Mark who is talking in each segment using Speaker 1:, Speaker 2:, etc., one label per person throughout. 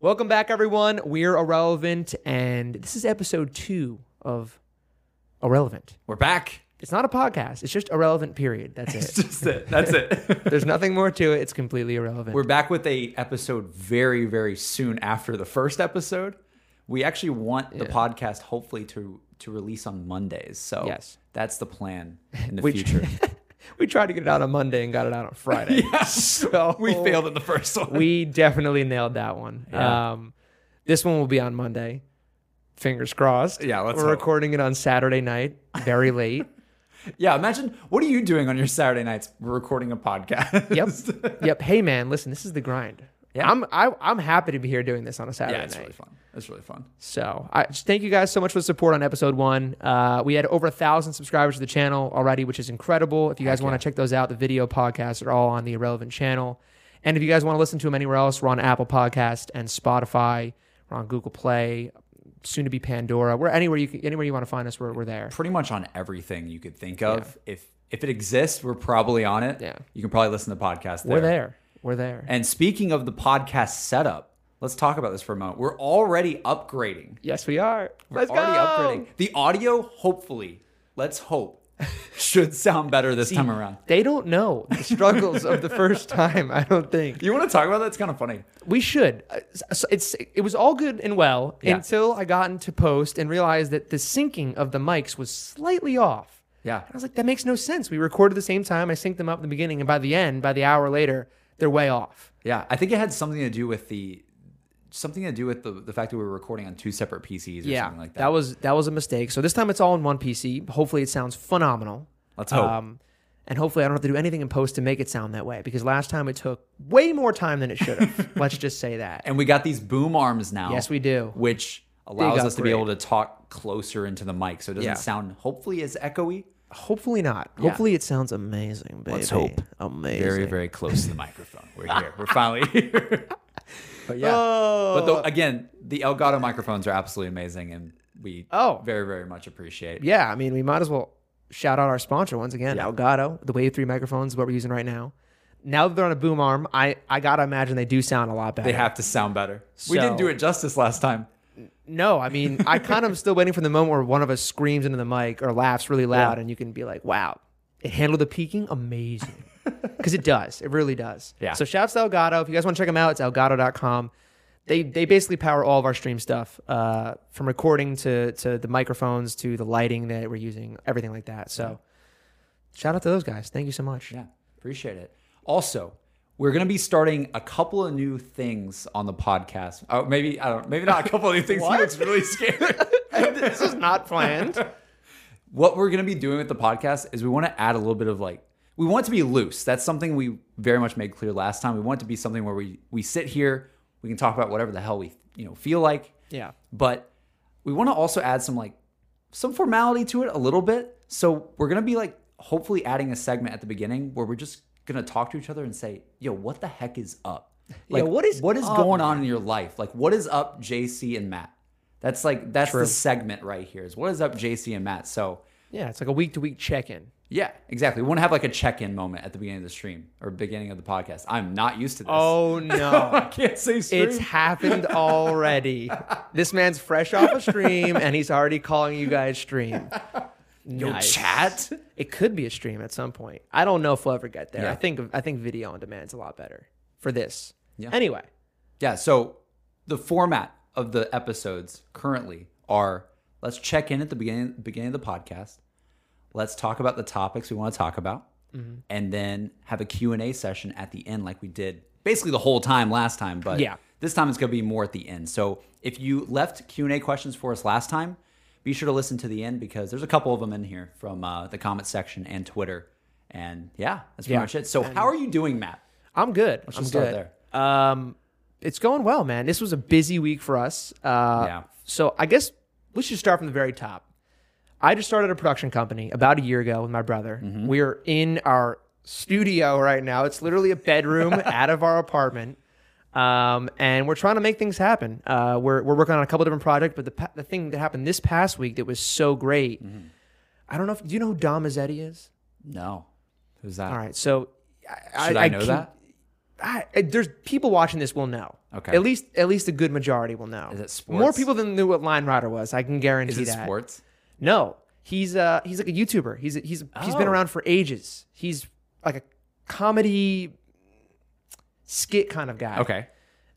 Speaker 1: Welcome back, everyone. We're Irrelevant, and this is episode two of Irrelevant.
Speaker 2: We're back.
Speaker 1: It's not a podcast, it's just irrelevant, period. That's
Speaker 2: It's
Speaker 1: it.
Speaker 2: just it. That's it.
Speaker 1: There's nothing more to it. It's completely irrelevant.
Speaker 2: We're back with a episode very, very soon after the first episode. We actually want the podcast hopefully to to release on Mondays. So
Speaker 1: Yes.
Speaker 2: that's the plan in the
Speaker 1: We-
Speaker 2: future.
Speaker 1: we tried to get it out on Monday and got it out on Friday. So
Speaker 2: we failed at the first one.
Speaker 1: We definitely nailed that one.
Speaker 2: Yeah.
Speaker 1: Um, this one will be on Monday. Fingers crossed.
Speaker 2: Yeah, let's
Speaker 1: We're
Speaker 2: hope.
Speaker 1: recording it on Saturday night, very late.
Speaker 2: yeah, imagine what are you doing on your Saturday nights? We're recording a podcast.
Speaker 1: Yep. yep. Hey man, listen, this is the grind.
Speaker 2: Yeah.
Speaker 1: I'm I, I'm happy to be here doing this on a Saturday
Speaker 2: yeah, it's
Speaker 1: night.
Speaker 2: really fun. It's really fun.
Speaker 1: So I just thank you guys so much for the support on episode one. Uh, we had over a thousand subscribers to the channel already, which is incredible. If you guys want to check those out, the video podcasts are all on the Irrelevant channel. And if you guys want to listen to them anywhere else, we're on Apple Podcast and Spotify. We're on Google Play, soon to be Pandora. We're anywhere you can, anywhere you want to find us, we're, we're there.
Speaker 2: Pretty much on everything you could think of. If if it exists, we're probably on it.
Speaker 1: Yeah.
Speaker 2: You can probably listen to the podcast
Speaker 1: We're there. We're there.
Speaker 2: And speaking of the podcast setup, let's talk about this for a moment. We're already upgrading.
Speaker 1: yes, we are.
Speaker 2: We're
Speaker 1: Let's
Speaker 2: already
Speaker 1: go!
Speaker 2: upgrading. The audio, hopefully, let's hope, should sound better this time around.
Speaker 1: They don't know the struggles of the first time. I don't think.
Speaker 2: You want to talk about that? It's kind of funny.
Speaker 1: We should. Uh, so It's it was all good and well
Speaker 2: Yeah.
Speaker 1: until I got into post and realized that the syncing of the mics was slightly off.
Speaker 2: Yeah.
Speaker 1: I was like, that makes no sense. We recorded the same time. I synced them up in the beginning, and by the end, by the hour later, they're way off.
Speaker 2: Yeah. I think it had something to do with the something to do with the, the fact that we were recording on two separate PCs or something like that.
Speaker 1: was that was a mistake. So this time it's all in one PC. Hopefully, it sounds phenomenal.
Speaker 2: Let's hope.
Speaker 1: um, and hopefully, I don't have to do anything in post to make it sound that way because last time it took way more time than it should have. Let's just say that.
Speaker 2: and we got these boom arms now.
Speaker 1: Yes, we do.
Speaker 2: Which allows us to be
Speaker 1: upgrade.
Speaker 2: able to talk closer into the mic so it doesn't
Speaker 1: Yeah.
Speaker 2: sound hopefully as echoey.
Speaker 1: Hopefully not. Hopefully it sounds amazing, baby.
Speaker 2: Let's hope.
Speaker 1: Amazing.
Speaker 2: Very, very close to the microphone. We're here. We're finally here. Oh. but yeah. But the, again, the Elgato microphones are absolutely amazing, and we
Speaker 1: Oh.
Speaker 2: very, very much appreciate.
Speaker 1: yeah, I mean, we might as well shout out our sponsor once again, Elgato. The Wave 3 microphones is what we're using right now. Now that they're on a boom arm, I, I got to imagine they do sound a lot better.
Speaker 2: They have to sound better. we didn't
Speaker 1: So-
Speaker 2: do it justice last time.
Speaker 1: no, I mean, I kind of am still waiting for the moment where one of us screams into the mic or laughs really loud
Speaker 2: Yeah.
Speaker 1: and you can be like, wow, it handled the peaking? Amazing. Because it does. It really does.
Speaker 2: Yeah.
Speaker 1: So shouts to Elgato. If you guys want to check them out, it's elgato.com. They, they basically power all of our stream stuff, uh, from recording to, to the microphones to the lighting that we're using, everything like that. So shout out to those guys. Thank you so much.
Speaker 2: Yeah, appreciate it. Also, we're gonna be starting a couple of new things on the podcast. Oh, maybe I don't. Maybe not a couple of new things. He looks really scared.
Speaker 1: this is not planned.
Speaker 2: what we're going to be doing with the podcast is we want to add a little bit of like we want it to be loose that's something we very much made clear last time we want it to be something where we we sit here we can talk about whatever the hell we you know feel like
Speaker 1: yeah.
Speaker 2: but we want to also add some like some formality to it a little bit so we're going to be like hopefully adding a segment at the beginning where we're just going to talk to each other and say yo what the heck is up like
Speaker 1: what is
Speaker 2: what is
Speaker 1: up,
Speaker 2: going on in your life like what is up jc and matt that's like that's
Speaker 1: True.
Speaker 2: the segment right here is what is up jc and matt so
Speaker 1: Yeah. It's like a week to week check in.
Speaker 2: yeah, exactly. We want to have like a check-in moment at the beginning of the stream or beginning of the podcast. I'm not used to this.
Speaker 1: Oh, no.
Speaker 2: I can't say stream.
Speaker 1: It's happened already. this man's fresh off a stream and he's already calling you guys stream.
Speaker 2: Yo,
Speaker 1: Nice.
Speaker 2: chat.
Speaker 1: It could be a stream at some point. I don't know if we'll ever get there.
Speaker 2: Yeah.
Speaker 1: I think I think video on demand's a lot better for this.
Speaker 2: Yeah.
Speaker 1: Anyway,
Speaker 2: Yeah. So the format of the episodes currently are: let's check in at the beginning beginning of the podcast. Let's talk about the topics we want to talk about,
Speaker 1: Mm-hmm.
Speaker 2: and then have a Q and A session at the end, like we did basically the whole time last time. But
Speaker 1: Yeah.
Speaker 2: this time it's going to be more at the end. So if you left Q and A questions for us last time, be sure to listen to the end because there's a couple of them in here from uh, the comment section and Twitter. And yeah, that's pretty
Speaker 1: Yeah.
Speaker 2: much it. So how are you doing, Matt?
Speaker 1: I'm good. I'm
Speaker 2: just
Speaker 1: good.
Speaker 2: start
Speaker 1: Um, it's going well, man. This was a busy week for us. Uh,
Speaker 2: Yeah.
Speaker 1: So I guess we should start from the very top. I just started a production company about a year ago with my brother.
Speaker 2: Mm-hmm.
Speaker 1: We're in our studio right now. It's literally a bedroom out of our apartment. Um, and we're trying to make things happen. Uh, we're, we're working on a couple different projects, but the, pa- the thing that happened this past week that was so great,
Speaker 2: Mm-hmm.
Speaker 1: I don't know if, do you know who Dom Mazzetti is?
Speaker 2: No, who's that?
Speaker 1: All right. So I,
Speaker 2: Should I know
Speaker 1: keep-
Speaker 2: that?
Speaker 1: I, there's people watching this will know.
Speaker 2: Okay.
Speaker 1: At least at least a good majority will know.
Speaker 2: Is it sports?
Speaker 1: More people than knew what Line Rider was. I can guarantee
Speaker 2: Is it
Speaker 1: that.
Speaker 2: sports?
Speaker 1: No, he's uh he's like a YouTuber. He's he's he's been
Speaker 2: Oh.
Speaker 1: around for ages. He's like a comedy skit kind of guy.
Speaker 2: Okay.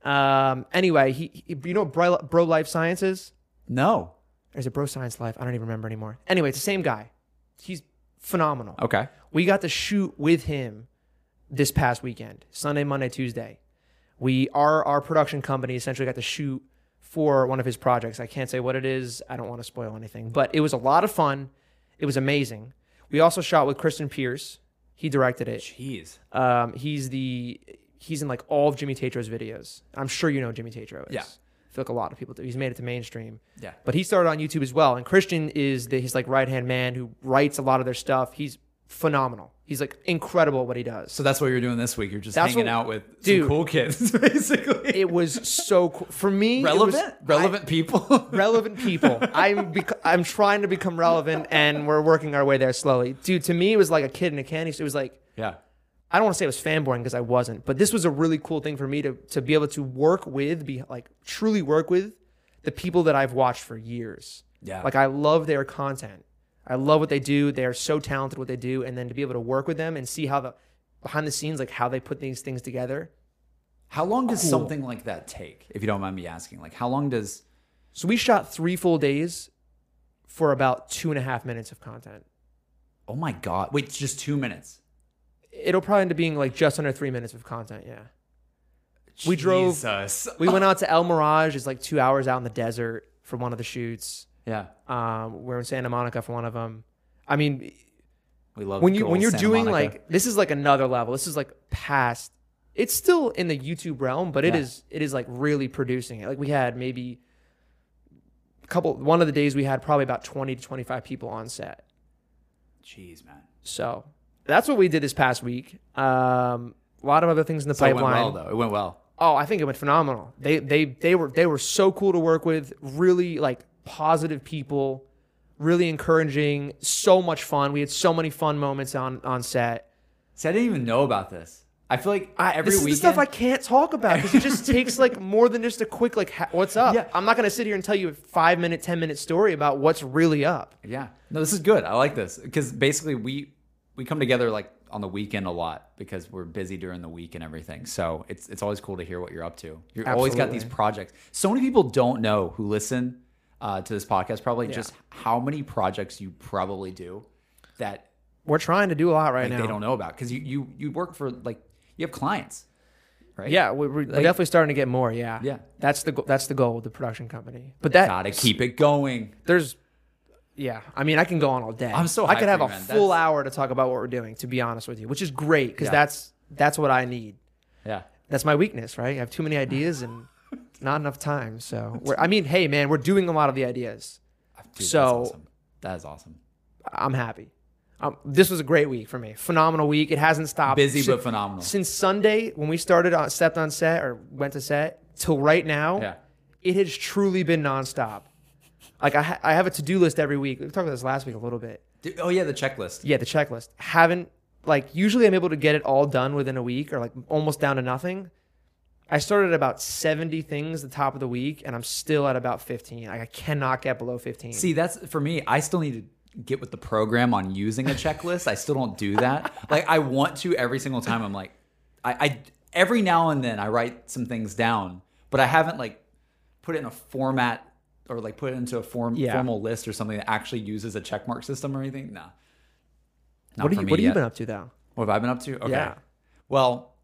Speaker 1: Um. Anyway, he, he you know what bro, bro Life Science is
Speaker 2: No.
Speaker 1: or is it Bro Science Life? I don't even remember anymore. Anyway, it's the same guy. He's phenomenal.
Speaker 2: Okay.
Speaker 1: We got to shoot with him this past weekend, Sunday, Monday, Tuesday. We our our production company essentially got to shoot for one of his projects. I can't say what it is. I don't want to spoil anything, but it was a lot of fun. It was amazing. We also shot with Kristen Pierce. He directed it.
Speaker 2: Jeez.
Speaker 1: Um, he's the he's in like all of Jimmy Tatro's videos. I'm sure you know who Jimmy Tatro is.
Speaker 2: Yeah.
Speaker 1: I feel like a lot of people do. He's made it to mainstream.
Speaker 2: Yeah.
Speaker 1: But he started on YouTube as well. And Christian is the, his like right hand man who writes a lot of their stuff. He's phenomenal. He's like incredible at what he does.
Speaker 2: So that's what you're doing this week. You're just
Speaker 1: That's
Speaker 2: hanging
Speaker 1: what-
Speaker 2: out with
Speaker 1: Dude.
Speaker 2: some cool kids, basically.
Speaker 1: it was so cool for me. it was-
Speaker 2: relevant, relevant people.
Speaker 1: I- relevant people. I'm bec- I'm trying to become relevant, and we're working our way there slowly. Dude, to me, it was like a kid in a candy store. It was like
Speaker 2: yeah.
Speaker 1: I don't want to say I was fanboying because I wasn't, but this was a really cool thing for me to to be able to work with, be like truly work with the people that I've watched for years.
Speaker 2: Yeah.
Speaker 1: Like I love their content. I love what they do. They are so talented at what they do, and then to be able to work with them and see how the behind the scenes, like how they put these things together.
Speaker 2: How long does something like that take? If you don't mind me asking, like how long does?
Speaker 1: So we shot three full days for about two and a half minutes of content.
Speaker 2: Oh my god! Wait, it's just two minutes.
Speaker 1: It'll probably end up being like just under three minutes of content. Yeah. We drove-
Speaker 2: Jesus.
Speaker 1: We went out to El Mirage. It's like two hours out in the desert for one of the shoots.
Speaker 2: Yeah,
Speaker 1: Um, we're in Santa Monica for one of them. I mean,
Speaker 2: we love
Speaker 1: when you
Speaker 2: good
Speaker 1: when
Speaker 2: old
Speaker 1: you're
Speaker 2: Santa
Speaker 1: doing
Speaker 2: Monica.
Speaker 1: like this is like another level. This is like past. It's still in the YouTube realm, but it
Speaker 2: Yeah.
Speaker 1: is it is like really producing it. Like we had maybe a couple. One of the days we had probably about twenty to twenty five people on set.
Speaker 2: Jeez, man.
Speaker 1: So that's what we did this past week. Um, a lot of other things in the
Speaker 2: So it went
Speaker 1: pipeline.
Speaker 2: well though. It went well.
Speaker 1: Oh, I think it went phenomenal. They they they were they were so cool to work with. Really like positive people, really encouraging. So much fun. We had so many fun moments on on set.
Speaker 2: See, I didn't even know about this. I feel like
Speaker 1: I,
Speaker 2: every
Speaker 1: this
Speaker 2: weekend.
Speaker 1: is the stuff I can't talk about because it just takes like more than just a quick like ha- what's up.
Speaker 2: Yeah.
Speaker 1: I'm not gonna sit here and tell you a five minute, ten minute story about what's really up.
Speaker 2: yeah. No, this is good. I like this because basically we we come together like on the weekend a lot because we're busy during the week and everything. So it's it's always cool to hear what you're up to. You've always got these
Speaker 1: Absolutely.
Speaker 2: projects. So many people don't know who listen uh, to this podcast probably just how many projects you probably do that
Speaker 1: We're trying to do a lot right now.
Speaker 2: they don't know about because you you you work for like you have clients. right?
Speaker 1: Yeah, we, we're, we're definitely starting to get more. Yeah,
Speaker 2: Yeah.
Speaker 1: That's the go- that's the goal of the production company. But that
Speaker 2: Gotta keep it going.
Speaker 1: there's yeah i mean i can go on all day
Speaker 2: I'm so
Speaker 1: i could have
Speaker 2: hyped for
Speaker 1: a
Speaker 2: you, man.
Speaker 1: full
Speaker 2: That's-
Speaker 1: hour to talk about what we're doing to be honest with you which is great because
Speaker 2: Yeah.
Speaker 1: that's that's what i need
Speaker 2: Yeah.
Speaker 1: that's my weakness right i have too many ideas and not enough time so we're, i mean hey man we're doing a lot of the ideas
Speaker 2: Dude,
Speaker 1: So-
Speaker 2: that's awesome. that is awesome.
Speaker 1: i'm happy um, this was a great week for me phenomenal week it hasn't stopped
Speaker 2: Busy
Speaker 1: Si-
Speaker 2: but phenomenal.
Speaker 1: since sunday when we started on stepped on set or went to set till right now
Speaker 2: yeah.
Speaker 1: it has truly been nonstop like I, ha- I have a to-do list every week we talked about this last week a little bit
Speaker 2: Dude, oh yeah, the checklist.
Speaker 1: yeah, the checklist. Haven't like usually I'm able to get it all done within a week or like almost down to nothing. I started at about 70 things the top of the week and I'm still at about 15. Like I cannot get below 15.
Speaker 2: See, that's for me. I still need to get with the program on using a checklist. I still don't do that. Like I want to every single time. I'm like, I, I every now and then I write some things down, but I haven't like put it in a format or like put it into a form
Speaker 1: Yeah.
Speaker 2: formal list or something that actually uses a checkmark system or anything. Nah. Not
Speaker 1: what are
Speaker 2: for
Speaker 1: you
Speaker 2: me
Speaker 1: what have you
Speaker 2: yet.
Speaker 1: been up to though?
Speaker 2: What have I been up to? Okay.
Speaker 1: Yeah.
Speaker 2: Well,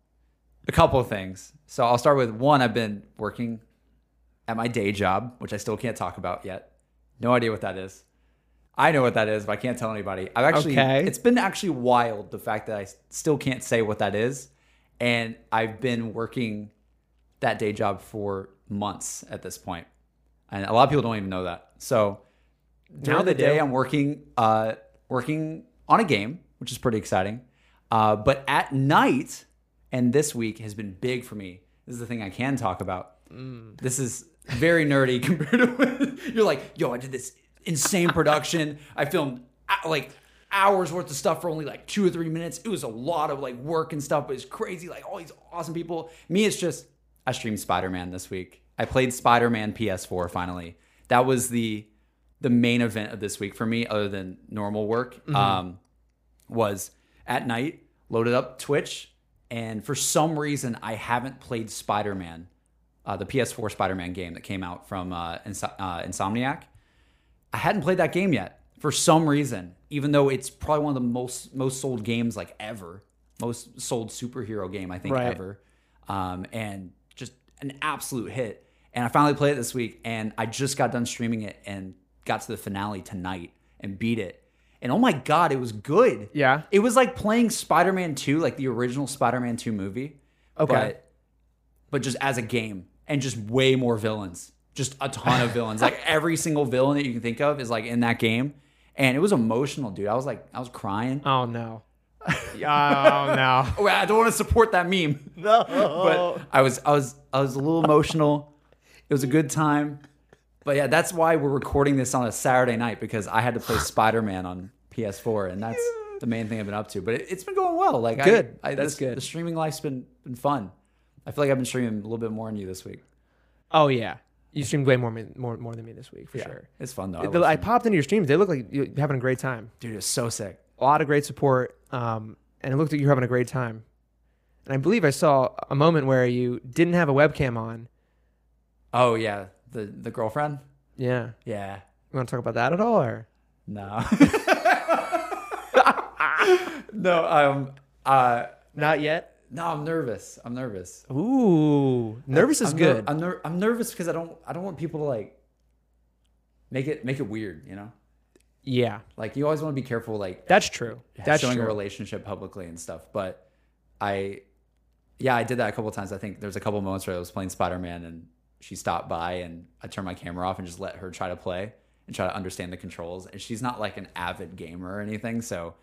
Speaker 2: a couple of things. So I'll start with one. I've been working at my day job, which I still can't talk about yet. No idea what that is. I know what that is, but I can't tell anybody. I've actually,
Speaker 1: Okay.
Speaker 2: it's been actually wild the fact that I s- still can't say what that is. And I've been working that day job for months at this point. And a lot of people don't even know that. So during
Speaker 1: they
Speaker 2: the day,
Speaker 1: do.
Speaker 2: I'm working uh, working on a game, which is pretty exciting. Uh, but at night, and this week has been big for me. This is the thing I can talk about. This is very nerdy compared to when you're like, yo, I did this insane production. I filmed uh, like hours worth of stuff for only like two or three minutes. It was a lot of like work and stuff, but it's crazy. Like all these awesome people. Me, it's just I streamed Spider Man this week. I played Spider Man PS4 finally. That was the the main event of this week for me, other than normal work. Um, was at night, loaded up Twitch, and for some reason I haven't played Spider Man, uh, the PS4 Spider Man game that came out from uh, Inso- uh, Insomniac. I hadn't played that game yet for some reason, even though it's probably one of the most most sold games like ever, most sold superhero game I think
Speaker 1: Right.
Speaker 2: ever, um, and just an absolute hit. And I finally played it this week, and I just got done streaming it and got to the finale tonight and beat it. And oh my god, it was good.
Speaker 1: Yeah.
Speaker 2: It was like playing Spider Man 2, like the original Spider Man 2 movie.
Speaker 1: Okay.
Speaker 2: But, but just as a game and just way more villains. Just a ton of villains. Like every single villain that you can think of is like in that game. And it was emotional, dude. I was like, I was crying.
Speaker 1: Oh no. oh no.
Speaker 2: Oh, I don't want to support that meme.
Speaker 1: No.
Speaker 2: But I was I was I was a little emotional. It was a good time. But yeah, that's why we're recording this on a Saturday night because I had to play Spider Man on PS4, and that's the main thing I've been up to. But it, it's been going well. Like I-
Speaker 1: Good.
Speaker 2: I,
Speaker 1: That's
Speaker 2: this-
Speaker 1: good.
Speaker 2: The streaming life's been been fun. I feel like I've been streaming a little bit more than you this week.
Speaker 1: oh yeah. You streamed way more me- more more than me this week for sure.
Speaker 2: It's fun though. I
Speaker 1: The-
Speaker 2: love
Speaker 1: I
Speaker 2: streaming.
Speaker 1: popped into your streams. They look like you're having a great time.
Speaker 2: dude, it's so sick.
Speaker 1: A lot of great support. Um, and it looked like you're having a great time. And I believe I saw a moment where you didn't have a webcam on.
Speaker 2: Oh yeah, the the girlfriend.
Speaker 1: Yeah.
Speaker 2: Yeah.
Speaker 1: You want to talk about that at all? Or
Speaker 2: No. no. Um. Uh.
Speaker 1: not yet?
Speaker 2: No, I'm nervous. I'm nervous.
Speaker 1: Ooh, nervous is
Speaker 2: I'm ner-
Speaker 1: good.
Speaker 2: I'm, ner- I'm nervous because I don't I don't want people to like make it make it weird, you know?
Speaker 1: yeah,
Speaker 2: Like you always want to be careful like
Speaker 1: that's true. That's
Speaker 2: showing
Speaker 1: true.
Speaker 2: a relationship publicly and stuff, but I yeah, I did that a couple times. I think there's a couple moments where I was playing Spider-Man and she stopped by and I turned my camera off and just let her try to play and try to understand the controls and she's not like an avid gamer or anything, so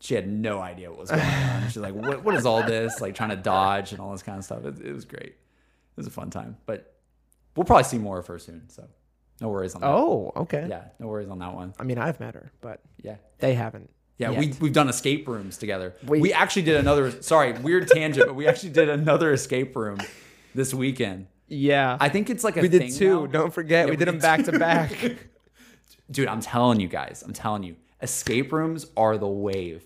Speaker 2: she had no idea what was going on. She's like, what, what is all this? Like trying to dodge and all this kind of stuff. It, it was great. It was a fun time, but we'll probably see more of her soon. So no worries on that.
Speaker 1: oh, okay.
Speaker 2: yeah, no worries on that one.
Speaker 1: I mean, I've met her, but
Speaker 2: Yeah.
Speaker 1: they haven't.
Speaker 2: Yeah,
Speaker 1: yet.
Speaker 2: we, we've done escape rooms together.
Speaker 1: Wait.
Speaker 2: We actually did another, sorry, weird tangent, but we actually did another escape room this weekend.
Speaker 1: yeah.
Speaker 2: I think it's like a
Speaker 1: we did
Speaker 2: thing
Speaker 1: two.
Speaker 2: now.
Speaker 1: Don't forget,
Speaker 2: Yeah,
Speaker 1: we did them
Speaker 2: two.
Speaker 1: back to back.
Speaker 2: Dude, I'm telling you guys, I'm telling you, escape rooms are the wave.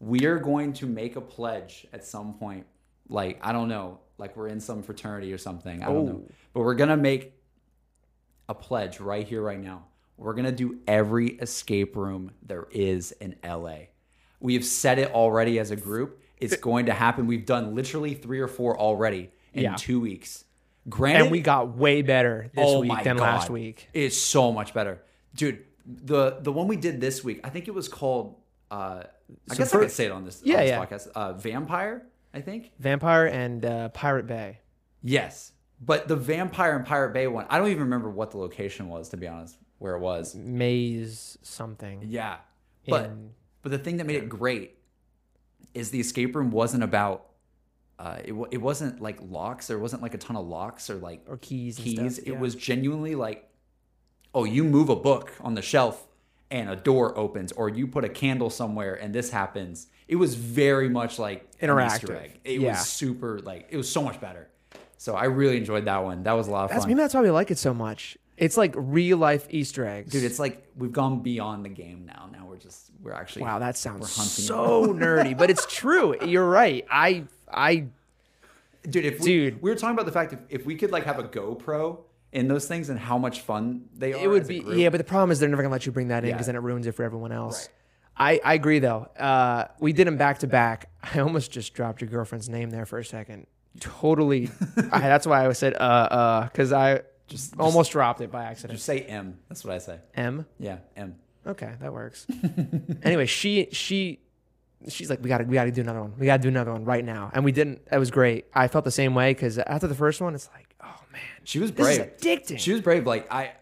Speaker 2: We are going to make a pledge at some point. Like, I don't know, like we're in some fraternity or something. I don't know.
Speaker 1: Oh.
Speaker 2: But we're going to make a pledge right here, right now. We're going to do every escape room there is in LA. We have said it already as a group. It's going to happen. We've done literally three or four already in
Speaker 1: Yeah.
Speaker 2: two weeks. Granted,
Speaker 1: And we got way better this
Speaker 2: Oh my
Speaker 1: week than last
Speaker 2: God.
Speaker 1: week.
Speaker 2: It is so much better, dude. The the one we did this week, I think it was called. Uh, I guess I
Speaker 1: Subver-
Speaker 2: could say it on this, on
Speaker 1: Yeah,
Speaker 2: this
Speaker 1: yeah.
Speaker 2: podcast. Uh, Vampire, I think.
Speaker 1: Vampire and uh, Pirate Bay.
Speaker 2: Yes, but the Vampire and Pirate Bay one, I don't even remember what the location was to be honest, where it was.
Speaker 1: Maze something.
Speaker 2: Yeah, but
Speaker 1: In-
Speaker 2: but the thing that made it great is the escape room wasn't about. Uh, it, wa- it wasn't like locks. There wasn't like a ton of locks or like
Speaker 1: Or keys and
Speaker 2: keys.
Speaker 1: stuff,
Speaker 2: It
Speaker 1: yeah.
Speaker 2: was genuinely like, oh, you move a book on the shelf and a door opens, or you put a candle somewhere and this happens. It was very much like an Easter
Speaker 1: Interactive.
Speaker 2: egg. It
Speaker 1: Yeah.
Speaker 2: was super like it was so much better. So I really enjoyed that one. That was a lot of
Speaker 1: That's
Speaker 2: fun.
Speaker 1: maybe that's why we like it so much. It's like real life Easter eggs.
Speaker 2: Dude, it's like we've gone beyond the game now. Now we're just we're actually
Speaker 1: Wow, that sounds
Speaker 2: hunting
Speaker 1: so nerdy, but it's true. You're right. I I
Speaker 2: dude if we,
Speaker 1: Dude.
Speaker 2: we were talking about the fact if, if we could like have a gopro in those things and how much fun they are
Speaker 1: it would
Speaker 2: as a
Speaker 1: be
Speaker 2: group.
Speaker 1: yeah, but the problem is they're never gonna let you bring that in because
Speaker 2: Yeah.
Speaker 1: then it ruins it for everyone else. I I agree though. Uh, we did them back to back. I almost just dropped your girlfriend's name there for a second. Totally. I, that's why I said uh uh because I just almost dropped it by accident.
Speaker 2: just say m that's what i say
Speaker 1: M.
Speaker 2: yeah m
Speaker 1: Okay, that works. anyway, she she she's like, we gotta we gotta do another one. We gotta do another one right now. And we didn't. That was great. I felt the same way because after the first one, it's like, oh man,
Speaker 2: she was
Speaker 1: this
Speaker 2: brave
Speaker 1: is addicting.
Speaker 2: she was brave like i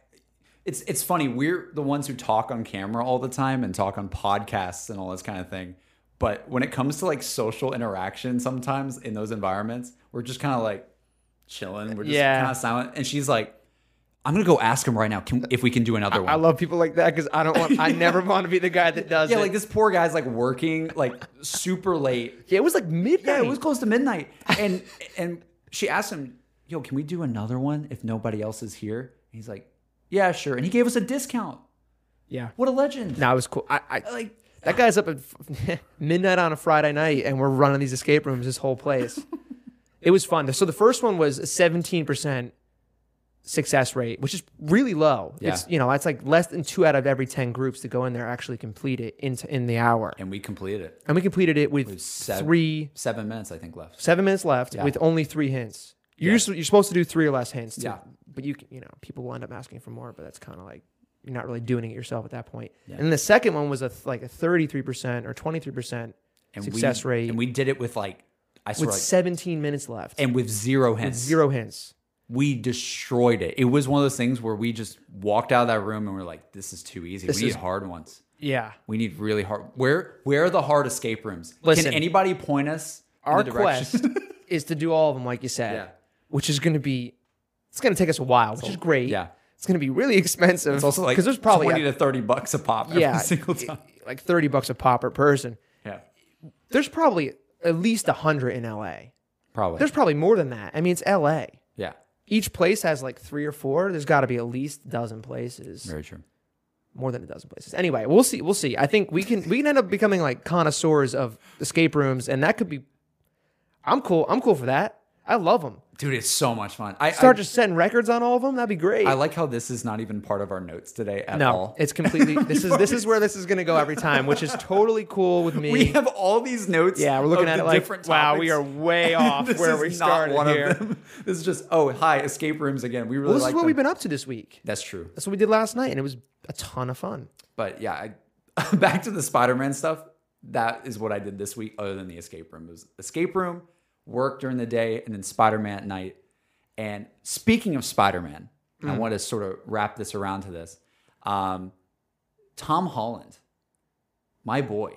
Speaker 2: it's it's funny we're the ones who talk on camera all the time and talk on podcasts and all this kind of thing but when it comes to like social interaction sometimes in those environments we're just kind of like chilling we're just
Speaker 1: Yeah.
Speaker 2: kind of silent and she's like I'm gonna go ask him right now can, if we can do another one.
Speaker 1: I love people like that because I don't want. I never want to be the guy that does
Speaker 2: yeah,
Speaker 1: it.
Speaker 2: like this poor guy's like working like super late.
Speaker 1: yeah, it was like midnight.
Speaker 2: Yeah, it was close to midnight, and and she asked him, "Yo, can we do another one if nobody else is here?" And he's like, "Yeah, sure." And he gave us a discount.
Speaker 1: Yeah.
Speaker 2: What a legend!
Speaker 1: No, it was cool. I, I
Speaker 2: Like,
Speaker 1: that guy's up at f- midnight on a Friday night, and we're running these escape rooms. This whole place. it was fun. So the first one was a seventeen percent success rate, which is really low. It's
Speaker 2: Yeah.
Speaker 1: you know that's like less than two out of every ten groups that go in there actually complete it in in the hour,
Speaker 2: and we completed it.
Speaker 1: and we completed it with
Speaker 2: seven-
Speaker 1: three
Speaker 2: Seven minutes, I think, left.
Speaker 1: seven minutes left with only three hints. You're, just- you're supposed to do three or less hints. to-
Speaker 2: Yeah.
Speaker 1: But you can- you know people will end up asking for more, but that's kind of like you're not really doing it yourself at that point. And then the second one was a th- like a 33 percent or 23 percent
Speaker 2: And
Speaker 1: success
Speaker 2: we,
Speaker 1: rate
Speaker 2: and we did it with like I swear,
Speaker 1: with
Speaker 2: like,
Speaker 1: 17 minutes left
Speaker 2: and with zero hints.
Speaker 1: zero hints.
Speaker 2: we destroyed it. It was one of those things where we just walked out of that room and we're like, "This is too easy. we need
Speaker 1: is-
Speaker 2: hard ones.
Speaker 1: Yeah.
Speaker 2: We need really hard. Where where are the hard escape rooms?
Speaker 1: Listen.
Speaker 2: Can anybody point us in
Speaker 1: Our
Speaker 2: the direction?
Speaker 1: quest is to do all of them, like you said,
Speaker 2: Yeah.
Speaker 1: which is going to be it's going to take us a while, which is great.
Speaker 2: yeah.
Speaker 1: It's going to be really expensive.
Speaker 2: It's also like
Speaker 1: because there's probably
Speaker 2: twenty
Speaker 1: a-
Speaker 2: to thirty bucks a pop every
Speaker 1: yeah
Speaker 2: single time.
Speaker 1: like 30 bucks a pop per person.
Speaker 2: Yeah,
Speaker 1: there's probably at least 100 in LA.
Speaker 2: probably.
Speaker 1: There's probably more than that. I mean, it's LA.
Speaker 2: yeah,
Speaker 1: Each place has like three or four. There's got to be at least a dozen places,
Speaker 2: very true.
Speaker 1: more than a dozen places. Anyway, we'll see. We'll see. I think we can we can end up becoming like connoisseurs of escape rooms, and that could be. I'm cool. I'm cool for that. I love them.
Speaker 2: Dude, it's so much fun. I
Speaker 1: Start
Speaker 2: I,
Speaker 1: just setting records on all of them. That'd be great.
Speaker 2: I like how this is not even part of our notes today at
Speaker 1: no,
Speaker 2: all.
Speaker 1: it's completely. This is this is where this is gonna go every time, which is totally cool with me.
Speaker 2: we have all these notes.
Speaker 1: yeah, we're looking
Speaker 2: of
Speaker 1: at
Speaker 2: the
Speaker 1: it like,
Speaker 2: different
Speaker 1: wow, we are
Speaker 2: topics,
Speaker 1: way
Speaker 2: and
Speaker 1: off
Speaker 2: this
Speaker 1: where
Speaker 2: is
Speaker 1: we
Speaker 2: not
Speaker 1: started
Speaker 2: one
Speaker 1: here.
Speaker 2: Of them. This is just oh hi escape rooms again. We really
Speaker 1: Well, this
Speaker 2: like
Speaker 1: is what
Speaker 2: them.
Speaker 1: we've been up to this week.
Speaker 2: That's true.
Speaker 1: That's what we did last night, and it was a ton of fun.
Speaker 2: But yeah, I, back to the Spider-Man stuff. That is what I did this week, other than the escape room. It was escape room, work during the day, and then Spider-Man at night. And speaking of Spider-Man, I want to sort of wrap this around to this. Um, Tom Holland, my boy,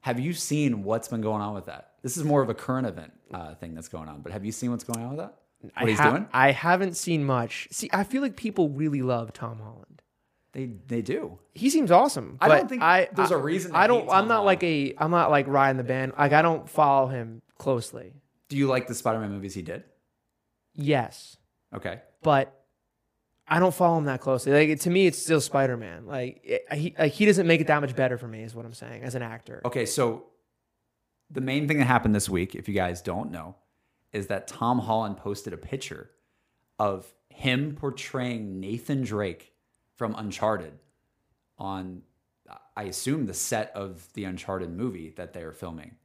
Speaker 2: have you seen what's been going on with that? This is more of a current event uh, thing that's going on, but have you seen what's going on with that? What
Speaker 1: I
Speaker 2: he's
Speaker 1: ha-
Speaker 2: doing?
Speaker 1: I haven't seen much. See, I feel like people really love Tom Holland.
Speaker 2: They they do.
Speaker 1: He seems awesome.
Speaker 2: I don't
Speaker 1: but
Speaker 2: think
Speaker 1: I,
Speaker 2: there's
Speaker 1: a
Speaker 2: a reason to
Speaker 1: I don't.
Speaker 2: hate
Speaker 1: I'm
Speaker 2: Tom
Speaker 1: not like a. I'm not like riding the band. Like I don't follow him closely.
Speaker 2: Do you like the Spider-Man movies he did?
Speaker 1: Yes,
Speaker 2: Okay.
Speaker 1: but I don't follow him that closely. Like to me, it's still Spider Man. Like it, he like, he doesn't make it that much better for me. Is what I'm saying as an actor.
Speaker 2: Okay, so the main thing that happened this week, if you guys don't know, is that Tom Holland posted a picture of him portraying Nathan Drake from Uncharted on, I assume, the set of the Uncharted movie that they were filming.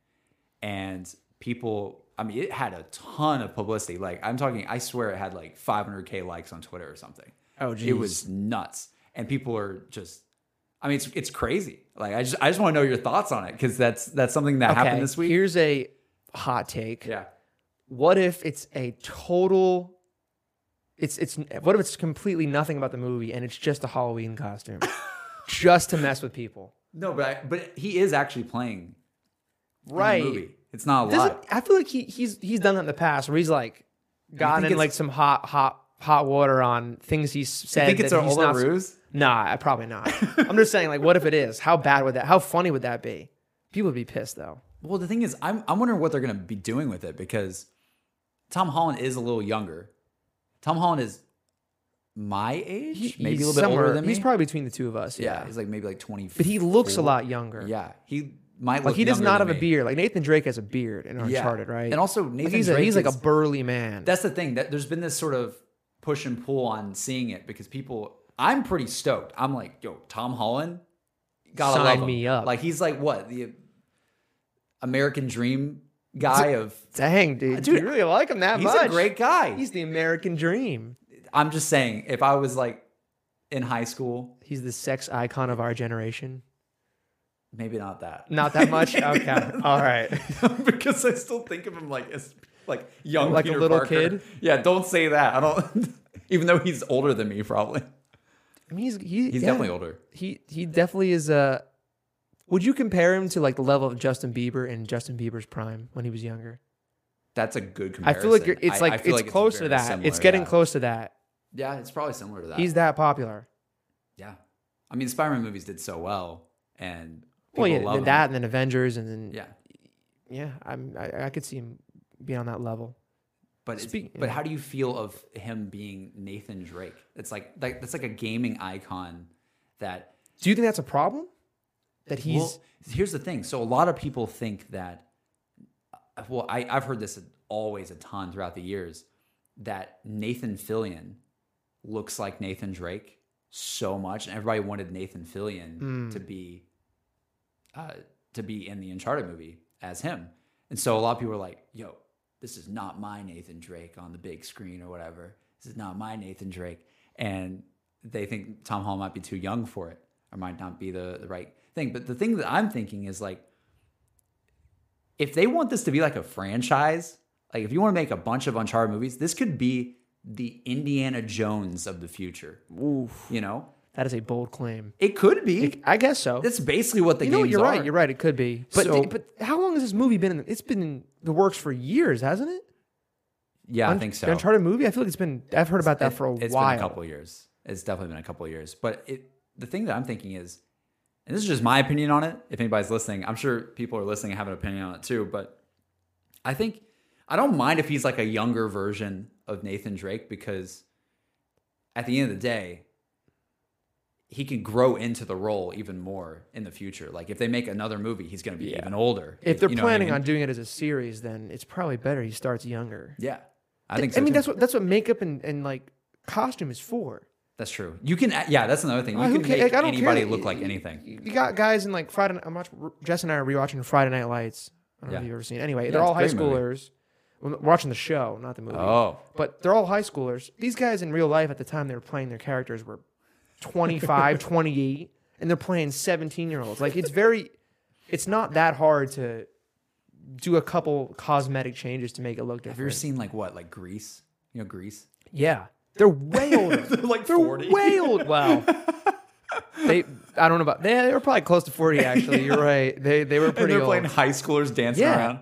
Speaker 2: And people, I mean, it had a ton of publicity. Like, I'm talking, I swear it had like 500K likes on Twitter or something.
Speaker 1: Oh,
Speaker 2: It was nuts. And people are just, I mean, it's it's crazy. Like I just I just want to know your thoughts on it because that's that's something that happened this week.
Speaker 1: Here's a hot take.
Speaker 2: yeah,
Speaker 1: what if it's a total it's it's what if it's completely nothing about the movie and it's just a Halloween costume just to mess with people
Speaker 2: no, but I, but he is actually playing in the movie. It's not a
Speaker 1: Doesn't-
Speaker 2: lot.
Speaker 1: I feel like he he's he's done that in the past where he's like gotten in
Speaker 2: think it's-
Speaker 1: like some hot hot hot water on things he's said
Speaker 2: I think it's
Speaker 1: that
Speaker 2: an
Speaker 1: he's
Speaker 2: older
Speaker 1: not
Speaker 2: ruse.
Speaker 1: nah I- probably not I'm just saying like what if it is how bad would that how funny would that be people would be pissed though
Speaker 2: Well, the thing is, I'm I'm wondering what they're gonna be doing with it because Tom Holland is a little younger. Tom Holland is my age, maybe a
Speaker 1: He's
Speaker 2: little bit older
Speaker 1: somewhere-
Speaker 2: than me.
Speaker 1: he's probably between the two of us
Speaker 2: yeah,
Speaker 1: yeah,
Speaker 2: he's like maybe like 20.
Speaker 1: but he looks a lot younger
Speaker 2: Yeah, he might look.
Speaker 1: Like he does
Speaker 2: younger
Speaker 1: not
Speaker 2: than
Speaker 1: have a
Speaker 2: me.
Speaker 1: beard. Like Nathan Drake has a beard in
Speaker 2: Yeah.
Speaker 1: Uncharted, right?
Speaker 2: And also,
Speaker 1: Like,
Speaker 2: Nathan
Speaker 1: he's a,
Speaker 2: Drake
Speaker 1: he's like a
Speaker 2: is-
Speaker 1: burly man.
Speaker 2: that's the thing that there's been this sort of push and pull on seeing it because people I'm pretty stoked. I'm like, yo, Tom Holland, gotta
Speaker 1: Sign
Speaker 2: love him.
Speaker 1: me up.
Speaker 2: Like he's like what the American Dream guy of
Speaker 1: Dang, dude,
Speaker 2: Dude,
Speaker 1: you really like him that
Speaker 2: he's
Speaker 1: much?
Speaker 2: a great guy.
Speaker 1: He's the American dream.
Speaker 2: I'm just saying, if I was like in high school,
Speaker 1: He's the sex icon of our generation.
Speaker 2: maybe not that,
Speaker 1: Not that much. Okay, all right.
Speaker 2: because I still think of him like as like young,
Speaker 1: Like a
Speaker 2: Peter
Speaker 1: little
Speaker 2: Parker.
Speaker 1: kid?
Speaker 2: Yeah, don't say that. I don't, even though he's older than me, probably
Speaker 1: I mean, he's he,
Speaker 2: he's
Speaker 1: yeah.
Speaker 2: definitely older.
Speaker 1: He he definitely is a. Would you compare him to like the level of Justin Bieber in Justin Bieber's prime when he was younger?
Speaker 2: That's a good
Speaker 1: I
Speaker 2: comparison.
Speaker 1: feel like you're, it's
Speaker 2: I-
Speaker 1: like
Speaker 2: I
Speaker 1: it's
Speaker 2: feel
Speaker 1: close to
Speaker 2: very
Speaker 1: that.
Speaker 2: similar,
Speaker 1: it's getting
Speaker 2: yeah.
Speaker 1: close to that.
Speaker 2: Yeah, it's probably similar to that.
Speaker 1: He's that popular.
Speaker 2: yeah. I mean, Spider-Man movies did so well, and people
Speaker 1: Well, yeah,
Speaker 2: love
Speaker 1: then
Speaker 2: him.
Speaker 1: that and then Avengers and then yeah,
Speaker 2: Yeah,
Speaker 1: I'm I, I could see him being on that level.
Speaker 2: but it's,
Speaker 1: Speak-
Speaker 2: but how do you feel of him being Nathan Drake? It's like like that's like a gaming icon that
Speaker 1: Do you think that's a problem? That he's
Speaker 2: well, here's the thing. So a lot of people think that. Well, I, I've heard this always a ton throughout the years that Nathan Fillion looks like Nathan Drake so much, and everybody wanted Nathan Fillion
Speaker 1: Hmm.
Speaker 2: to be uh, to be in the Uncharted movie as him, and so a lot of people were like, "Yo, this is not my Nathan Drake on the big screen or whatever. This is not my Nathan Drake," and they think Tom Hall might be too young for it or might not be the, the right thing. But the thing that I'm thinking is like, if they want this to be like a franchise, like if you want to make a bunch of Uncharted movies, this could be the Indiana Jones of the future.
Speaker 1: oof.
Speaker 2: You know,
Speaker 1: That is a bold claim.
Speaker 2: it could be.
Speaker 1: I guess so.
Speaker 2: That's basically what the
Speaker 1: you
Speaker 2: game
Speaker 1: know
Speaker 2: games
Speaker 1: what? You're
Speaker 2: are.
Speaker 1: right. You're right. It could be. But
Speaker 2: So-
Speaker 1: the- but how long has this movie been? in It's been in the works for years, hasn't it?
Speaker 2: Yeah, I
Speaker 1: Un-
Speaker 2: think so.
Speaker 1: The Uncharted movie. I feel like it's been. I've heard about that for a
Speaker 2: It- it's
Speaker 1: while.
Speaker 2: been a couple years. It's definitely been a couple years. But it, the thing that I'm thinking is, and this is just my opinion on it. If anybody's listening, I'm sure people are listening and have an opinion on it too. But I think I don't mind if he's like a younger version of Nathan Drake because at the end of the day, he can grow into the role even more in the future. Like if they make another movie, he's going to be even older.
Speaker 1: If they're
Speaker 2: you know what I
Speaker 1: planning
Speaker 2: mean?
Speaker 1: on doing it as a series, then it's probably better he starts younger.
Speaker 2: yeah, I think. So
Speaker 1: I mean,
Speaker 2: too.
Speaker 1: that's what that's what makeup and, and like costume is for.
Speaker 2: That's true. You can, yeah, that's another thing. You
Speaker 1: Like, who
Speaker 2: can
Speaker 1: ca-
Speaker 2: make
Speaker 1: like, I don't care.
Speaker 2: anybody look like anything.
Speaker 1: You got guys in like Friday. Night- I'm watching. Jess and I are rewatching Friday Night Lights. I don't know
Speaker 2: Yeah.
Speaker 1: if you've ever seen. it. Anyway,
Speaker 2: Yeah,
Speaker 1: they're
Speaker 2: it's
Speaker 1: all
Speaker 2: a
Speaker 1: high
Speaker 2: great movie.
Speaker 1: schoolers. We're watching the show, not the movie.
Speaker 2: Oh,
Speaker 1: But they're all high schoolers. These guys in real life at the time they were playing their characters were 25, 28, and they're playing 17 year olds. Like it's very, it's not that hard to do a couple cosmetic changes to make it look
Speaker 2: have you ever
Speaker 1: different.
Speaker 2: seen like what, like Grease? You know, Grease.
Speaker 1: Yeah. They're way older.
Speaker 2: They're like
Speaker 1: they're way old. Wow. They, I don't know about. They, they were probably close to forty. Actually, you're right. They they were
Speaker 2: and
Speaker 1: pretty
Speaker 2: they're
Speaker 1: old.
Speaker 2: playing high schoolers dancing
Speaker 1: Yeah.
Speaker 2: around.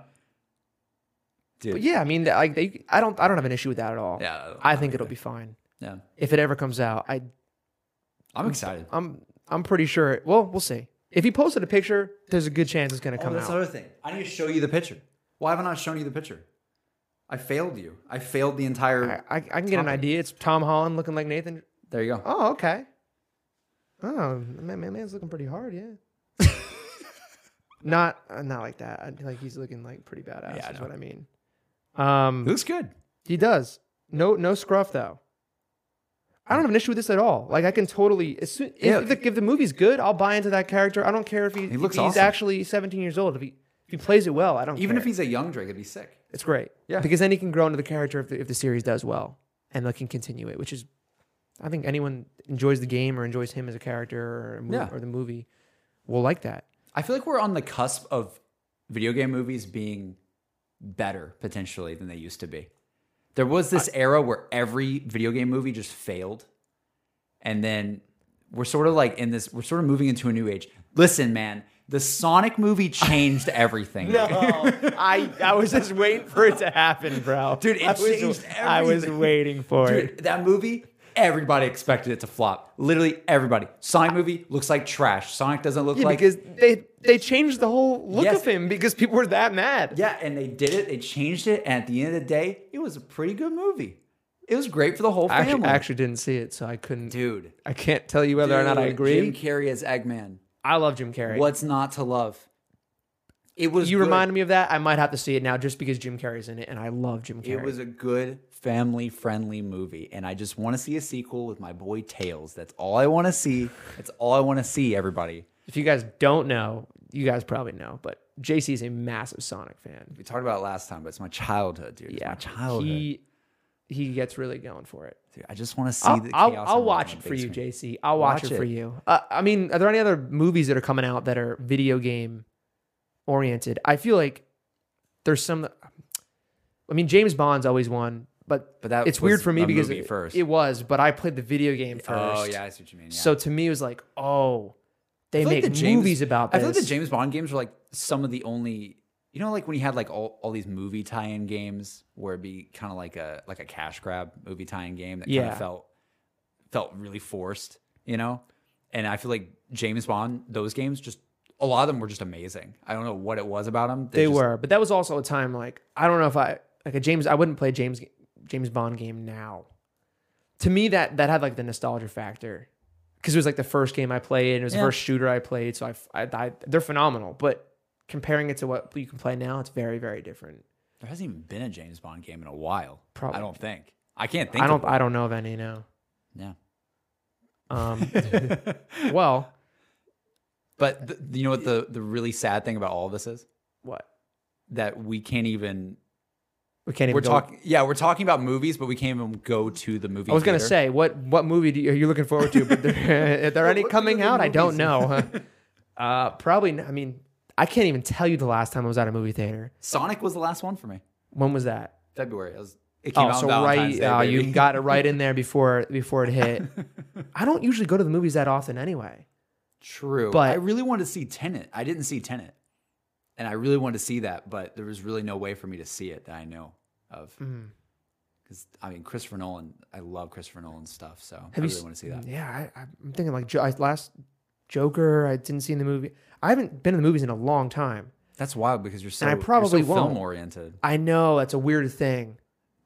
Speaker 2: Dude,
Speaker 1: But yeah, I mean, like they, I don't, I don't have an issue with that at all.
Speaker 2: Yeah, I don't-
Speaker 1: I think it'll be fine
Speaker 2: yeah,
Speaker 1: if it ever comes out. I
Speaker 2: I'm excited.
Speaker 1: I'm I'm pretty sure. It, well, we'll see. If he posted a picture, there's a good chance it's going to
Speaker 2: Oh,
Speaker 1: come
Speaker 2: that's
Speaker 1: out.
Speaker 2: another thing. I need to show you the picture. Why have I not shown you the picture? I failed you. I failed the entire.
Speaker 1: I, I, I can get an
Speaker 2: topic.
Speaker 1: idea. It's Tom Holland looking like Nathan.
Speaker 2: There you go.
Speaker 1: Oh, okay. Oh, man, man man's looking pretty hard. Yeah. not uh, not like that. I, like he's looking like pretty badass.
Speaker 2: Yeah, I
Speaker 1: is
Speaker 2: know.
Speaker 1: what I mean.
Speaker 2: It
Speaker 1: Um,
Speaker 2: looks good.
Speaker 1: he does. No no scruff though. I don't have an issue with this at all. Like I can totally. As soon, if,
Speaker 2: Yeah.
Speaker 1: if, the, if the movie's good, I'll buy into that character. I don't care if he, if
Speaker 2: looks
Speaker 1: he's
Speaker 2: awesome.
Speaker 1: actually 17 years old. If he if he plays it well, I don't
Speaker 2: Even
Speaker 1: care.
Speaker 2: if he's a young Drake, it'd be sick.
Speaker 1: It's great.
Speaker 2: Yeah.
Speaker 1: Because then he can grow into the character if the, if the series does well and they can continue it, which is, I think anyone enjoys the game or enjoys him as a character or, a mo-
Speaker 2: Yeah.
Speaker 1: or the movie will like that.
Speaker 2: I feel like we're on the cusp of video game movies being better potentially than they used to be. There was this era where every video game movie just failed. And then we're sort of like in this, we're sort of moving into a new age. Listen, man, the Sonic movie changed everything.
Speaker 1: Oh, I, I was just waiting for it to happen, bro.
Speaker 2: Dude, it
Speaker 1: I was,
Speaker 2: changed
Speaker 1: I was
Speaker 2: everything.
Speaker 1: waiting for it.
Speaker 2: Dude, that movie, everybody expected it to flop. Literally everybody. Sonic movie looks like trash. Sonic doesn't look
Speaker 1: Yeah,
Speaker 2: like
Speaker 1: because they, they changed the whole look
Speaker 2: Yes.
Speaker 1: of him because people were that mad.
Speaker 2: Yeah, and they did it. They changed it, and at the end of the day, it was a pretty good movie. It was great for the whole
Speaker 1: I
Speaker 2: family.
Speaker 1: actually, I actually didn't see it, so I couldn't.
Speaker 2: dude,
Speaker 1: I can't tell you whether or not I
Speaker 2: Dude,
Speaker 1: agree.
Speaker 2: Jim Carrey as Eggman.
Speaker 1: I love Jim Carrey.
Speaker 2: What's not to love? It was.
Speaker 1: You
Speaker 2: good.
Speaker 1: reminded me of that. I might have to see it now just because Jim Carrey's in it, and I love Jim Carrey.
Speaker 2: It was a good family-friendly movie, and I just want to see a sequel with my boy Tails. That's all I want to see. That's all I want to see. Everybody.
Speaker 1: If you guys don't know, you guys probably know, but JC is a massive Sonic fan.
Speaker 2: We talked about it last time, but it's my childhood, dude. It's my childhood.
Speaker 1: He he gets really going for it.
Speaker 2: dude, I just want to Oh, see
Speaker 1: I'll,
Speaker 2: the chaos.
Speaker 1: I'll,
Speaker 2: and
Speaker 1: I'll
Speaker 2: love
Speaker 1: watch
Speaker 2: on
Speaker 1: it
Speaker 2: the
Speaker 1: for
Speaker 2: big
Speaker 1: you,
Speaker 2: screen.
Speaker 1: JC. I'll watch,
Speaker 2: Watch
Speaker 1: it for
Speaker 2: it.
Speaker 1: you. Uh, I mean, are there any other movies that are coming out that are video game oriented? I feel like there's some. I mean, James Bond's always one, but
Speaker 2: But that
Speaker 1: it's
Speaker 2: was
Speaker 1: weird for me
Speaker 2: a
Speaker 1: because
Speaker 2: movie
Speaker 1: it,
Speaker 2: first.
Speaker 1: it was, but I played the video game first.
Speaker 2: Oh yeah, I see what you mean. Yeah.
Speaker 1: So to me, it was like, oh, they
Speaker 2: I feel
Speaker 1: make
Speaker 2: like the James-
Speaker 1: movies about this.
Speaker 2: I feel like the James Bond games were like some of the only. You know, like when you had like all, all these movie tie-in games, where it'd be kind of like a like a cash grab movie tie-in game that kind
Speaker 1: Yeah.
Speaker 2: of felt felt really forced, you know? And I feel like James Bond, those games just a lot of them were just amazing. I don't know what it was about them.
Speaker 1: They
Speaker 2: just-
Speaker 1: were, but that was also a time like I don't know if I like a James. I wouldn't play James James Bond game now. To me, that that had like the nostalgia factor because it was like the first game I played, and it was
Speaker 2: Yeah.
Speaker 1: the first shooter I played. So I, I, I they're phenomenal, but comparing it to what you can play now, it's very very different.
Speaker 2: There hasn't even been a James Bond game in a while.
Speaker 1: Probably.
Speaker 2: I don't think. I can't think.
Speaker 1: I
Speaker 2: of
Speaker 1: don't I don't know of any now.
Speaker 2: Yeah.
Speaker 1: Um, well,
Speaker 2: But th- you know what the the really sad thing about all this is
Speaker 1: what
Speaker 2: that we can't even.
Speaker 1: we can't even.
Speaker 2: We're
Speaker 1: go-
Speaker 2: talking. Yeah, we're talking about movies, but we can't even go to the movie.
Speaker 1: I was gonna
Speaker 2: theater.
Speaker 1: say what what movie do you, are you looking forward to? But there, are there any coming out? I don't know. uh, probably. Not, I mean, I can't even tell you the last time I was at a movie theater.
Speaker 2: Sonic was the last one for me.
Speaker 1: When was that?
Speaker 2: February. It, was, it came out so
Speaker 1: right,
Speaker 2: Valentine's Day.
Speaker 1: uh, you
Speaker 2: baby.
Speaker 1: got it right in there before before it hit. I don't usually go to the movies that often anyway.
Speaker 2: True.
Speaker 1: But-
Speaker 2: I really wanted to see Tenet. I didn't see Tenet. And I really wanted to see that, but there was really no way for me to see it that I know of.
Speaker 1: Hmm.
Speaker 2: Because, I mean, Christopher Nolan, I love Christopher Nolan's stuff. So I
Speaker 1: you
Speaker 2: really
Speaker 1: s-
Speaker 2: want to see that.
Speaker 1: Yeah, I, I'm thinking like Jo- I, last Joker. I didn't see in the movie. I haven't been in the movies in a long time.
Speaker 2: That's wild because you're so,
Speaker 1: I probably won't.
Speaker 2: film oriented.
Speaker 1: I know that's a weird thing.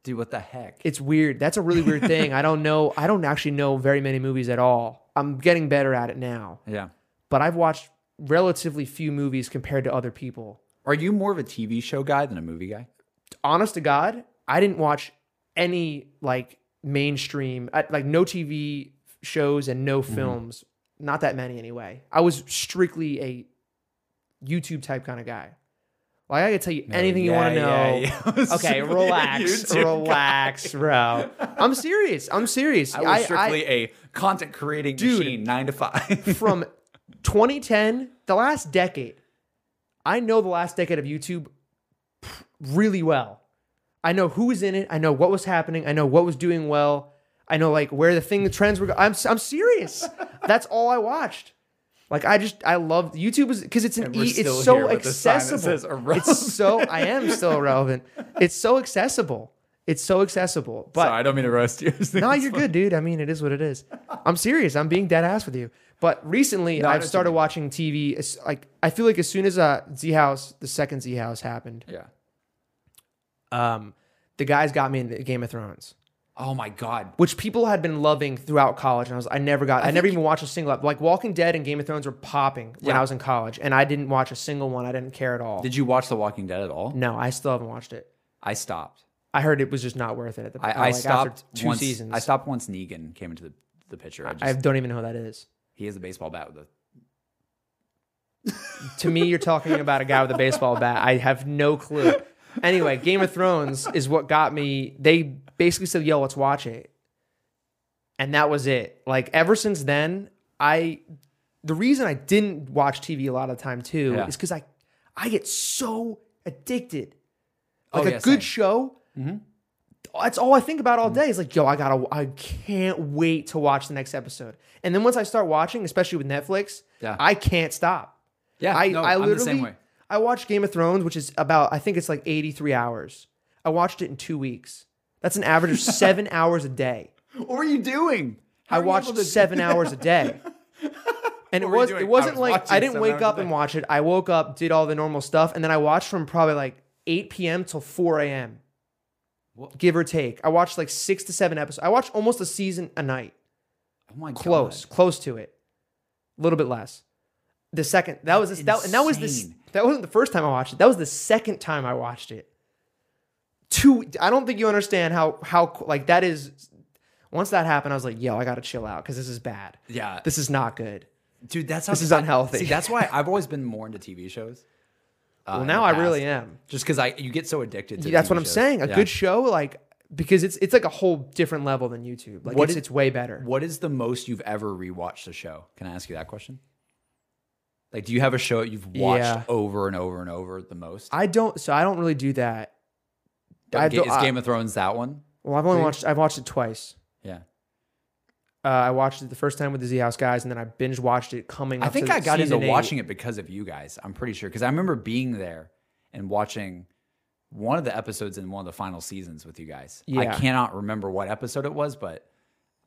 Speaker 2: Dude, what the heck?
Speaker 1: It's weird. That's a really weird thing. I don't know. I don't actually know very many movies at all. I'm getting better at it now,
Speaker 2: yeah.
Speaker 1: but I've watched relatively few movies compared to other people.
Speaker 2: Are you more of a TV show guy than a movie guy?
Speaker 1: Honest to God, I didn't watch any like mainstream, I- like no TV shows and no
Speaker 2: Mm-hmm.
Speaker 1: films. Not that many anyway. I was strictly a YouTube type kind of guy. Like I could tell
Speaker 2: Oh,
Speaker 1: you anything you want to know. Okay, relax, relax, bro. I'm serious. I'm serious.
Speaker 2: I was strictly a content creating machine, nine to five.
Speaker 1: from 2010, the last decade, I know the last decade of YouTube really well. I know who was in it. I know what was happening. I know what was doing well. I know like where the thing, the trends were. Go- I'm I'm serious. That's all I watched. Like I just I love YouTube is because it's an
Speaker 2: we're
Speaker 1: e,
Speaker 2: still
Speaker 1: it's so
Speaker 2: here with the sign that
Speaker 1: accessible.
Speaker 2: says irrelevant.
Speaker 1: it's so I am still relevant. It's so accessible. It's so accessible. But
Speaker 2: Sorry, I don't mean to roast you.
Speaker 1: no, you're good, dude. I mean, it is what it is. I'm serious. I'm being dead ass with you. But recently,
Speaker 2: I know
Speaker 1: I've
Speaker 2: what you
Speaker 1: started watching TV. It's Like, I feel like as soon as uh, Z House, the second Z House happened,
Speaker 2: Yeah.
Speaker 1: um, the guys got me into Game of Thrones,
Speaker 2: Oh my god.
Speaker 1: which people had been loving throughout college. And I was, I never got, I, never even watched a single. ep- Like Walking Dead and Game of Thrones were popping when
Speaker 2: Yeah.
Speaker 1: I was in college, and I didn't watch a single one. I didn't care at all.
Speaker 2: Did you watch The Walking Dead at all?
Speaker 1: no, I still haven't watched it.
Speaker 2: I stopped.
Speaker 1: I heard it was just not worth it at the.
Speaker 2: I,
Speaker 1: uh,
Speaker 2: I
Speaker 1: like,
Speaker 2: stopped
Speaker 1: after two
Speaker 2: once,
Speaker 1: seasons.
Speaker 2: I stopped once Negan came into the, the picture. I just,
Speaker 1: I don't even know who that is.
Speaker 2: he has a baseball bat with a.
Speaker 1: to me, you're talking about a guy with a baseball bat. I have no clue. Anyway, Game of Thrones is what got me. They basically said, "Yo, let's watch it," and that was it. Like ever since then, I the reason I didn't watch TV a lot of the time too
Speaker 2: Yeah.
Speaker 1: is because I I get so addicted. Like
Speaker 2: Oh,
Speaker 1: a
Speaker 2: yeah, same. Mm-hmm.
Speaker 1: good show. That's all I think about all day. Is like, yo, I gotta, I can't wait to watch the next episode. And then once I start watching, especially with Netflix,
Speaker 2: Yeah.
Speaker 1: I can't stop.
Speaker 2: Yeah,
Speaker 1: I,
Speaker 2: no,
Speaker 1: I
Speaker 2: I'm
Speaker 1: literally,
Speaker 2: the same way.
Speaker 1: I watched Game of Thrones, which is about, I think it's like 83 hours. I watched it in two weeks. That's an average of seven hours a day.
Speaker 2: What were you doing? How
Speaker 1: I
Speaker 2: were you
Speaker 1: watched
Speaker 2: able to-
Speaker 1: seven hours a day. And it
Speaker 2: were you
Speaker 1: was
Speaker 2: doing?
Speaker 1: it wasn't
Speaker 2: I was
Speaker 1: like
Speaker 2: watching
Speaker 1: I didn't
Speaker 2: seven
Speaker 1: wake
Speaker 2: hours
Speaker 1: up
Speaker 2: a
Speaker 1: and
Speaker 2: day.
Speaker 1: watch it. I woke up, did all the normal stuff, and then I watched from probably like 8 p.m. till 4 a.m.
Speaker 2: What?
Speaker 1: Give or take. I watched like six to seven episodes. I watched almost a season a night
Speaker 2: Oh my
Speaker 1: close,
Speaker 2: god.
Speaker 1: close to it, a little bit less. The second that was that, and that was this
Speaker 2: insane.
Speaker 1: that wasn't the first time I watched it. That was the second time I watched it. Two, I don't think you understand how how like that is. Once that happened, I was like, "Yo, I gotta chill out because this is bad.
Speaker 2: Yeah.
Speaker 1: This is not good."
Speaker 2: Dude, that's how
Speaker 1: This is unhealthy.
Speaker 2: See, that's why I've always been more into TV shows. uh,
Speaker 1: well,
Speaker 2: in
Speaker 1: now
Speaker 2: the
Speaker 1: I really
Speaker 2: past.
Speaker 1: am.
Speaker 2: Just because I you get so addicted to.
Speaker 1: That's
Speaker 2: TV
Speaker 1: what I'm
Speaker 2: shows.
Speaker 1: saying. A
Speaker 2: Yeah.
Speaker 1: good show, like because it's it's like a whole different level than YouTube. Like
Speaker 2: What
Speaker 1: it's,
Speaker 2: did-
Speaker 1: it's way better.
Speaker 2: What is the most you've ever rewatched a show? Can I ask you that question? Like, do you have a show that you've watched
Speaker 1: Yeah.
Speaker 2: over and over and over the most?
Speaker 1: I don't. So I don't really do that. I
Speaker 2: Like, ga-
Speaker 1: don't-
Speaker 2: is
Speaker 1: I-
Speaker 2: Game of Thrones that one?
Speaker 1: Well, I've only watched. I've watched it twice.
Speaker 2: Yeah.
Speaker 1: Uh, I watched it the first time with the Z House guys, and then I binge watched it coming.
Speaker 2: I
Speaker 1: up
Speaker 2: think
Speaker 1: to
Speaker 2: I got into
Speaker 1: season eight.
Speaker 2: watching it because of you guys. I'm pretty sure because I remember being there and watching one of the episodes in one of the final seasons with you guys. I
Speaker 1: Yeah.
Speaker 2: cannot remember what episode it was, but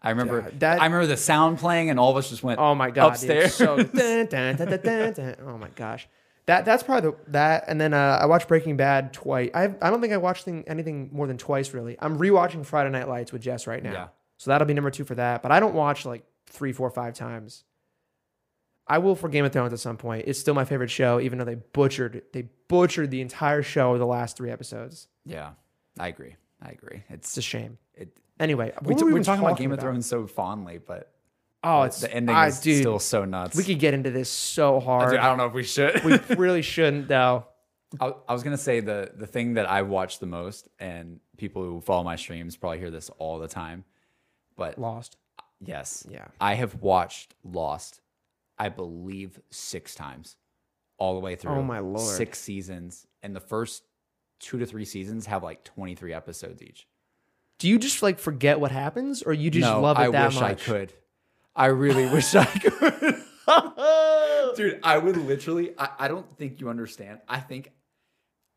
Speaker 2: I remember
Speaker 1: God, that-
Speaker 2: I remember the sound playing and all of us just went
Speaker 1: Oh my god,
Speaker 2: upstairs.
Speaker 1: Dude. So, dun, dun, dun, dun, dun, dun. Oh my gosh, that that's probably the, that. And then uh, I watched Breaking Bad twice. I I don't think I watched thing, anything more than twice really. I'm rewatching Friday Night Lights with Jess right now,
Speaker 2: Yeah.
Speaker 1: so that'll be number two for that. But I don't watch like three, four, five times. I will for Game of Thrones at some point. It's still my favorite show, even though they butchered they butchered the entire show the last three episodes.
Speaker 2: yeah. I agree. I agree. It's
Speaker 1: It's a shame.
Speaker 2: it,
Speaker 1: Anyway, what
Speaker 2: we
Speaker 1: were
Speaker 2: are
Speaker 1: even
Speaker 2: talking, about Game of Thrones so fondly, but
Speaker 1: Oh, it's
Speaker 2: the ending
Speaker 1: I-
Speaker 2: is
Speaker 1: dude,
Speaker 2: still so nuts.
Speaker 1: We could get into this so hard.
Speaker 2: Dude, I don't know if we should.
Speaker 1: we really shouldn't though.
Speaker 2: I, I was gonna say the the thing that I watch the most, and people who follow my streams probably hear this all the time, but
Speaker 1: Lost.
Speaker 2: yes,
Speaker 1: Yeah.
Speaker 2: I have watched Lost, I believe six times, all the way through.
Speaker 1: Oh, my lord.
Speaker 2: Six seasons, and the first two to three seasons have like twenty three episodes each.
Speaker 1: Do you just like forget what happens, or you just
Speaker 2: no,
Speaker 1: love it
Speaker 2: I
Speaker 1: that
Speaker 2: wish
Speaker 1: much?
Speaker 2: I could. I really wish I could. Dude, I would literally, I, I don't think you understand. I think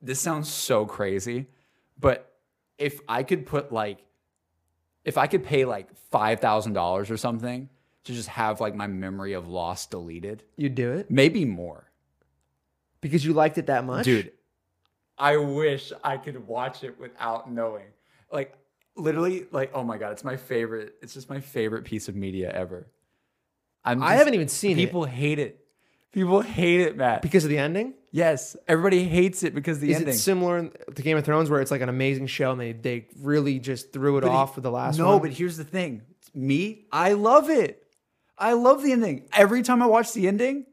Speaker 2: this sounds so crazy, but if I could put like, if I could pay like $5,000 or something to just have like my memory of Lost deleted,
Speaker 1: You do it
Speaker 2: maybe more.
Speaker 1: because you liked it that much,
Speaker 2: Dude, I wish I could watch it without knowing. Like, literally, like, oh my God, it's my favorite. It's just my favorite piece of media ever. I'm
Speaker 1: I
Speaker 2: just-
Speaker 1: haven't even seen it
Speaker 2: People hate it. People hate it, Matt.
Speaker 1: because of the ending.
Speaker 2: Yes, everybody hates it because the
Speaker 1: Is
Speaker 2: ending.
Speaker 1: it similar in- to Game of Thrones, where it's like an amazing show and they they really just threw it
Speaker 2: But he-
Speaker 1: off with the last
Speaker 2: no,
Speaker 1: one?
Speaker 2: but here's the thing. Me, I love it. I love the ending. Every time I watch the ending,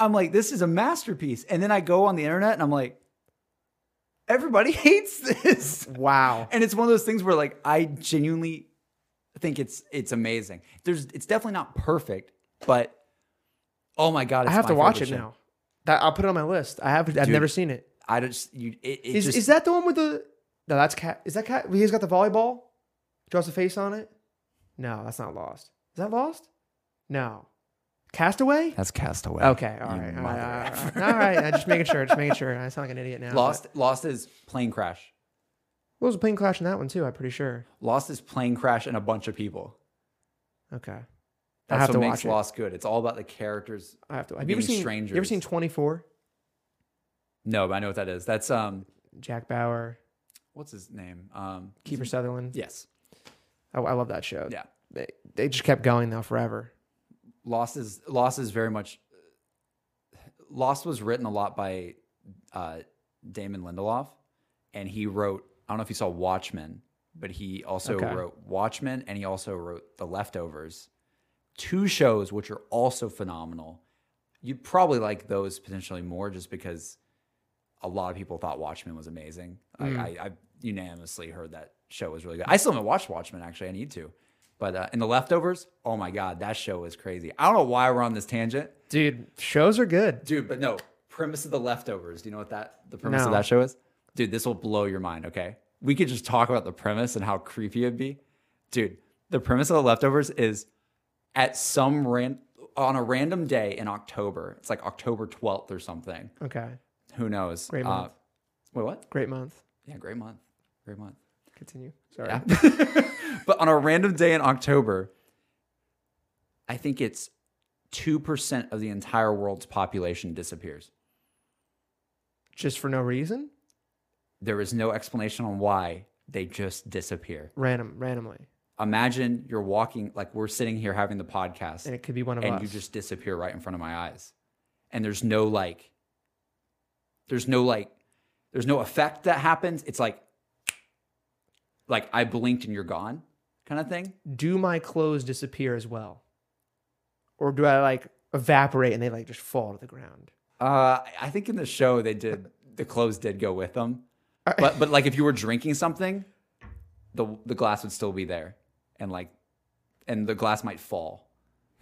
Speaker 2: I'm like, this is a masterpiece. And then I go on the internet and I'm like, everybody hates this.
Speaker 1: wow,
Speaker 2: And it's one of those things where like I genuinely think it's it's amazing. There's it's definitely not perfect, but oh my god,
Speaker 1: I
Speaker 2: it's
Speaker 1: have
Speaker 2: my
Speaker 1: to watch
Speaker 2: favorite
Speaker 1: it
Speaker 2: show.
Speaker 1: now. That I'll put it on my list. I have I've
Speaker 2: Dude,
Speaker 1: never seen it.
Speaker 2: I just you it, it
Speaker 1: Is
Speaker 2: just
Speaker 1: is that the one with the? No, that's cat. Is that cat? He's got the volleyball. Draws a face on it. No, that's not Lost. Is that Lost? No, Castaway.
Speaker 2: that's Castaway.
Speaker 1: Okay, all
Speaker 2: You
Speaker 1: right, all
Speaker 2: mother
Speaker 1: right, all right,
Speaker 2: effer.
Speaker 1: all right. I'm just making sure, just making sure. I sound like an idiot now.
Speaker 2: Lost Lost is plane crash.
Speaker 1: What was a plane crash in that one too? I'm pretty sure.
Speaker 2: Lost is plane crash and a bunch of people.
Speaker 1: Okay, I
Speaker 2: That's
Speaker 1: have
Speaker 2: what
Speaker 1: to
Speaker 2: makes
Speaker 1: watch it.
Speaker 2: Lost good. It's all about the characters.
Speaker 1: I have to. Have you ever
Speaker 2: Being
Speaker 1: seen? You ever
Speaker 2: strangers.
Speaker 1: seen 24?
Speaker 2: No, but I know what that is. That's um
Speaker 1: Jack Bauer,
Speaker 2: what's his name? Um
Speaker 1: Kiefer Sutherland.
Speaker 2: Yes.
Speaker 1: Oh, I love that show.
Speaker 2: Yeah.
Speaker 1: They, they just kept going though forever.
Speaker 2: Lost is Lost is very much Lost was written a lot by uh, Damon Lindelof, and he wrote. I don't know if you saw Watchmen, but he also
Speaker 1: Okay.
Speaker 2: wrote Watchmen, and he also wrote The Leftovers, two shows which are also phenomenal. You'd probably like those potentially more, just because a lot of people thought Watchmen was amazing. I, I, I unanimously heard that show was really good. I still haven't watched Watchmen. Actually, I need to. But uh, in the leftovers, oh my god, that show is crazy. I don't know why we're on this tangent,
Speaker 1: Dude, shows are good.
Speaker 2: dude. But no, premise of the leftovers. Do you know what that the premise of
Speaker 1: No.
Speaker 2: that show is? Dude, this will blow your mind. Okay, we could just talk about the premise and how creepy it'd be, dude. The premise of the leftovers is at some ran on a random day in October. It's like October twelfth or something.
Speaker 1: Okay,
Speaker 2: Who knows? Uh,
Speaker 1: Great month.
Speaker 2: wait, what?
Speaker 1: great month.
Speaker 2: Yeah, great month. Great month.
Speaker 1: Continue. Sorry.
Speaker 2: but on a random day in October, I think it's 2% of the entire world's population disappears.
Speaker 1: Just for no reason,
Speaker 2: There is no explanation on why they just disappear.
Speaker 1: random, randomly,
Speaker 2: Imagine you're walking, like we're sitting here having the podcast,
Speaker 1: and it could be one of
Speaker 2: and
Speaker 1: us.
Speaker 2: you just disappear right in front of my eyes. And there's no like, there's no like, there's no effect that happens. It's like, like I blinked and you're gone kind of thing.
Speaker 1: do my clothes disappear as well, or do I like evaporate and they like just fall to the ground?
Speaker 2: Uh, I- I think in the show they did the clothes did go with them, but but like if you were drinking something, the the glass would still be there, and like, and the glass might fall.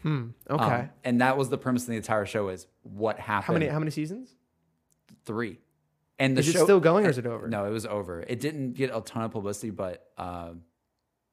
Speaker 1: Hmm. Okay.
Speaker 2: Um, and that was the premise of the entire show is what happened.
Speaker 1: how many? How many seasons?
Speaker 2: Three, and the
Speaker 1: Is
Speaker 2: show
Speaker 1: it still going or is it over?
Speaker 2: no, it was over. It didn't get a ton of publicity, but um,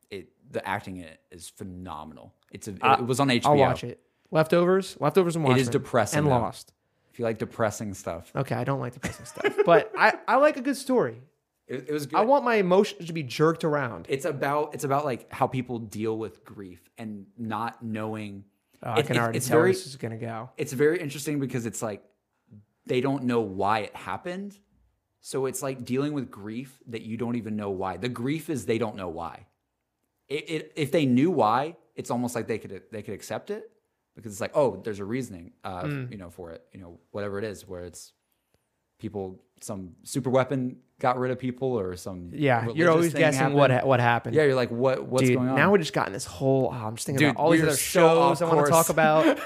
Speaker 2: it the acting in it is phenomenal. It's a, it,
Speaker 1: I-
Speaker 2: was on HBO.
Speaker 1: I'll watch it. Leftovers, leftovers, and Watchmen.
Speaker 2: is depressing,
Speaker 1: and
Speaker 2: though.
Speaker 1: Lost.
Speaker 2: If you like depressing stuff,
Speaker 1: Okay, I don't like depressing stuff, but I I like a good story.
Speaker 2: It, it was good.
Speaker 1: I want my emotions to be jerked around.
Speaker 2: it's about it's about like how people deal with grief and not knowing.
Speaker 1: Oh, I
Speaker 2: It-
Speaker 1: can
Speaker 2: it's-
Speaker 1: already
Speaker 2: it's
Speaker 1: tell where
Speaker 2: very-
Speaker 1: this is gonna go.
Speaker 2: It's very interesting because it's like they don't know why it happened. So it's like dealing with grief that you don't even know why. The grief is they don't know why. It, it, if they knew why, it's almost like they could they could accept it because it's like oh, there's a reasoning, uh,
Speaker 1: Mm.
Speaker 2: you know, for it, you know, whatever it is, where it's people some super weapon got rid of people or some
Speaker 1: Yeah, you're
Speaker 2: religious
Speaker 1: always
Speaker 2: thing
Speaker 1: guessing
Speaker 2: happened.
Speaker 1: what ha- what happened.
Speaker 2: Yeah, you're like, what? What's
Speaker 1: Dude,
Speaker 2: going on?
Speaker 1: now we just got in this whole. Oh, I'm just thinking
Speaker 2: Dude,
Speaker 1: about all these
Speaker 2: we are
Speaker 1: other
Speaker 2: so
Speaker 1: shows
Speaker 2: off
Speaker 1: I want to talk
Speaker 2: course.
Speaker 1: about.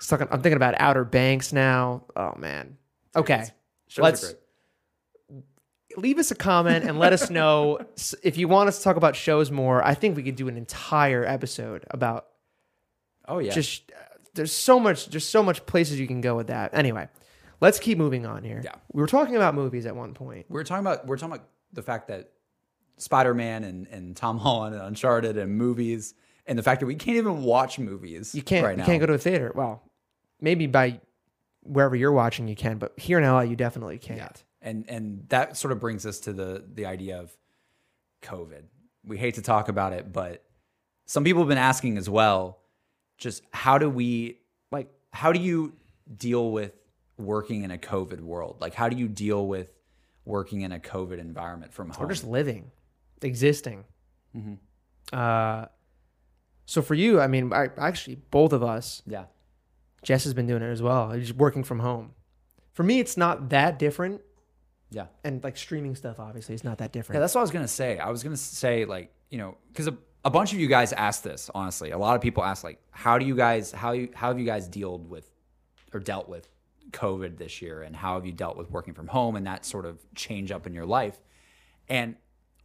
Speaker 1: Just talking- I'm thinking about Outer Banks now. Oh man. Okay.
Speaker 2: Shows are
Speaker 1: let's-
Speaker 2: great.
Speaker 1: leave us a comment and let us know s- if you want us to talk about shows more. I think we could do an entire episode about
Speaker 2: Oh yeah.
Speaker 1: just uh, there's so much there's so much places you can go with that. Anyway, let's keep moving on here.
Speaker 2: Yeah.
Speaker 1: We were talking about movies at one point.
Speaker 2: we're talking about we're talking about the fact that Spider-Man and, and Tom Holland and Uncharted and movies and the fact that we can't even watch movies.
Speaker 1: You can't
Speaker 2: right
Speaker 1: you
Speaker 2: now.
Speaker 1: can't go to a theater. Well, maybe by wherever you're watching you can, but here in LA you definitely can't.
Speaker 2: and and that sort of brings us to the the idea of COVID. We hate to talk about it, but some people have been asking as well. Just how do we
Speaker 1: Like
Speaker 2: how do you deal with working in a COVID world? Like how do you deal with working in a COVID environment from home?
Speaker 1: we're just living, existing.
Speaker 2: Mm-hmm.
Speaker 1: Uh, so for you, I mean, I, actually, both of us,
Speaker 2: yeah.
Speaker 1: Jess has been doing it as well. He's working from home. For me, it's not that different.
Speaker 2: Yeah.
Speaker 1: And like streaming stuff, obviously, it's not that
Speaker 2: Yeah,
Speaker 1: different.
Speaker 2: that's what I was gonna say. I was gonna say like you know because a, a bunch of you guys asked this honestly. A lot of people asked like how do you guys how you how have you guys dealt with or dealt with COVID this year and how have you dealt with working from home and that sort of change up in your life? And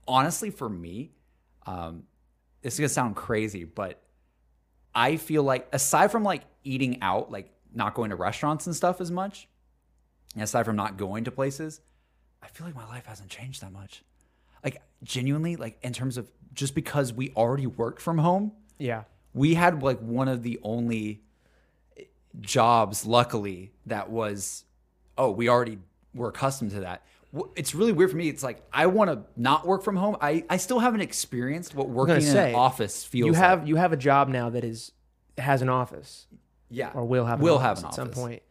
Speaker 2: honestly, for me, um, this is gonna sound crazy, but I feel like aside from like eating out, like not going to restaurants and stuff as much, and aside from not going to places, I feel like my life hasn't changed that much. Like genuinely, like in terms of just because we already worked from home,
Speaker 1: yeah.
Speaker 2: we had like one of the only jobs, luckily, that was, oh, we already were accustomed to that. Wh- It's really weird for me. It's like I want to not work from home. I, I still haven't experienced what working in
Speaker 1: say,
Speaker 2: an office feels.
Speaker 1: You
Speaker 2: like.
Speaker 1: have you have a job now that is has an office
Speaker 2: yeah,
Speaker 1: or will have an
Speaker 2: will
Speaker 1: office
Speaker 2: have an
Speaker 1: at
Speaker 2: office
Speaker 1: some point,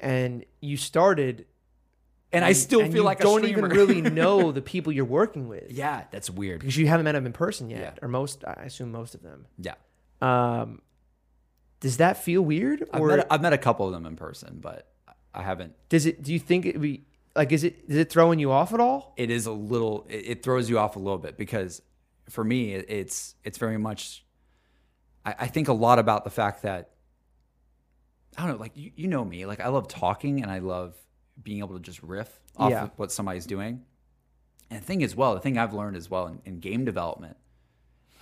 Speaker 1: and you started.
Speaker 2: and I still
Speaker 1: and
Speaker 2: feel
Speaker 1: you
Speaker 2: like
Speaker 1: don't
Speaker 2: a streamer.
Speaker 1: even really know the people you're working with
Speaker 2: yeah, that's weird.
Speaker 1: because you haven't met them in person yet,
Speaker 2: Yeah.
Speaker 1: or most I assume most of them.
Speaker 2: Yeah,
Speaker 1: Um, does that feel weird,
Speaker 2: I've
Speaker 1: or
Speaker 2: met, a, I've met a couple of them in person, but I haven't.
Speaker 1: does it? Do you think it be like? Is it? Is it throwing you off at all?
Speaker 2: It is a little. It, it throws you off a little bit because for me, it, it's it's very much. I, I think a lot about the fact that I don't know, like you, you know me, like I love talking and I love being able to just riff off
Speaker 1: Yeah.
Speaker 2: of what somebody's doing. And the thing as well, the thing I've learned as well in, in game development,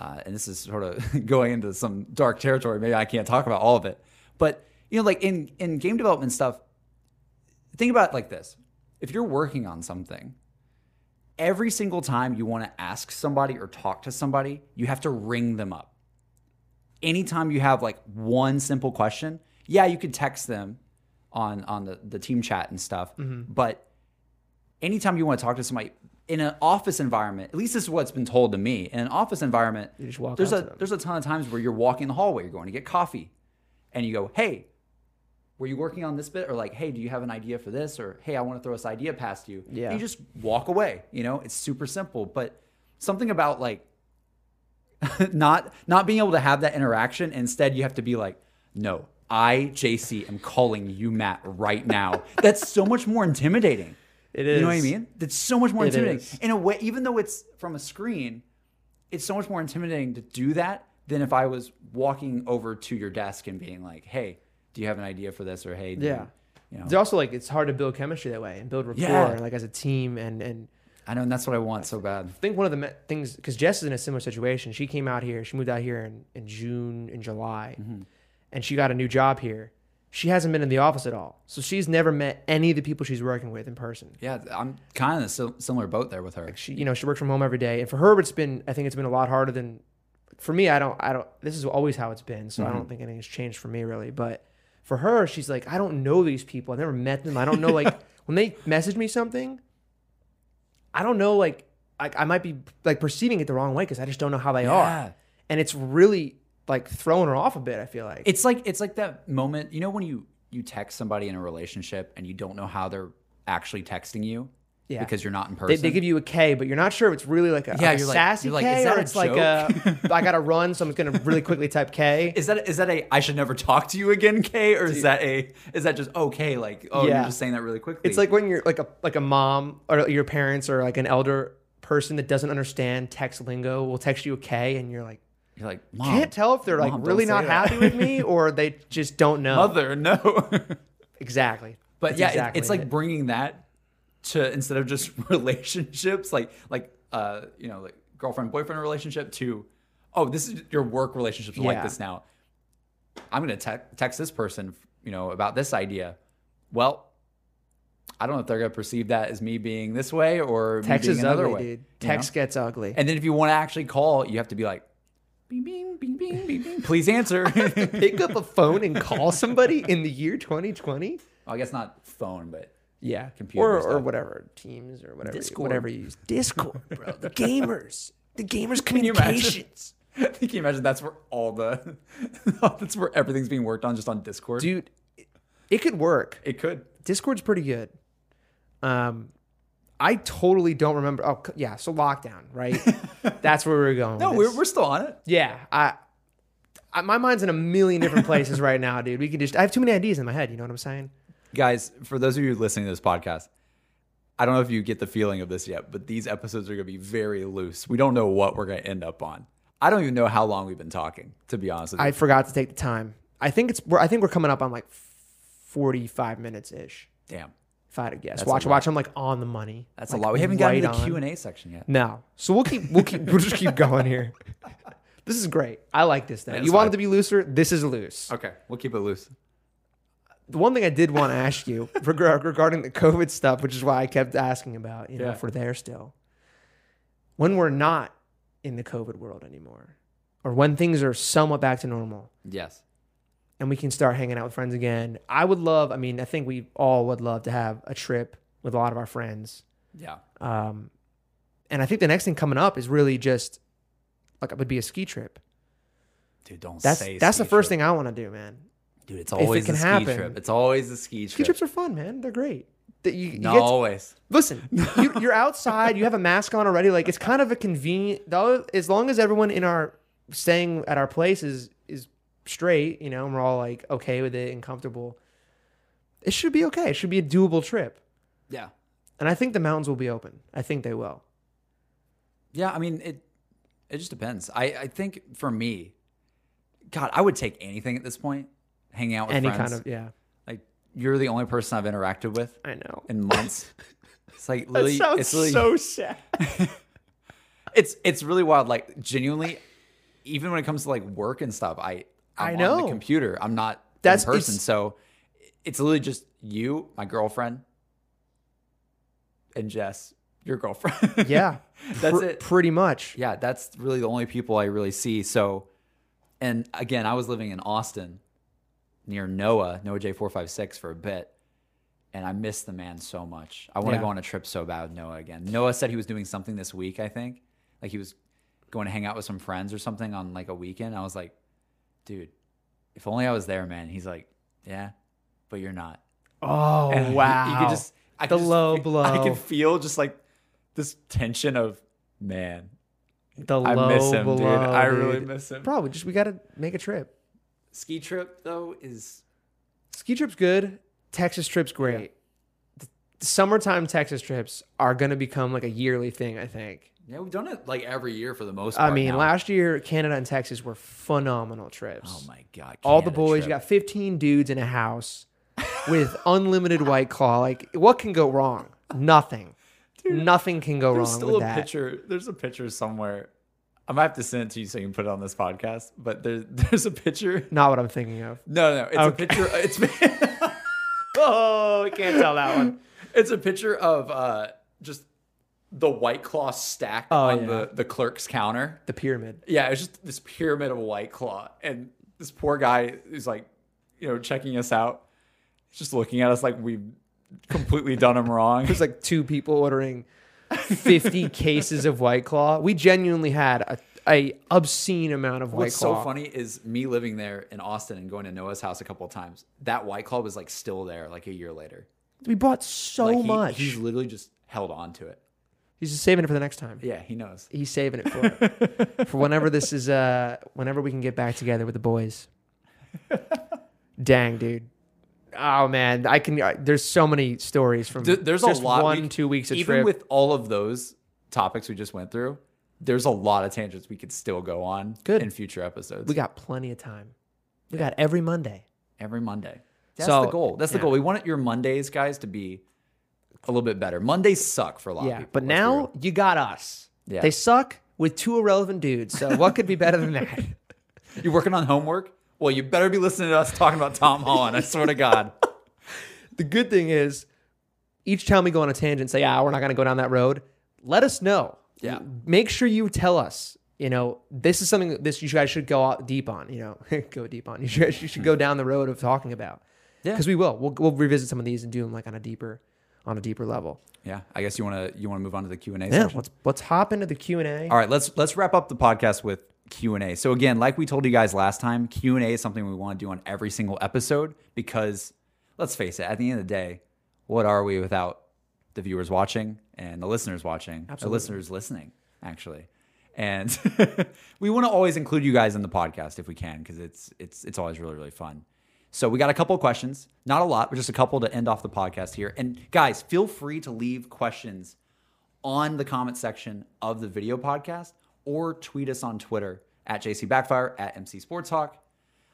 Speaker 2: uh, and this is sort of going into some dark territory. Maybe I can't talk about all of it, but you know, like in in game development stuff, think about it like this: if you're working on something, every single time you want to ask somebody or talk to somebody, you have to ring them up anytime you have like one simple question, yeah, you could text them on on the, the team chat and stuff.
Speaker 1: Mm-hmm.
Speaker 2: But anytime you want to talk to somebody in an office environment, at least this is what's been told to me. In an office environment,
Speaker 1: You just walk
Speaker 2: there's
Speaker 1: up
Speaker 2: a
Speaker 1: to them.
Speaker 2: there's a ton of times where you're walking the hallway, you're going to get coffee, and you go, hey. Were you working on this bit, or like, hey, do you have an idea for this, or hey, I want to throw this idea past you?
Speaker 1: Yeah.
Speaker 2: And you just walk away. You know, it's super simple, but something about like not not being able to have that interaction instead you have to be like no i jc am calling you matt right now that's so much more intimidating
Speaker 1: It
Speaker 2: you know what i mean that's so much more
Speaker 1: It
Speaker 2: intimidating
Speaker 1: is.
Speaker 2: in a way even though it's from a screen it's so much more intimidating to do that than if i was walking over to your desk and being like hey do you have an idea for this or hey do you-"
Speaker 1: Yeah.
Speaker 2: you know
Speaker 1: It's also like it's hard to build chemistry that way and build rapport
Speaker 2: Yeah.
Speaker 1: and like as a team and and
Speaker 2: i know and that's what i want so bad
Speaker 1: I think one of the me- things because Jess is in a similar situation. She came out here. She moved out here in, in June and July,
Speaker 2: Mm-hmm.
Speaker 1: and she got a new job here. She hasn't been in the office at all, so she's never met any of the people she's working with in person.
Speaker 2: yeah i'm kind of in a sil- similar boat there with her
Speaker 1: she you know she works from home every day and for her it's been i think it's been a lot harder than for me i don't i don't this is always how it's been so i
Speaker 2: Mm-hmm.
Speaker 1: don't think anything's changed for me really but for her she's like i don't know these people i've never met them i don't know like when they message me something I don't know, like I, I might be like perceiving it the wrong way because I just don't know how they
Speaker 2: Yeah.
Speaker 1: are, and it's really like throwing her off a bit. I feel like
Speaker 2: It's like it's like that moment, you know, when you you text somebody in a relationship and you don't know how they're actually texting you
Speaker 1: Yeah.
Speaker 2: because you're not in person.
Speaker 1: they, they give you a K, but you're not sure if it's really like a,
Speaker 2: Yeah,
Speaker 1: like a
Speaker 2: you're like-
Speaker 1: sassy
Speaker 2: you're like,
Speaker 1: K
Speaker 2: is that
Speaker 1: or
Speaker 2: a
Speaker 1: it's like a I gotta run, so I'm just gonna really quickly type K.
Speaker 2: is that is that a I should never talk to you again, K, or is that a is that just okay? Like oh,
Speaker 1: Yeah.
Speaker 2: you're just saying that really quickly.
Speaker 1: It's like when you're like a like a mom or your parents or like an elder person that doesn't understand text lingo will text you a K, and you're like
Speaker 2: you're like Mom,
Speaker 1: can't tell if they're like
Speaker 2: Mom, don't
Speaker 1: really
Speaker 2: say
Speaker 1: not
Speaker 2: that."
Speaker 1: happy with me or they just don't know.
Speaker 2: mother, no.
Speaker 1: Exactly.
Speaker 2: but
Speaker 1: That's
Speaker 2: yeah, it-
Speaker 1: exactly
Speaker 2: it's like
Speaker 1: it.
Speaker 2: bringing that to instead of just relationships, like like uh you know like girlfriend boyfriend relationship to oh this is your work relationships are like
Speaker 1: Yeah.
Speaker 2: this now. I'm gonna te- text this person you know about this idea. Well. I don't know if they're gonna perceive that as me being this way or me
Speaker 1: text
Speaker 2: being
Speaker 1: is
Speaker 2: another
Speaker 1: ugly,
Speaker 2: way.
Speaker 1: dude.
Speaker 2: you know?
Speaker 1: Text gets ugly.
Speaker 2: And then if you want to actually call, you have to be like, bing, bing, bing, bing, bing, bing. Please answer. well,
Speaker 1: Pick up a phone and call somebody in the year 2020.
Speaker 2: I guess not phone, but
Speaker 1: Yeah,
Speaker 2: Computer
Speaker 1: or, or
Speaker 2: stuff.
Speaker 1: whatever Teams or whatever
Speaker 2: Discord.
Speaker 1: whatever you use. Discord, bro. The gamers, the gamers
Speaker 2: you imagine?
Speaker 1: communications,
Speaker 2: can you imagine that's where all the, that's where everything's being worked on just on Discord?
Speaker 1: dude. It, it could work.
Speaker 2: it could.
Speaker 1: Discord's pretty good. Um, I totally don't remember. Oh c- yeah, so lockdown, right? That's where we were going.
Speaker 2: No,
Speaker 1: with
Speaker 2: we're,
Speaker 1: this.
Speaker 2: we're still on it.
Speaker 1: yeah. I, I my mind's in a million different places right now, dude. We can just I have too many ideas in my head. You know what I'm saying?
Speaker 2: Guys, for those of you listening to this podcast, I don't know if you get the feeling of this yet, but these episodes are going to be very loose. We don't know what we're going to end up on. I don't even know how long we've been talking, to be honest with you.
Speaker 1: I forgot to take the time. I think it's we're, I think we're coming up on like 45 minutes ish.
Speaker 2: Damn.
Speaker 1: If I had to guess,
Speaker 2: That's a
Speaker 1: watch
Speaker 2: lot.
Speaker 1: watch. I'm like on the money.
Speaker 2: That's
Speaker 1: Like,
Speaker 2: a lot. We haven't gotten
Speaker 1: right
Speaker 2: to the
Speaker 1: on.
Speaker 2: Q&A section yet.
Speaker 1: No. So we'll keep we'll keep we'll just keep going here. This is great. I like this thing.
Speaker 2: That's
Speaker 1: You want
Speaker 2: fine.
Speaker 1: it to be looser? This is loose.
Speaker 2: Okay, we'll keep it loose.
Speaker 1: The one thing I did want to ask you reg- regarding the COVID stuff, which is why I kept asking about, you know,
Speaker 2: Yeah.
Speaker 1: if we're there still. When we're not in the COVID world anymore, or when things are somewhat back to normal,
Speaker 2: Yes.
Speaker 1: and we can start hanging out with friends again. I would love, I mean, I think we all would love to have a trip with a lot of our friends.
Speaker 2: Yeah.
Speaker 1: Um, and I think the next thing coming up is really just like it would be a ski trip.
Speaker 2: Dude, don't
Speaker 1: That's
Speaker 2: say
Speaker 1: that's
Speaker 2: ski
Speaker 1: the first
Speaker 2: trip.
Speaker 1: thing I want to do, man.
Speaker 2: Dude, it's
Speaker 1: it
Speaker 2: always
Speaker 1: can
Speaker 2: a ski
Speaker 1: happen.
Speaker 2: trip. It's always a ski trip.
Speaker 1: Ski trips are fun, man. They're great. That you, you
Speaker 2: Not
Speaker 1: get to-
Speaker 2: always.
Speaker 1: listen, you, you're outside, you have a mask on already. Like it's kind of a convenient. though, As long as everyone in our staying at our place is is straight, you know, and we're all like okay with it and comfortable. It should be okay. It should be a doable trip.
Speaker 2: Yeah.
Speaker 1: And I think the mountains will be open. I think they will.
Speaker 2: Yeah, I mean it it just depends. I, I think for me, God, I would take anything at this point. Hanging out with
Speaker 1: Any
Speaker 2: friends.
Speaker 1: kind of yeah.
Speaker 2: like you're the only person I've interacted with
Speaker 1: I know.
Speaker 2: in months. it's like
Speaker 1: That
Speaker 2: literally
Speaker 1: sounds
Speaker 2: it's
Speaker 1: so
Speaker 2: literally,
Speaker 1: sad.
Speaker 2: it's it's really wild. Like genuinely, even when it comes to like work and stuff, I I'm
Speaker 1: I
Speaker 2: on
Speaker 1: know.
Speaker 2: the computer. I'm not
Speaker 1: That's-
Speaker 2: in person.
Speaker 1: it's-
Speaker 2: So it's literally just you, my girlfriend, and Jess, your girlfriend.
Speaker 1: Yeah.
Speaker 2: that's
Speaker 1: Pr-
Speaker 2: it.
Speaker 1: Pretty much.
Speaker 2: Yeah, that's really the only people I really see. So, and again, I was living in Austin near Noah, Noah J four five six for a bit. And I miss the man so much. I want to
Speaker 1: Yeah.
Speaker 2: go on a trip so bad with Noah again. Noah said he was doing something this week, I think. Like he was going to hang out with some friends or something on like a weekend. I was like, dude, if only I was there, man. He's like, yeah, but you're not.
Speaker 1: Oh
Speaker 2: And
Speaker 1: wow.
Speaker 2: You, you could just I
Speaker 1: The
Speaker 2: could just
Speaker 1: low
Speaker 2: fe-
Speaker 1: blow.
Speaker 2: I could feel just like this tension of man.
Speaker 1: the
Speaker 2: I
Speaker 1: low
Speaker 2: miss him,
Speaker 1: below,
Speaker 2: dude. I really
Speaker 1: dude.
Speaker 2: miss him.
Speaker 1: Probably just we got to make a trip.
Speaker 2: Ski trip though is
Speaker 1: Ski trip's good. Texas trip's great. The summertime Texas trips are going to become like a yearly thing, I think.
Speaker 2: yeah, we've done it like every year for the most
Speaker 1: I
Speaker 2: part.
Speaker 1: mean,
Speaker 2: now.
Speaker 1: last year Canada and Texas were phenomenal trips.
Speaker 2: oh my god,
Speaker 1: all the
Speaker 2: Canada
Speaker 1: boys. You
Speaker 2: trip.
Speaker 1: got 15 dudes in a house with unlimited white claw. Like, what can go wrong? Nothing. Nothing can go
Speaker 2: There's
Speaker 1: wrong
Speaker 2: still
Speaker 1: with
Speaker 2: a
Speaker 1: that.
Speaker 2: picture. There's a picture somewhere. I might have to send it to you so you can put it on this podcast. But there's there's a picture.
Speaker 1: Not what I'm thinking of.
Speaker 2: No, no, it's
Speaker 1: Okay.
Speaker 2: a picture. uh, It's
Speaker 1: Oh, I can't tell that one.
Speaker 2: it's a picture of uh just the white claw stack on
Speaker 1: Oh, yeah.
Speaker 2: the the clerk's counter.
Speaker 1: The pyramid.
Speaker 2: yeah, it's just this pyramid of white claw, and this poor guy is like, you know, checking us out. He's just looking at us like we've completely done him wrong.
Speaker 1: There's like two people ordering 50 cases of White Claw. We genuinely had a, a obscene amount of White
Speaker 2: What's
Speaker 1: Claw.
Speaker 2: so funny is me living there in Austin and going to Noah's house a couple of times. That White Claw was like still there, like a year later.
Speaker 1: We bought so
Speaker 2: Like, he-
Speaker 1: much.
Speaker 2: He's literally just held on to it.
Speaker 1: he's just saving it for the next time.
Speaker 2: Yeah, he knows.
Speaker 1: He's saving it for it. for whenever this is uh whenever we can get back together with the boys. Dang, dude. Oh man, I can. I, there's so many stories from.
Speaker 2: Th- there's
Speaker 1: just
Speaker 2: a lot.
Speaker 1: One,
Speaker 2: we-
Speaker 1: two weeks of
Speaker 2: even
Speaker 1: trip.
Speaker 2: with all of those topics we just went through, there's a lot of tangents we could still go on
Speaker 1: Good.
Speaker 2: in future episodes.
Speaker 1: we got plenty of time. We got every Monday.
Speaker 2: every Monday. That's
Speaker 1: So-
Speaker 2: the goal. That's the
Speaker 1: yeah.
Speaker 2: goal. We want your Mondays, guys, to be a little bit better. Mondays suck for a lot of
Speaker 1: Yeah,
Speaker 2: people.
Speaker 1: but
Speaker 2: let's be
Speaker 1: now
Speaker 2: real.
Speaker 1: you got us.
Speaker 2: Yeah.
Speaker 1: They suck with two irrelevant dudes. So what could be better than that?
Speaker 2: you're working on homework. Well, you better be listening to us talking about Tom Holland. I swear to God.
Speaker 1: the good thing is, each time we go on a tangent, say, "Ah, we're not going to go down that road." Let us know.
Speaker 2: Yeah.
Speaker 1: Make sure you tell us. You know, this is something that this you guys should go out deep on. You know, go deep on. You should, you should go down the road of talking about.
Speaker 2: Yeah.
Speaker 1: Because we will. We'll we'll revisit some of these and do them like on a deeper, on a deeper level.
Speaker 2: Yeah, I guess you want to you want to move on to the Q and A.
Speaker 1: Yeah. Let's let's hop into the Q and A.
Speaker 2: All right, let's let's wrap up the podcast with Q and A. So again, like we told you guys last time, Q and A is something we want to do on every single episode because let's face it, at the end of the day, what are we without the viewers watching and the listeners watching, the listeners listening, actually. And we want to always include you guys in the podcast if we can because it's it's it's always really really fun. So we got a couple of questions, not a lot, but just a couple to end off the podcast here. And guys, feel free to leave questions on the comment section of the video podcast or tweet us on Twitter at JC Backfire, at MC Sports Hawk.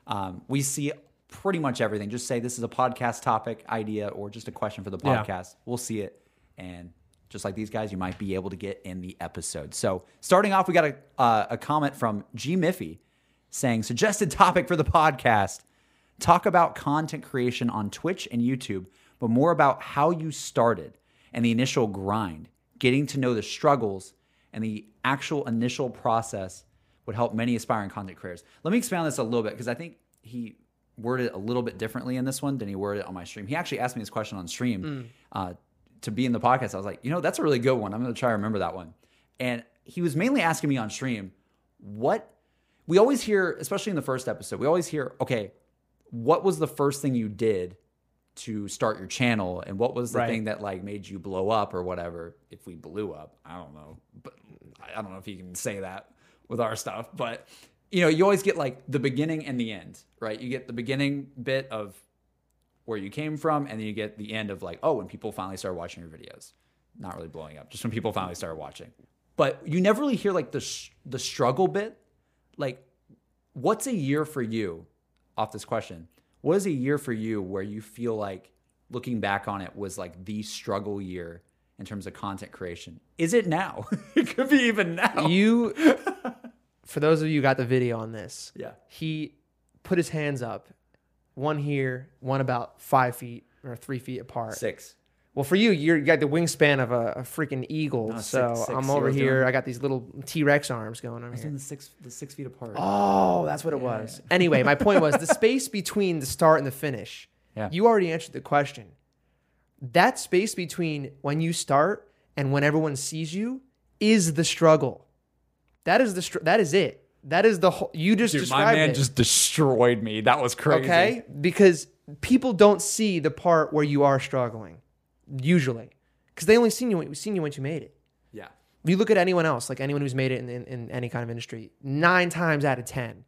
Speaker 2: Um, we see pretty much everything. Just say this is a podcast topic, idea, or just a question for the
Speaker 1: Yeah.
Speaker 2: podcast. We'll see it. And just like these guys, you might be able to get in the episode. So starting off, we got a, uh, a comment from G Miffy saying, suggested topic for the podcast. Talk about content creation on Twitch and YouTube, but more about how you started and the initial grind, getting to know the struggles and the actual initial process would help many aspiring content creators. Let me expand on this a little bit because I think he worded it a little bit differently in this one than he worded it on my stream. He actually asked me this question on stream uh, to be in the podcast. I was like, you know, that's a really good one. I'm going to try to remember that one. And he was mainly asking me on stream, what we always hear, especially in the first episode, we always hear, okay, what was the first thing you did to start your channel and what was the
Speaker 1: Right.
Speaker 2: thing that like made you blow up or whatever if we blew up i don't know but i I don't know if you can say that with our stuff but you know you always get like the beginning and the end right you get the beginning bit of where you came from and then you get the end of like oh when people finally started watching your videos not really blowing up just when people finally started watching but you never really hear like the sh- the struggle bit like what's a year for you off this question what is a year for you where you feel like looking back on it was like the struggle year in terms of content creation is it now it could be even now
Speaker 1: You, for those of you who got the video on this,
Speaker 2: yeah
Speaker 1: he put his hands up, one here, one about five feet or three feet apart.
Speaker 2: six
Speaker 1: Well, for you, you're, you got the wingspan of a, a freaking eagle.
Speaker 2: six-
Speaker 1: so
Speaker 2: six.
Speaker 1: I'm
Speaker 2: See what
Speaker 1: over
Speaker 2: I'm
Speaker 1: here.
Speaker 2: doing?
Speaker 1: I got these little T Rex arms going on here.
Speaker 2: the six the six feet apart
Speaker 1: Oh, that's what it was. Anyway, my point was the space between the start and the finish.
Speaker 2: Yeah.
Speaker 1: You already answered the question. That space between when you start and when everyone sees you is the struggle. That is the str- that is it. That is the whole. You just
Speaker 2: Dude,
Speaker 1: described
Speaker 2: my man
Speaker 1: it.
Speaker 2: just destroyed me. That was crazy.
Speaker 1: Okay? Because people don't see the part where you are struggling, usually, because they only seen you seen you once you made it.
Speaker 2: Yeah.
Speaker 1: If you look at anyone else, like anyone who's made it in, in, in any kind of industry, nine times out of ten,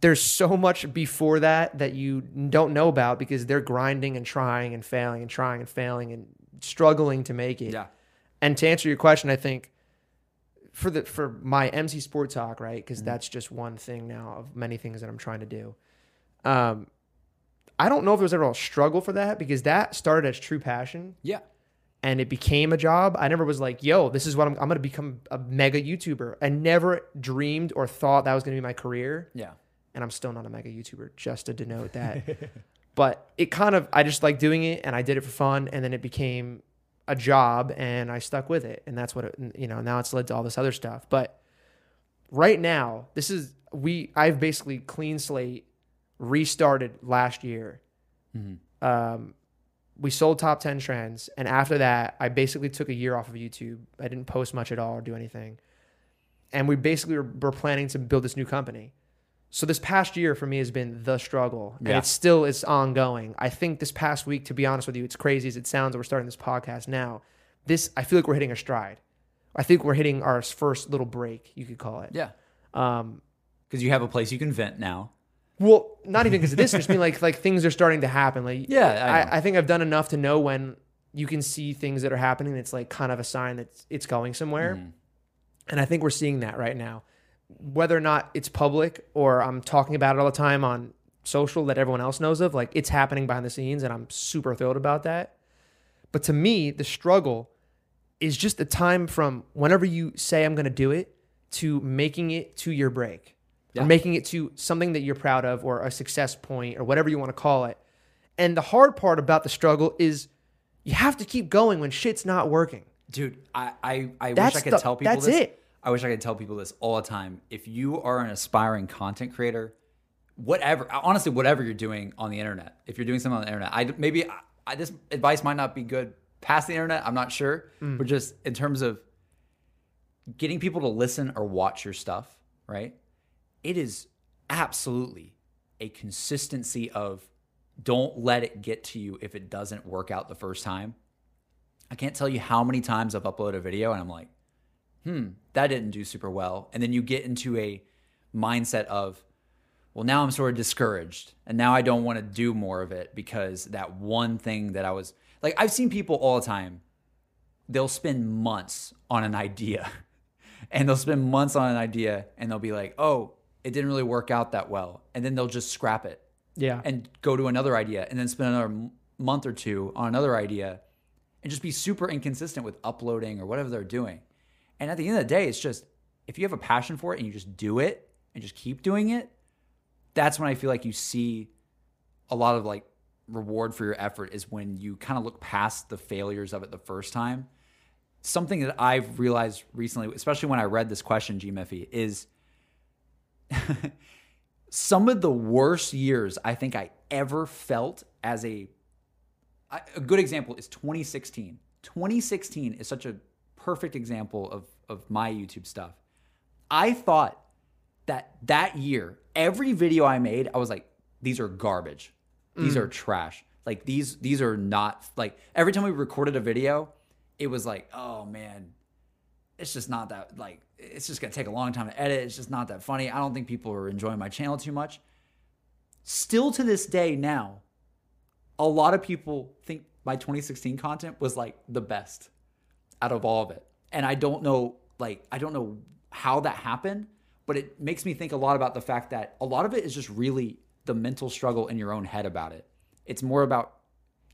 Speaker 1: there's so much before that that you don't know about because they're grinding and trying and failing and trying and failing and struggling to make it.
Speaker 2: Yeah.
Speaker 1: And to answer your question, I think for the for my MC Sport Talk, right? Because that's just one thing now of many things that I'm trying to do. Um, I don't know if there was ever a struggle for that because that started as true passion
Speaker 2: Yeah.
Speaker 1: and it became a job. I never was like, yo, this is what I'm, I'm going to become a mega YouTuber. I never dreamed or thought that was going to be my career.
Speaker 2: Yeah.
Speaker 1: And I'm still not a mega YouTuber, just to denote that. but it kind of, I just like doing it and I did it for fun. And then it became a job and I stuck with it. And that's what, it, you know, now it's led to all this other stuff. But right now, this is, we, I've basically clean slate restarted last year. Um, we sold top 10 trends and after that i basically took a year off of youtube i didn't post much at all or do anything and we basically were, were planning to build this new company so this past year for me has been the struggle and
Speaker 2: Yeah.
Speaker 1: it still is ongoing i think this past week to be honest with you it's crazy as it sounds that we're starting this podcast now this i feel like we're hitting a stride i think we're hitting our first little break you could call it
Speaker 2: Yeah.
Speaker 1: um,
Speaker 2: Because you have a place you can vent now.
Speaker 1: well, not even because of this. I just mean like like things are starting to happen. Like
Speaker 2: Yeah, I know.
Speaker 1: I, I, think I've done enough to know when you can see things that are happening. It's like kind of a sign that it's- it's going somewhere,
Speaker 2: Mm-hmm.
Speaker 1: and I think we're seeing that right now. Whether or not it's public or I'm talking about it all the time on social that everyone else knows of, like it's happening behind the scenes, and I'm super thrilled about that. But to me, the struggle is just the time from whenever you say I'm going to do it to making it to your break
Speaker 2: Yeah.
Speaker 1: or making it to something that you're proud of or a success point or whatever you want to call it. And the hard part about the struggle is you have to keep going when shit's not working.
Speaker 2: Dude, I, I, I wish
Speaker 1: That's
Speaker 2: I could
Speaker 1: the-
Speaker 2: tell people
Speaker 1: that's
Speaker 2: this.
Speaker 1: it.
Speaker 2: I wish I could tell people this all the time. If you are an aspiring content creator, whatever, honestly, whatever you're doing on the internet, if you're doing something on the internet, I maybe I, I, this advice might not be good past the internet. I'm not sure,
Speaker 1: Mm.
Speaker 2: but just in terms of getting people to listen or watch your stuff, right? It is absolutely a consistency of don't let it get to you if it doesn't work out the first time. I can't tell you how many times I've uploaded a video and I'm like, hmm, that didn't do super well. And then you get into a mindset of, well, now I'm sort of discouraged. And now I don't want to do more of it because that one thing that I was like, I've seen people all the time, they'll spend months on an idea and they'll spend months on an idea and they'll be like, oh, it didn't really work out that well. And then they'll just scrap it
Speaker 1: Yeah.
Speaker 2: and go to another idea and then spend another m- month or two on another idea and just be super inconsistent with uploading or whatever they're doing. And at the end of the day, it's just if you have a passion for it and you just do it and just keep doing it, that's when I feel like you see a lot of like reward for your effort is when you kind of look past the failures of it the first time. Something that I've realized recently, especially when I read this question, G. Miffy, is some of the worst years I think I ever felt as a I- a good example is 2016. 2016 is such a perfect example of of my YouTube stuff. I thought that that year every video I made I was like these are garbage. These are trash. Like these these are not like every time we recorded a video it was like oh man it's just not that like it's just gonna take a long time to edit. It's just not that funny. I don't think people are enjoying my channel too much. Still to this day now, a lot of people think my 2016 content was like the best out of all of it. And I don't know like I don't know how that happened, but it makes me think a lot about the fact that a lot of it is just really the mental struggle in your own head about it. It's more about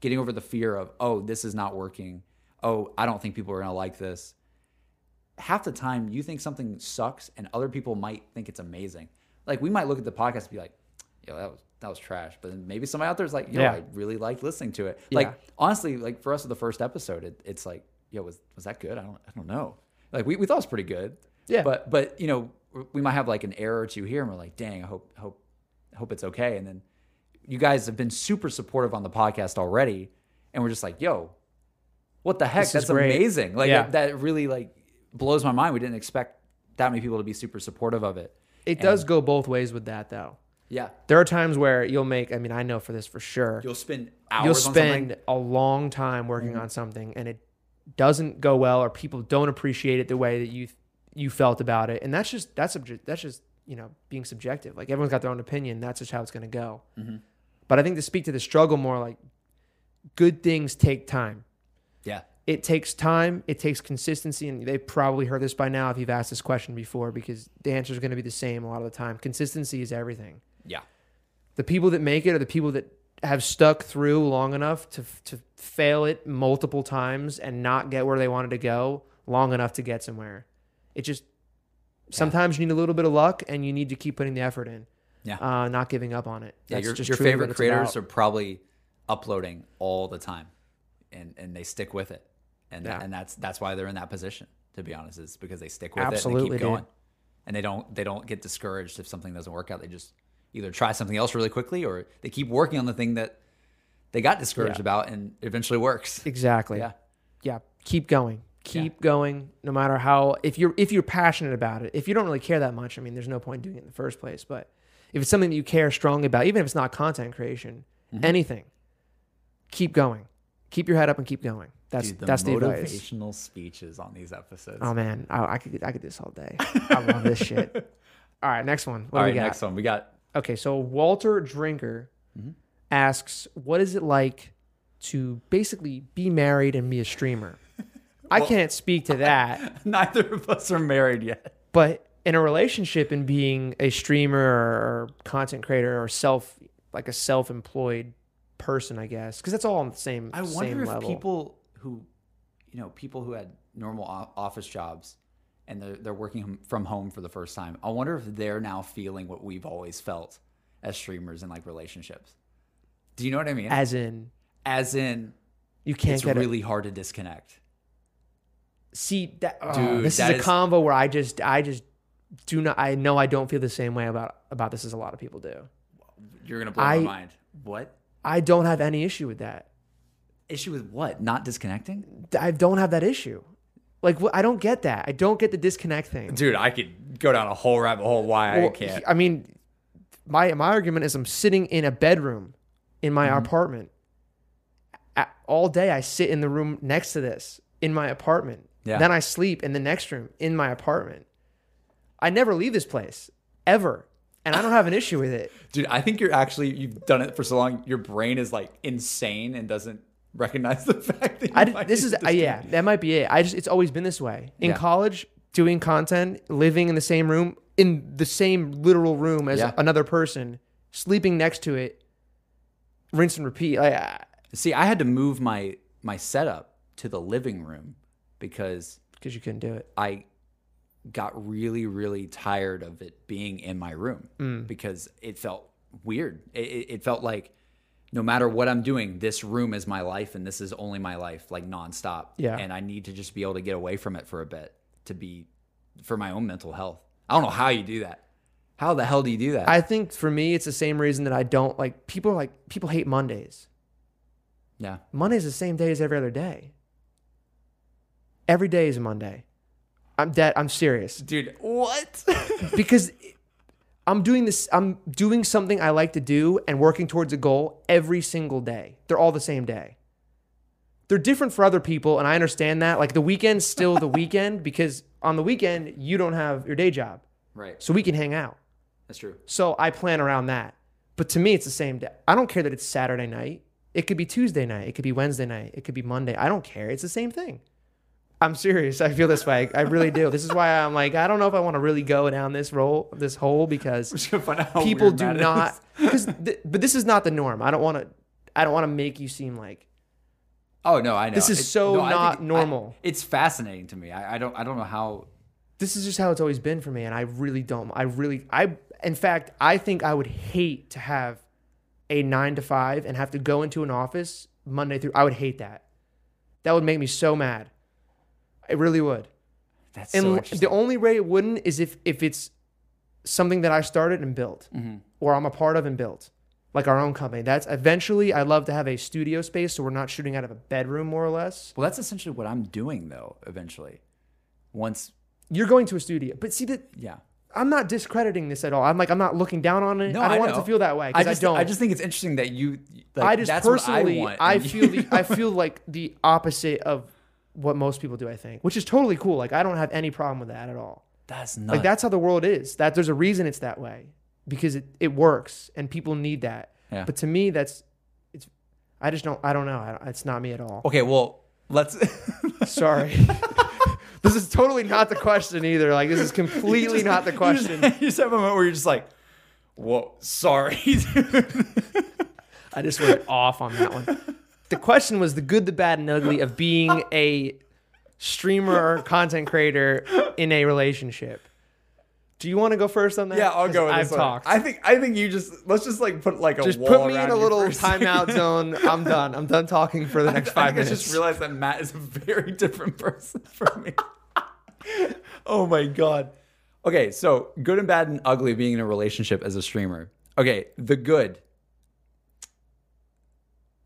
Speaker 2: getting over the fear of, oh, this is not working. Oh, I don't think people are going to like this half the time you think something sucks and other people might think it's amazing. Like we might look at the podcast and be like, yo, that was that was trash. But then maybe somebody out there's like, yo,
Speaker 1: Yeah.
Speaker 2: I really liked listening to it.
Speaker 1: Yeah.
Speaker 2: Like honestly, like for us with the first episode, it, it's like, yo, was was that good? I don't I don't know. Like we, we thought it was pretty good.
Speaker 1: Yeah.
Speaker 2: But but you know, we might have like an error or two here and we're like, dang, I hope hope hope it's okay. And then you guys have been super supportive on the podcast already. And we're just like, yo, what the heck?
Speaker 1: is
Speaker 2: That's
Speaker 1: great.
Speaker 2: amazing. Like
Speaker 1: Yeah.
Speaker 2: that, that really like blows my mind. We didn't expect that many people to be super supportive of it.
Speaker 1: It does go both ways with that though.
Speaker 2: Yeah.
Speaker 1: There are times where you'll make, I mean, I know for this for sure.
Speaker 2: You'll spend hours
Speaker 1: you'll
Speaker 2: on
Speaker 1: spend
Speaker 2: something. Mm-hmm.
Speaker 1: a long time working on something and it doesn't go well or people don't appreciate it the way that you you felt about it and that's just that's subject that's just you know being subjective like everyone's got their own opinion that's just how it's going to go
Speaker 2: Mm-hmm.
Speaker 1: but i think to speak to the struggle more like good things take time
Speaker 2: Yeah.
Speaker 1: it takes time it takes consistency and they probably heard this by now if you've asked this question before because the answer is going to be the same a lot of the time consistency is everything
Speaker 2: Yeah.
Speaker 1: the people that make it are the people that have stuck through long enough to to fail it multiple times and not get where they wanted to go long enough to get somewhere. It just sometimes you need a little bit of luck and you need to keep putting the effort in.
Speaker 2: Yeah.
Speaker 1: uh, not giving up on it.
Speaker 2: Yeah.
Speaker 1: That's
Speaker 2: Your,
Speaker 1: just
Speaker 2: your
Speaker 1: truly
Speaker 2: favorite
Speaker 1: what
Speaker 2: creators
Speaker 1: it's about.
Speaker 2: are probably uploading all the time and, and they stick with it. And,
Speaker 1: Yeah.
Speaker 2: and that's, that's why they're in that position, to be honest, is because they stick with it
Speaker 1: Absolutely,
Speaker 2: and they
Speaker 1: dude.
Speaker 2: keep going. And they don't, they don't get discouraged if something doesn't work out. They just either try something else really quickly or they keep working on the thing that, they got discouraged about and eventually works.
Speaker 1: Exactly.
Speaker 2: Yeah.
Speaker 1: Yeah. Keep going. Keep going. No matter how if you're if you're passionate about it, if you don't really care that much, I mean, there's no point doing it in the first place. But if it's something that you care strongly about, even if it's not content creation,
Speaker 2: Mm-hmm.
Speaker 1: anything, keep going. Keep your head up and keep going. That's
Speaker 2: Dude, the
Speaker 1: that's the advice.
Speaker 2: motivational speeches on these episodes.
Speaker 1: Oh man, I, I could I could do this all day. I love this shit. All right, next one. What
Speaker 2: All
Speaker 1: do
Speaker 2: right,
Speaker 1: we got?
Speaker 2: next one. We got
Speaker 1: Okay, so Walter Drinker
Speaker 2: Mm-hmm.
Speaker 1: asks, "What is it like to basically be married and be a streamer?" I can't speak to that,
Speaker 2: neither of us are married yet.
Speaker 1: but in a relationship and being a streamer or content creator or self like a self-employed person, I guess, because that's all on the same.
Speaker 2: I wonder
Speaker 1: same
Speaker 2: if
Speaker 1: level.
Speaker 2: people who, you know, people who had normal o- office jobs and they're, they're working hom- from home for the first time, I wonder if they're now feeling what we've always felt as streamers in like relationships. Do you know what I mean? As,
Speaker 1: as in,
Speaker 2: in,
Speaker 1: you can't
Speaker 2: it's
Speaker 1: get a-
Speaker 2: really hard to disconnect.
Speaker 1: see that oh,
Speaker 2: Dude,
Speaker 1: this
Speaker 2: that
Speaker 1: is a
Speaker 2: is-
Speaker 1: convo where I just I just do not I know I don't feel the same way about about this as a lot of people do.
Speaker 2: You're going to blow
Speaker 1: I-
Speaker 2: my mind. What?
Speaker 1: I don't have any issue with that.
Speaker 2: Issue with what? Not disconnecting?
Speaker 1: I don't have that issue. Like wh- I don't get that. I don't get the disconnect thing.
Speaker 2: Dude, I could go down a whole rabbit hole why
Speaker 1: Well, I mean, my my argument is I'm sitting in a bedroom in
Speaker 2: Mm-hmm.
Speaker 1: my apartment A all day. I sit in the room next to this in my apartment.
Speaker 2: Yeah.
Speaker 1: Then I sleep in the next room in my apartment. I never leave this place ever, and I don't have an issue with it.
Speaker 2: Dude, I think you're actually you've done it for so long. Your brain is like insane and doesn't recognize the fact that you
Speaker 1: I did-
Speaker 2: might
Speaker 1: this
Speaker 2: be
Speaker 1: is I, yeah, that might be it. I just it's always been this way. In
Speaker 2: Yeah.
Speaker 1: college, doing content, living in the same room, in the same literal room as
Speaker 2: Yeah.
Speaker 1: another person, sleeping next to it, rinse and repeat. Like, uh, I-
Speaker 2: See, I had to move my my setup to the living room because
Speaker 1: Cause you couldn't do it.
Speaker 2: I got really really tired of it being in my room
Speaker 1: Mm.
Speaker 2: because it felt weird. It, it, it felt like no matter what I'm doing, this room is my life and this is only my life like nonstop.
Speaker 1: Yeah.
Speaker 2: and I need to just be able to get away from it for a bit to be for my own mental health. I don't know how you do that. How the hell do you do that?
Speaker 1: I think for me, it's the same reason that I don't like people. Are like people hate Mondays.
Speaker 2: yeah.
Speaker 1: Monday's the same day as every other day. Every day is a Monday. I'm dead. I'm serious.
Speaker 2: Dude, what?
Speaker 1: because I'm doing this. I'm doing something I like to do and working towards a goal every single day. They're all the same day. They're different for other people, and I understand that. Like the weekend's still the weekend because on the weekend you don't have your day job,
Speaker 2: right.
Speaker 1: so we can hang out.
Speaker 2: That's true.
Speaker 1: So I plan around that. But to me, it's the same day. I don't care that it's Saturday night. It could be Tuesday night. It could be Wednesday night. It could be Monday. I don't care. It's the same thing. I'm serious. I feel this way. I really do. This is why I'm like, I don't know if I want to really go down this role, this hole, because
Speaker 2: Just gonna find out how
Speaker 1: people
Speaker 2: weird
Speaker 1: do
Speaker 2: Matt is.
Speaker 1: not. Because, th- but this is not the norm. I don't want to. I don't want to make you seem like
Speaker 2: Oh no, I know.
Speaker 1: This is so
Speaker 2: I
Speaker 1: not
Speaker 2: think- I-
Speaker 1: normal.
Speaker 2: it's fascinating to me. I, I don't I don't know how
Speaker 1: this is just how it's always been for me and i really don't i really i in fact i think i would hate to have a nine to five and have to go into an office monday through i would hate that that would make me so mad it really would
Speaker 2: that's so
Speaker 1: and the
Speaker 2: interesting.
Speaker 1: only way it wouldn't is if if it's something that i started and built
Speaker 2: Mm-hmm.
Speaker 1: or i'm a part of and built like our own company that's eventually i'd love to have a studio space so we're not shooting out of a bedroom more or less
Speaker 2: well, that's essentially what I'm doing though. Eventually, once
Speaker 1: you're going to a studio but see that
Speaker 2: yeah.
Speaker 1: I'm not discrediting this at all. I'm like I'm not looking down on it. I don't want it
Speaker 2: know.
Speaker 1: to feel that way
Speaker 2: I
Speaker 1: because I,
Speaker 2: just
Speaker 1: don't.
Speaker 2: I just think it's interesting that you. Like,
Speaker 1: I just
Speaker 2: that's what
Speaker 1: personally
Speaker 2: I, want,
Speaker 1: I,
Speaker 2: and
Speaker 1: feel
Speaker 2: you-
Speaker 1: the, I feel like the opposite of what most people do. I think, which is totally cool. Like I don't have any problem with that at all.
Speaker 2: that's not
Speaker 1: Like that's how the world is. That there's a reason it's that way because it, it works and people need that.
Speaker 2: Yeah.
Speaker 1: But to me, that's it's. I just don't. I don't know. I don't- it's not me at all.
Speaker 2: Okay, well let's.
Speaker 1: Sorry. this is totally not the question either. Like this is completely not the question.
Speaker 2: You just, you just have a moment where you're just like, whoa, sorry.
Speaker 1: I just went off on that one. The question was the good, the bad, and ugly of being a streamer or content creator in a relationship. Do you want to go first on that?
Speaker 2: yeah, I'll
Speaker 1: 'Cause
Speaker 2: go. With
Speaker 1: I've
Speaker 2: this one.
Speaker 1: talked.
Speaker 2: I think I think you just let's just like put like a
Speaker 1: just
Speaker 2: wall
Speaker 1: put me in
Speaker 2: around
Speaker 1: a
Speaker 2: you
Speaker 1: little
Speaker 2: for a second.
Speaker 1: timeout zone. I'm done. I'm done talking for the next five
Speaker 2: I
Speaker 1: minutes.
Speaker 2: just realized that Matt is a very different person from me. oh my god. Okay, so good and bad and ugly of being in a relationship as a streamer. Okay, the good.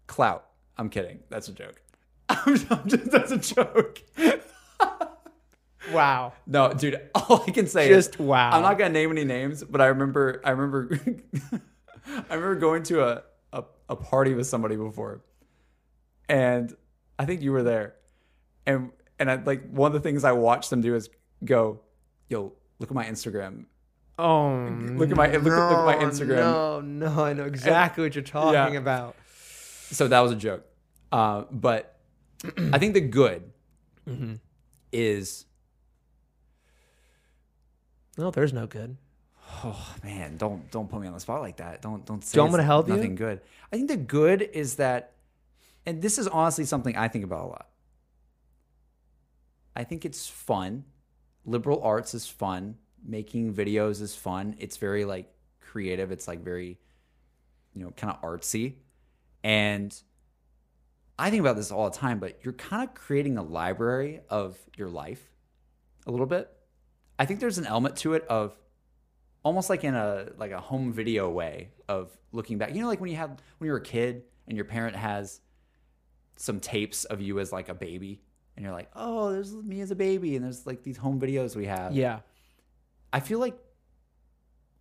Speaker 2: clout. I'm kidding. That's a joke. I'm just, that's a joke.
Speaker 1: Wow.
Speaker 2: No, dude. All I can say is
Speaker 1: Just wow.
Speaker 2: I'm not gonna name any names, but I remember. I remember. I remember going to a, a a party with somebody before, and I think you were there, and and I like one of the things I watched them do is go, yo, look at my Instagram.
Speaker 1: Oh,
Speaker 2: Look at my look, at look at my
Speaker 1: no,
Speaker 2: Instagram.
Speaker 1: No, no, I know exactly what you're talking
Speaker 2: Yeah.
Speaker 1: about.
Speaker 2: So that was a joke. Uh, but I think the good
Speaker 1: Mm-hmm.
Speaker 2: is
Speaker 1: No, there's no good.
Speaker 2: oh man, don't don't put me on the spot like that. Don't don't say
Speaker 1: Don't
Speaker 2: it's
Speaker 1: wanna help you?
Speaker 2: nothing good. I think the good is that and this is honestly something I think about a lot. I think it's fun. Liberal arts is fun. Making videos is fun. It's very like creative. It's like very, you know, kind of artsy. And I think about this all the time, but you're kind of creating a library of your life a little bit. I think there's an element to it of almost like in a like a home video way of looking back. You know, like when you had when you were a kid and your parent has some tapes of you as like a baby, and you're like, oh, there's me as a baby, and there's like these home videos we have.
Speaker 1: Yeah.
Speaker 2: I feel like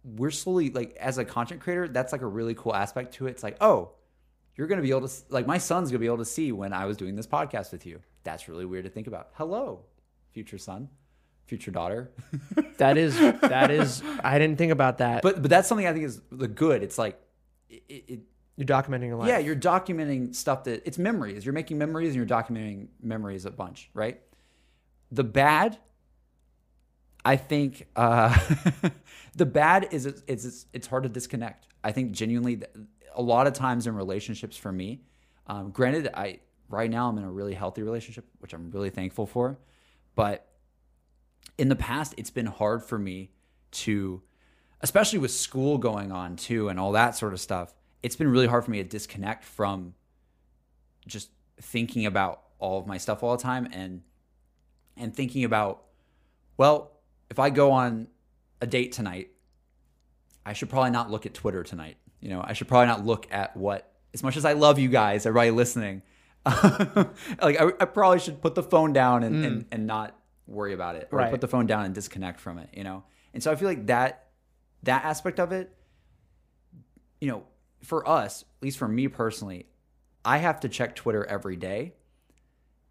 Speaker 2: we're slowly like as a content creator, that's like a really cool aspect to it. It's like, oh, you're gonna be able to s- like my son's gonna be able to see when I was doing this podcast with you. That's really weird to think about. Hello, future son, future daughter.
Speaker 1: That is, that is, I didn't think about that.
Speaker 2: but but that's something I think is the good. It's like it, it
Speaker 1: you're documenting your life.
Speaker 2: yeah, you're documenting stuff that it's memories. You're making memories and you're documenting memories a bunch, right? The bad, I think, uh, the bad is it's, it's it's hard to disconnect. I think genuinely, th- a lot of times in relationships for me, um, granted, I right now I'm in a really healthy relationship, which I'm really thankful for, but in the past it's been hard for me to especially with school going on too and all that sort of stuff it's been really hard for me to disconnect from just thinking about all of my stuff all the time and and thinking about well if i go on a date tonight i should probably not look at twitter tonight you know i should probably not look at what as much as i love you guys everybody listening like I, I probably should put the phone down and, and, and not worry about it or
Speaker 1: Right.
Speaker 2: put the phone down and disconnect from it you know and so i feel like that that aspect of it you know, for us, at least for me personally, I have to check Twitter every day.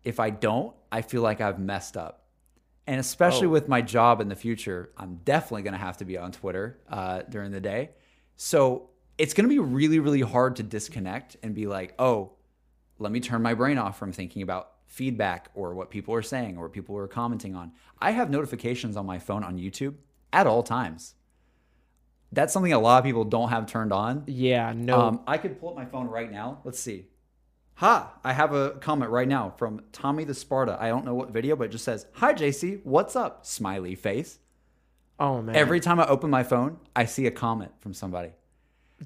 Speaker 2: If I don't, I feel like I've messed up. And especially
Speaker 1: Oh.
Speaker 2: with my job in the future, I'm definitely going to have to be on Twitter uh, during the day. So it's going to be really, really hard to disconnect and be like, oh, let me turn my brain off from thinking about feedback or what people are saying or what people are commenting on. I have notifications on my phone on YouTube at all times. That's something a lot of people don't have turned on.
Speaker 1: Yeah, no.
Speaker 2: Um, I could pull up my phone right now. Let's see. Ha! I have a comment right now from Tommy the Sparta. I don't know what video, but it just says, "Hi JC, what's up?" Smiley face.
Speaker 1: oh man.
Speaker 2: Every time I open my phone, I see a comment from somebody.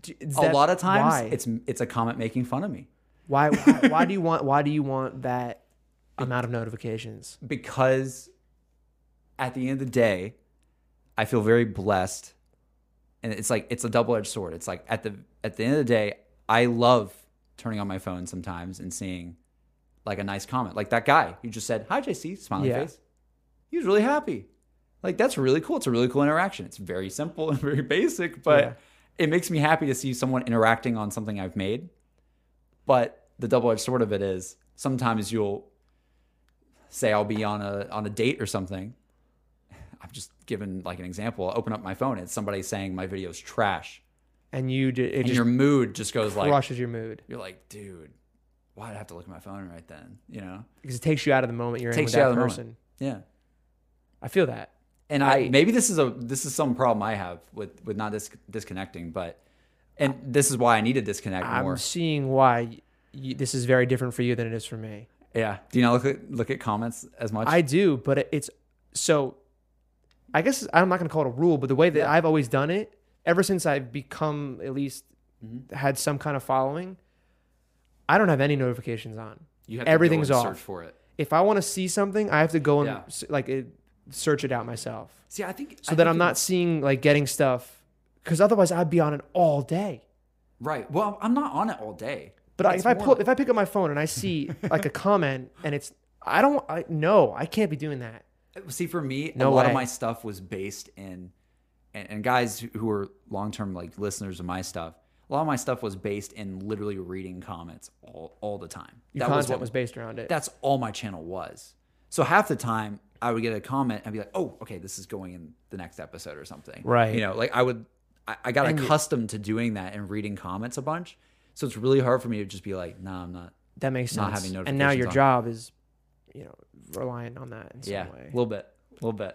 Speaker 1: Do- is
Speaker 2: a
Speaker 1: that-
Speaker 2: lot of times,
Speaker 1: why?
Speaker 2: it's it's a comment making fun of me
Speaker 1: why, why, why do you want, why do you want that amount of notifications?
Speaker 2: because at the end of the day, I feel very blessed, and it's like it's a double edged sword. It's like at the at the end of the day, I love turning on my phone sometimes and seeing like a nice comment, like that guy who just said hi JC, smiling
Speaker 1: Yeah.
Speaker 2: face. He was really happy. Like that's really cool. It's a really cool interaction. It's very simple and very basic, but
Speaker 1: Yeah.
Speaker 2: it makes me happy to see someone interacting on something I've made. But the double edged sword of it is sometimes you'll say I'll be on a on a date or something. I've just given like an example. I'll open up my phone and it's somebody saying my video's trash.
Speaker 1: And you, do, it
Speaker 2: And
Speaker 1: just
Speaker 2: your mood just goes like
Speaker 1: crushes your mood
Speaker 2: you're like, dude, why'd I have to look at my phone right then? You know?
Speaker 1: because it takes you out of the moment you're in
Speaker 2: Takes
Speaker 1: with
Speaker 2: you
Speaker 1: that
Speaker 2: out of the moment.
Speaker 1: person.
Speaker 2: Yeah.
Speaker 1: I feel that.
Speaker 2: and I,
Speaker 1: I-
Speaker 2: maybe this is a this is some problem I have with with not dis- disconnecting, but and this is why I need to disconnect
Speaker 1: I'm
Speaker 2: more.
Speaker 1: seeing why you, this is very different for you than it is for me.
Speaker 2: Yeah. Do you not look at look at comments as much?
Speaker 1: I do, but it- it's so. I guess I'm not going to call it a rule, but the way that I've always done it, ever since I've become at least
Speaker 2: Mm-hmm.
Speaker 1: had some kind of following, I don't have any notifications on.
Speaker 2: you
Speaker 1: to go everything's and
Speaker 2: off.
Speaker 1: search off.
Speaker 2: for it.
Speaker 1: If I want to see something, I have to go and
Speaker 2: Yeah.
Speaker 1: s- like it, search it out myself,
Speaker 2: See, I think
Speaker 1: so that I'm not seeing like getting stuff, because otherwise I'd be on it all day.
Speaker 2: right. Well, I'm not on it all day.
Speaker 1: But I,
Speaker 2: It's
Speaker 1: if I
Speaker 2: more
Speaker 1: pull,
Speaker 2: like-
Speaker 1: if I pick up my phone and I see like a comment and it's, I don't, I no, I can't be doing that.
Speaker 2: See, for me, a
Speaker 1: No
Speaker 2: lot of
Speaker 1: way.
Speaker 2: my stuff was based in, and, and guys who- who are long term like listeners of my stuff, a lot of my stuff was based in literally reading comments all, all the time.
Speaker 1: Your
Speaker 2: was
Speaker 1: content
Speaker 2: what-
Speaker 1: was based around it.
Speaker 2: That's all my channel was. So half the time I would get a comment and be like, oh, okay, this is going in the next episode or something.
Speaker 1: Right.
Speaker 2: You know, like I would, I, I got
Speaker 1: And you-
Speaker 2: accustomed to doing that and reading comments a bunch. So it's really hard for me to just be like, nah, I'm not.
Speaker 1: that makes
Speaker 2: not
Speaker 1: sense.
Speaker 2: having
Speaker 1: and now your
Speaker 2: notifications on.
Speaker 1: job is, you know, reliant on that in some
Speaker 2: yeah,
Speaker 1: way.
Speaker 2: a little bit, a little bit.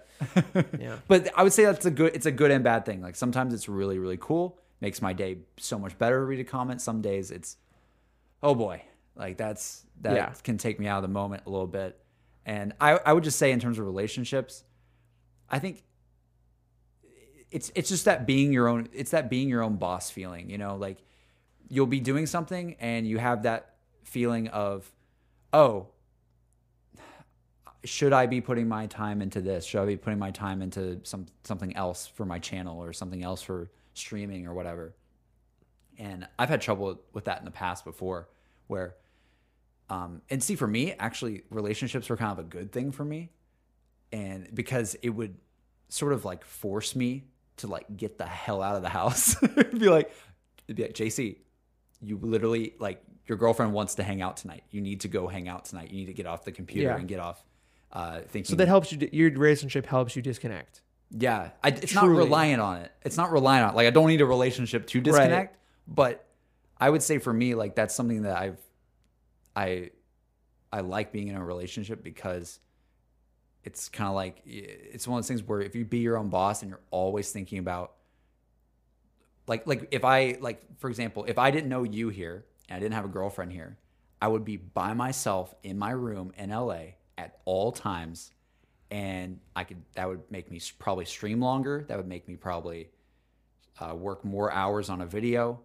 Speaker 1: Yeah.
Speaker 2: But I would say that's a good. It's a good and bad thing. Like sometimes it's really really cool, makes my day so much better to read a comment. Some days it's, oh boy, like that's that
Speaker 1: Yeah.
Speaker 2: can take me out of the moment a little bit. And I I would just say in terms of relationships, I think it's it's just that being your own it's that being your own boss feeling you know like you'll be doing something and you have that feeling of oh should i be putting my time into this should i be putting my time into some something else for my channel or something else for streaming or whatever and i've had trouble with that in the past before where um and see for me actually relationships were kind of a good thing for me and because it would sort of like force me to like get the hell out of the house. It'd be like, it'd be like, JC, you literally like your girlfriend wants to hang out tonight. You need to go hang out tonight. You need to get off the computer
Speaker 1: Yeah.
Speaker 2: and get off uh, thinking.
Speaker 1: So that helps you. di- Your relationship helps you disconnect.
Speaker 2: yeah, I, it's
Speaker 1: Truly.
Speaker 2: not reliant on it. It's not reliant on. Like I don't need a relationship to disconnect, but I would say for me, like that's something that I've, I, I like being in a relationship because it's kind of like it's one of those things where if you be your own boss and you're always thinking about, like, like if I like for example, if I didn't know you here and I didn't have a girlfriend here, I would be by myself in my room in LA at all times and I could that would make me s- probably stream longer. That would make me probably uh, work more hours on a video.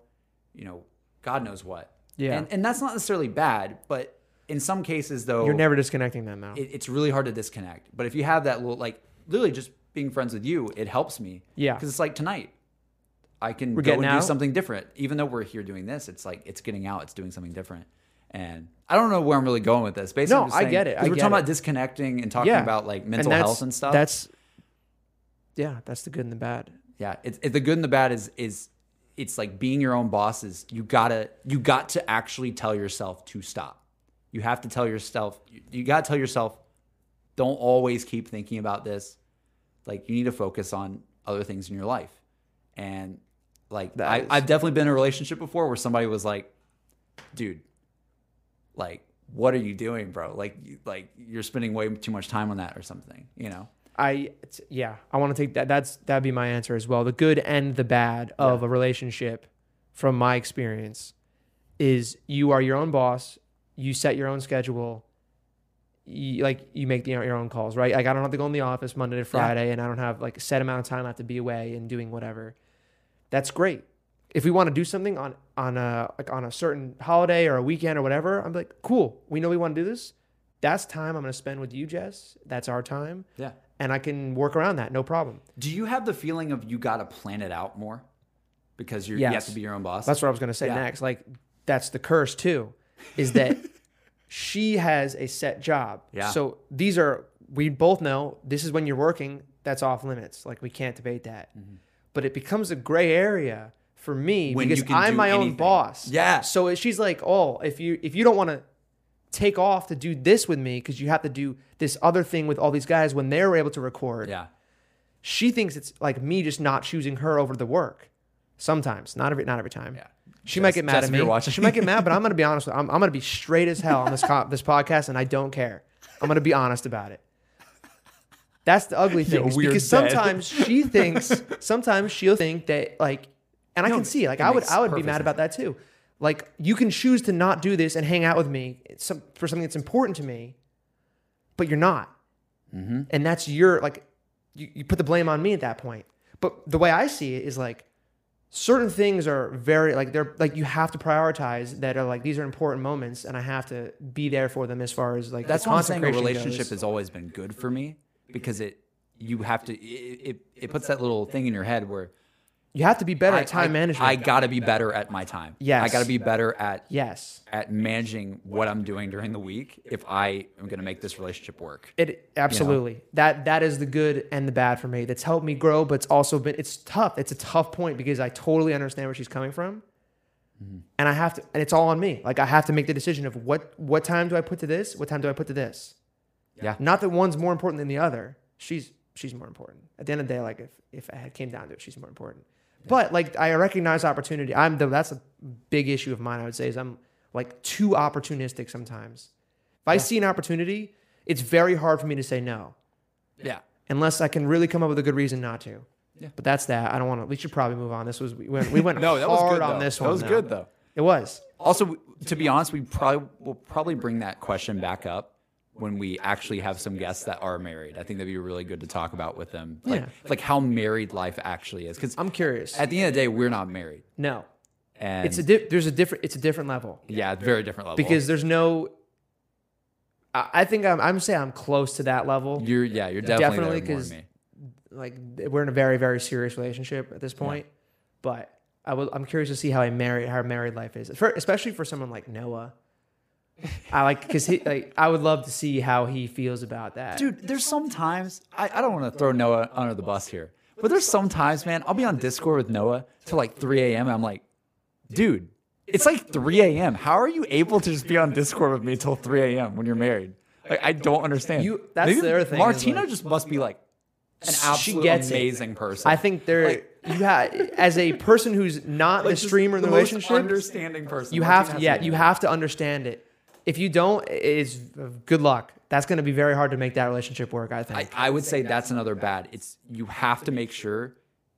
Speaker 2: You know, God knows what.
Speaker 1: Yeah.
Speaker 2: and, and that's not necessarily bad, but in some cases though,
Speaker 1: You're never disconnecting them now.
Speaker 2: Oh. it, it's really hard to disconnect. But if you have that little like literally just being friends with you, it helps me.
Speaker 1: Yeah.
Speaker 2: because it's like tonight. I can
Speaker 1: We're
Speaker 2: go
Speaker 1: getting
Speaker 2: and
Speaker 1: out?
Speaker 2: do something different. Even though we're here doing this, it's like it's getting out. It's doing something different. And I don't know where I'm really going with this. Basically,
Speaker 1: No,
Speaker 2: I'm just
Speaker 1: I
Speaker 2: saying-
Speaker 1: get it.
Speaker 2: 'cause
Speaker 1: I
Speaker 2: we're
Speaker 1: get
Speaker 2: talking
Speaker 1: it.
Speaker 2: about disconnecting and talking
Speaker 1: Yeah.
Speaker 2: about like
Speaker 1: And
Speaker 2: mental
Speaker 1: that's-
Speaker 2: health and stuff.
Speaker 1: That's yeah, that's the good and the bad.
Speaker 2: yeah. It's it, the good and the bad is is it's like being your own boss is you gotta you got to actually tell yourself to stop. You have to tell yourself you, you gotta tell yourself don't always keep thinking about this. Like you need to focus on other things in your life. And like
Speaker 1: That
Speaker 2: I,
Speaker 1: is-
Speaker 2: I've definitely been in a relationship before where somebody was like, dude, like what are you doing, bro? Like you- like you're spending way too much time on that or something, you know?
Speaker 1: I it's- yeah, I want to take that. That's that'd be my answer as well. The good and the bad of a relationship, from my experience, is you are your own boss. You set your own schedule. You, like you make the, your own calls, right? Like I don't have to go in the office Monday to Friday, and I don't have like a set amount of time I have to be away and doing whatever. That's great. If we want to do something on on a like on a certain holiday or a weekend or whatever, I'm like, cool. We know we want to do this. That's time I'm going to spend with you, Jess. That's our time
Speaker 2: Yeah.
Speaker 1: and I can work around that, no problem.
Speaker 2: Do you have the feeling of you got to plan it out more because you're, you have
Speaker 1: Yes.
Speaker 2: to be your own boss?
Speaker 1: That's what I was gonna say
Speaker 2: Yeah.
Speaker 1: next. Like that's the curse too, is that she has a set job.
Speaker 2: Yeah.
Speaker 1: So these are we both know this is when you're working. That's off limits. Like we can't debate that. But it becomes a gray area for me
Speaker 2: When you
Speaker 1: because
Speaker 2: can
Speaker 1: I'm
Speaker 2: do
Speaker 1: my own
Speaker 2: anything.
Speaker 1: boss.
Speaker 2: Yeah.
Speaker 1: So if she's like, oh, if you if you don't want to take off to do this with me because you have to do this other thing with all these guys when they're able to record.
Speaker 2: yeah.
Speaker 1: she thinks it's like me just not choosing her over the work. Sometimes, not every not every time.
Speaker 2: Yeah.
Speaker 1: She might
Speaker 2: Jess-
Speaker 1: get mad
Speaker 2: Jess,
Speaker 1: at
Speaker 2: if
Speaker 1: me.
Speaker 2: you're watching-
Speaker 1: She might get mad, but I'm gonna be honest. With, I'm I'm gonna be straight as hell on this co- this podcast, and I don't care. I'm gonna be honest about it. That's the ugly thing. is
Speaker 2: we're
Speaker 1: because
Speaker 2: dead.
Speaker 1: sometimes she thinks, sometimes she'll think that like, and I
Speaker 2: No,
Speaker 1: can see like
Speaker 2: it
Speaker 1: I would
Speaker 2: makes
Speaker 1: I would be
Speaker 2: perfect
Speaker 1: mad about that too. Like you can choose to not do this and hang out with me some, for something that's important to me, but you're not
Speaker 2: Mm-hmm.
Speaker 1: and that's your like you, you put the blame on me at that point but the way i see it is like certain things are very like they're like you have to prioritize that are like these are important moments and i have to be there for them as far as like
Speaker 2: That's
Speaker 1: the
Speaker 2: why I'm saying a
Speaker 1: consecration
Speaker 2: relationship
Speaker 1: goes.
Speaker 2: has always been good for me because it, you have to, it, it, it puts that little thing in your head where
Speaker 1: You have to be better
Speaker 2: I-
Speaker 1: at time
Speaker 2: I-
Speaker 1: management.
Speaker 2: I gotta be better at my time.
Speaker 1: Yes.
Speaker 2: I gotta be better at
Speaker 1: yes.
Speaker 2: at managing what I'm doing during the week if I am gonna make this relationship work.
Speaker 1: It absolutely that that is the good and the bad for me. That's helped me grow, but it's also been it's tough. It's a tough point because I totally understand where she's coming from,
Speaker 2: Mm-hmm.
Speaker 1: and I have to. And it's all on me. Like I have to make the decision of what what time do I put to this, what time do I put to this.
Speaker 2: Yeah.
Speaker 1: Not that one's more important than the other. She's she's more important. At the end of the day, like if if I had came down to it, she's more important. But like I recognize opportunity. I'm the, that's a big issue of mine. I would say is I'm like too opportunistic sometimes. If I see an opportunity, it's very hard for me to say no
Speaker 2: Yeah.
Speaker 1: unless I can really come up with a good reason not to.
Speaker 2: Yeah.
Speaker 1: But that's that. I don't want to. We should probably move on. This was we went we went
Speaker 2: No, that was
Speaker 1: hard
Speaker 2: good
Speaker 1: on
Speaker 2: though.
Speaker 1: this
Speaker 2: That
Speaker 1: one.
Speaker 2: was good, though.
Speaker 1: It was.
Speaker 2: Also, to be honest, we probably will probably bring that question back up when we actually have some guests that are married. I think that'd be really good to talk about with them, like
Speaker 1: Yeah.
Speaker 2: like how married life actually is. Because
Speaker 1: I'm curious.
Speaker 2: at the end of the day, we're not married,
Speaker 1: no,
Speaker 2: and
Speaker 1: it's a di- there's a different it's a different level.
Speaker 2: yeah, very different level.
Speaker 1: because there's no. I I think I'm. I'm saying I'm close to that level.
Speaker 2: you're yeah, you're
Speaker 1: Definitely,
Speaker 2: definitely, there more
Speaker 1: 'cause-
Speaker 2: than me.
Speaker 1: like th- we're in a very very serious relationship at this point. But I will. I'm curious to see how a married how married life is, for, especially for someone like Noah. I like because he like I would love to see how he feels about that.
Speaker 2: dude there's sometimes i, I don't want to throw noah under the bus here but there's sometimes man i'll be on discord with noah till like 3 a.m and i'm like dude it's like 3 a.m how are you able to just be on discord with me till 3 a.m when you're married like i don't understand
Speaker 1: You- that's the other thing is,
Speaker 2: martina
Speaker 1: like-
Speaker 2: just must be like an
Speaker 1: She
Speaker 2: absolute
Speaker 1: gets it.
Speaker 2: amazing person
Speaker 1: I think there you have as a person who's not the streamer in the,
Speaker 2: most
Speaker 1: relationship.
Speaker 2: understanding person
Speaker 1: You
Speaker 2: Martina
Speaker 1: have
Speaker 2: has
Speaker 1: to, yeah,
Speaker 2: be
Speaker 1: you
Speaker 2: amazing.
Speaker 1: have to understand it. If you don't, it's good luck. That's going to be very hard to make that relationship work. I think.
Speaker 2: I, I would say that's another bad. It's you have to make sure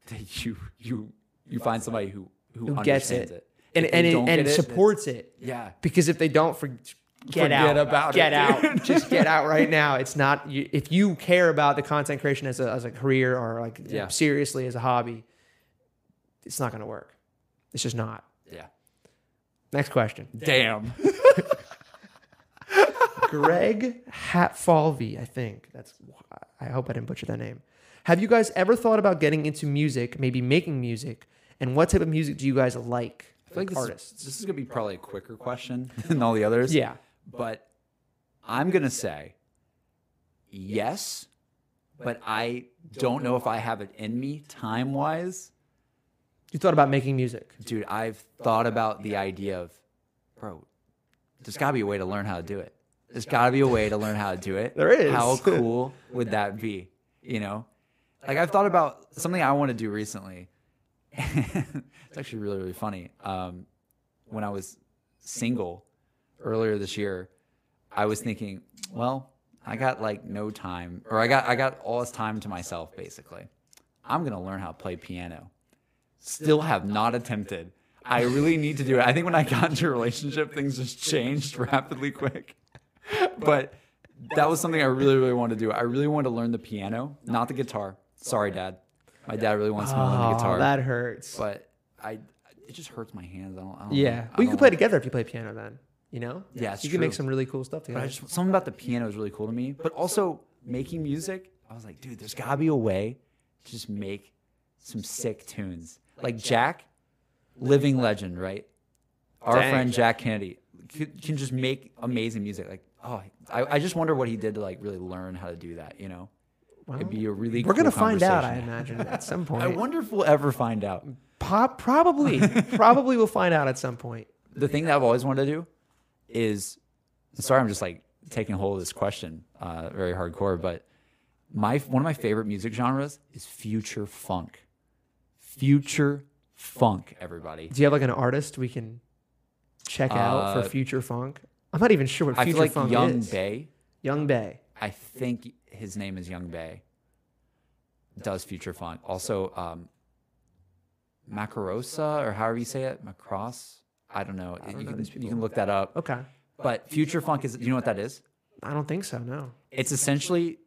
Speaker 2: that you you you find somebody who who,
Speaker 1: who gets
Speaker 2: understands
Speaker 1: it,
Speaker 2: it.
Speaker 1: and
Speaker 2: If they
Speaker 1: and,
Speaker 2: don't
Speaker 1: and,
Speaker 2: get it,
Speaker 1: supports it.
Speaker 2: Yeah.
Speaker 1: Because if they don't, for, get
Speaker 2: Forget
Speaker 1: out.
Speaker 2: about it,
Speaker 1: get
Speaker 2: dude.
Speaker 1: out. Just get out right now. It's not you, if you care about the content creation as a as a career or like
Speaker 2: Yeah.
Speaker 1: seriously as a hobby, it's not going to work. It's just not.
Speaker 2: Yeah.
Speaker 1: Next question.
Speaker 2: Damn.
Speaker 1: Greg Hatfalvey, I think. That's I hope I didn't butcher that name. Have you guys ever thought about getting into music, maybe making music? And what type of music do you guys like?
Speaker 2: I feel like this,
Speaker 1: artists.
Speaker 2: Is, this is gonna be probably a quicker question than all the others.
Speaker 1: Yeah.
Speaker 2: But I'm gonna say yes, but I don't know if I have it in me time wise.
Speaker 1: You thought about making music.
Speaker 2: Dude, I've thought about the idea of bro, there's gotta be a way to learn how to do it. There's gotta be a way to learn how to do it.
Speaker 1: There is.
Speaker 2: How cool would that be? You know? Like I've thought about something I want to do recently. it's actually really, really funny. Um, when I was single earlier this year, I was thinking, well, I got like no time, or I got I got all this time to myself basically. I'm gonna learn how to play piano. Still have not attempted. I really need to do it. I think when I got into a relationship, things just changed rapidly quick. But that was something I really, really wanted to do. I really wanted to learn the piano, not the guitar. Sorry, Dad. My dad really wants me to learn the guitar
Speaker 1: Oh, that hurts.
Speaker 2: but I it just hurts my hands. I don't. I don't
Speaker 1: yeah.
Speaker 2: I
Speaker 1: Well, you
Speaker 2: don't
Speaker 1: could play
Speaker 2: like-
Speaker 1: together if you play piano then, you know?
Speaker 2: Yeah, it's
Speaker 1: You can make
Speaker 2: true.
Speaker 1: some really cool stuff together.
Speaker 2: But I just something about the piano is really cool to me. But also making music, I was like, dude, there's gotta be a way to just make some sick tunes. Like Jack, living legend, right? Our
Speaker 1: Dang.
Speaker 2: friend Jack Kennedy can can just make amazing music. Like, oh, I, I just wonder what he did to like really learn how to do that. You know, it'd be a really.
Speaker 1: We're gonna
Speaker 2: cool
Speaker 1: find out, I
Speaker 2: conversation.
Speaker 1: imagine, at some point.
Speaker 2: I wonder if we'll ever find out.
Speaker 1: Po- probably, probably we'll find out at some point.
Speaker 2: the thing that I've always wanted to do is sorry, I'm just like taking hold of this question uh, very hardcore, but my one of my favorite music genres is future funk. Future funk, everybody.
Speaker 1: Do you have like an artist we can check out
Speaker 2: Uh,
Speaker 1: for future funk? I'm not even sure what
Speaker 2: I
Speaker 1: future
Speaker 2: feel like
Speaker 1: funk
Speaker 2: Young
Speaker 1: is.
Speaker 2: Bay.
Speaker 1: Young Bay.
Speaker 2: I think his name is Young Bay. Does future funk also um, Macarosa or however you say it, Macross? I don't know. you, can, you can look that up.
Speaker 1: Okay,
Speaker 2: But future funk is. Do you know what that is?
Speaker 1: I don't think so. No.
Speaker 2: it's essentially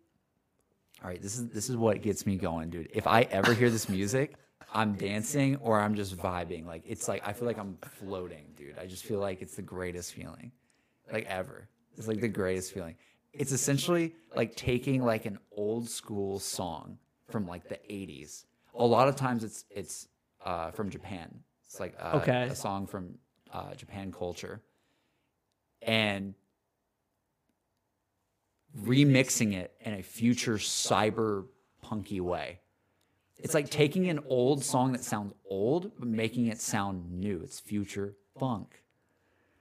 Speaker 2: all right this is this is what gets me going dude if i ever hear this music i'm dancing or i'm just vibing like it's like i feel like i'm floating dude i just feel like it's the greatest feeling like ever it's like the greatest feeling it's essentially like taking like an old school song from like the 80s a lot of times it's it's uh, from Japan. It's like uh,
Speaker 1: Okay.
Speaker 2: a song from uh, Japan culture, and remixing it in a future cyber punky way. It's like taking an old song that sounds old, but making it sound new. It's future funk.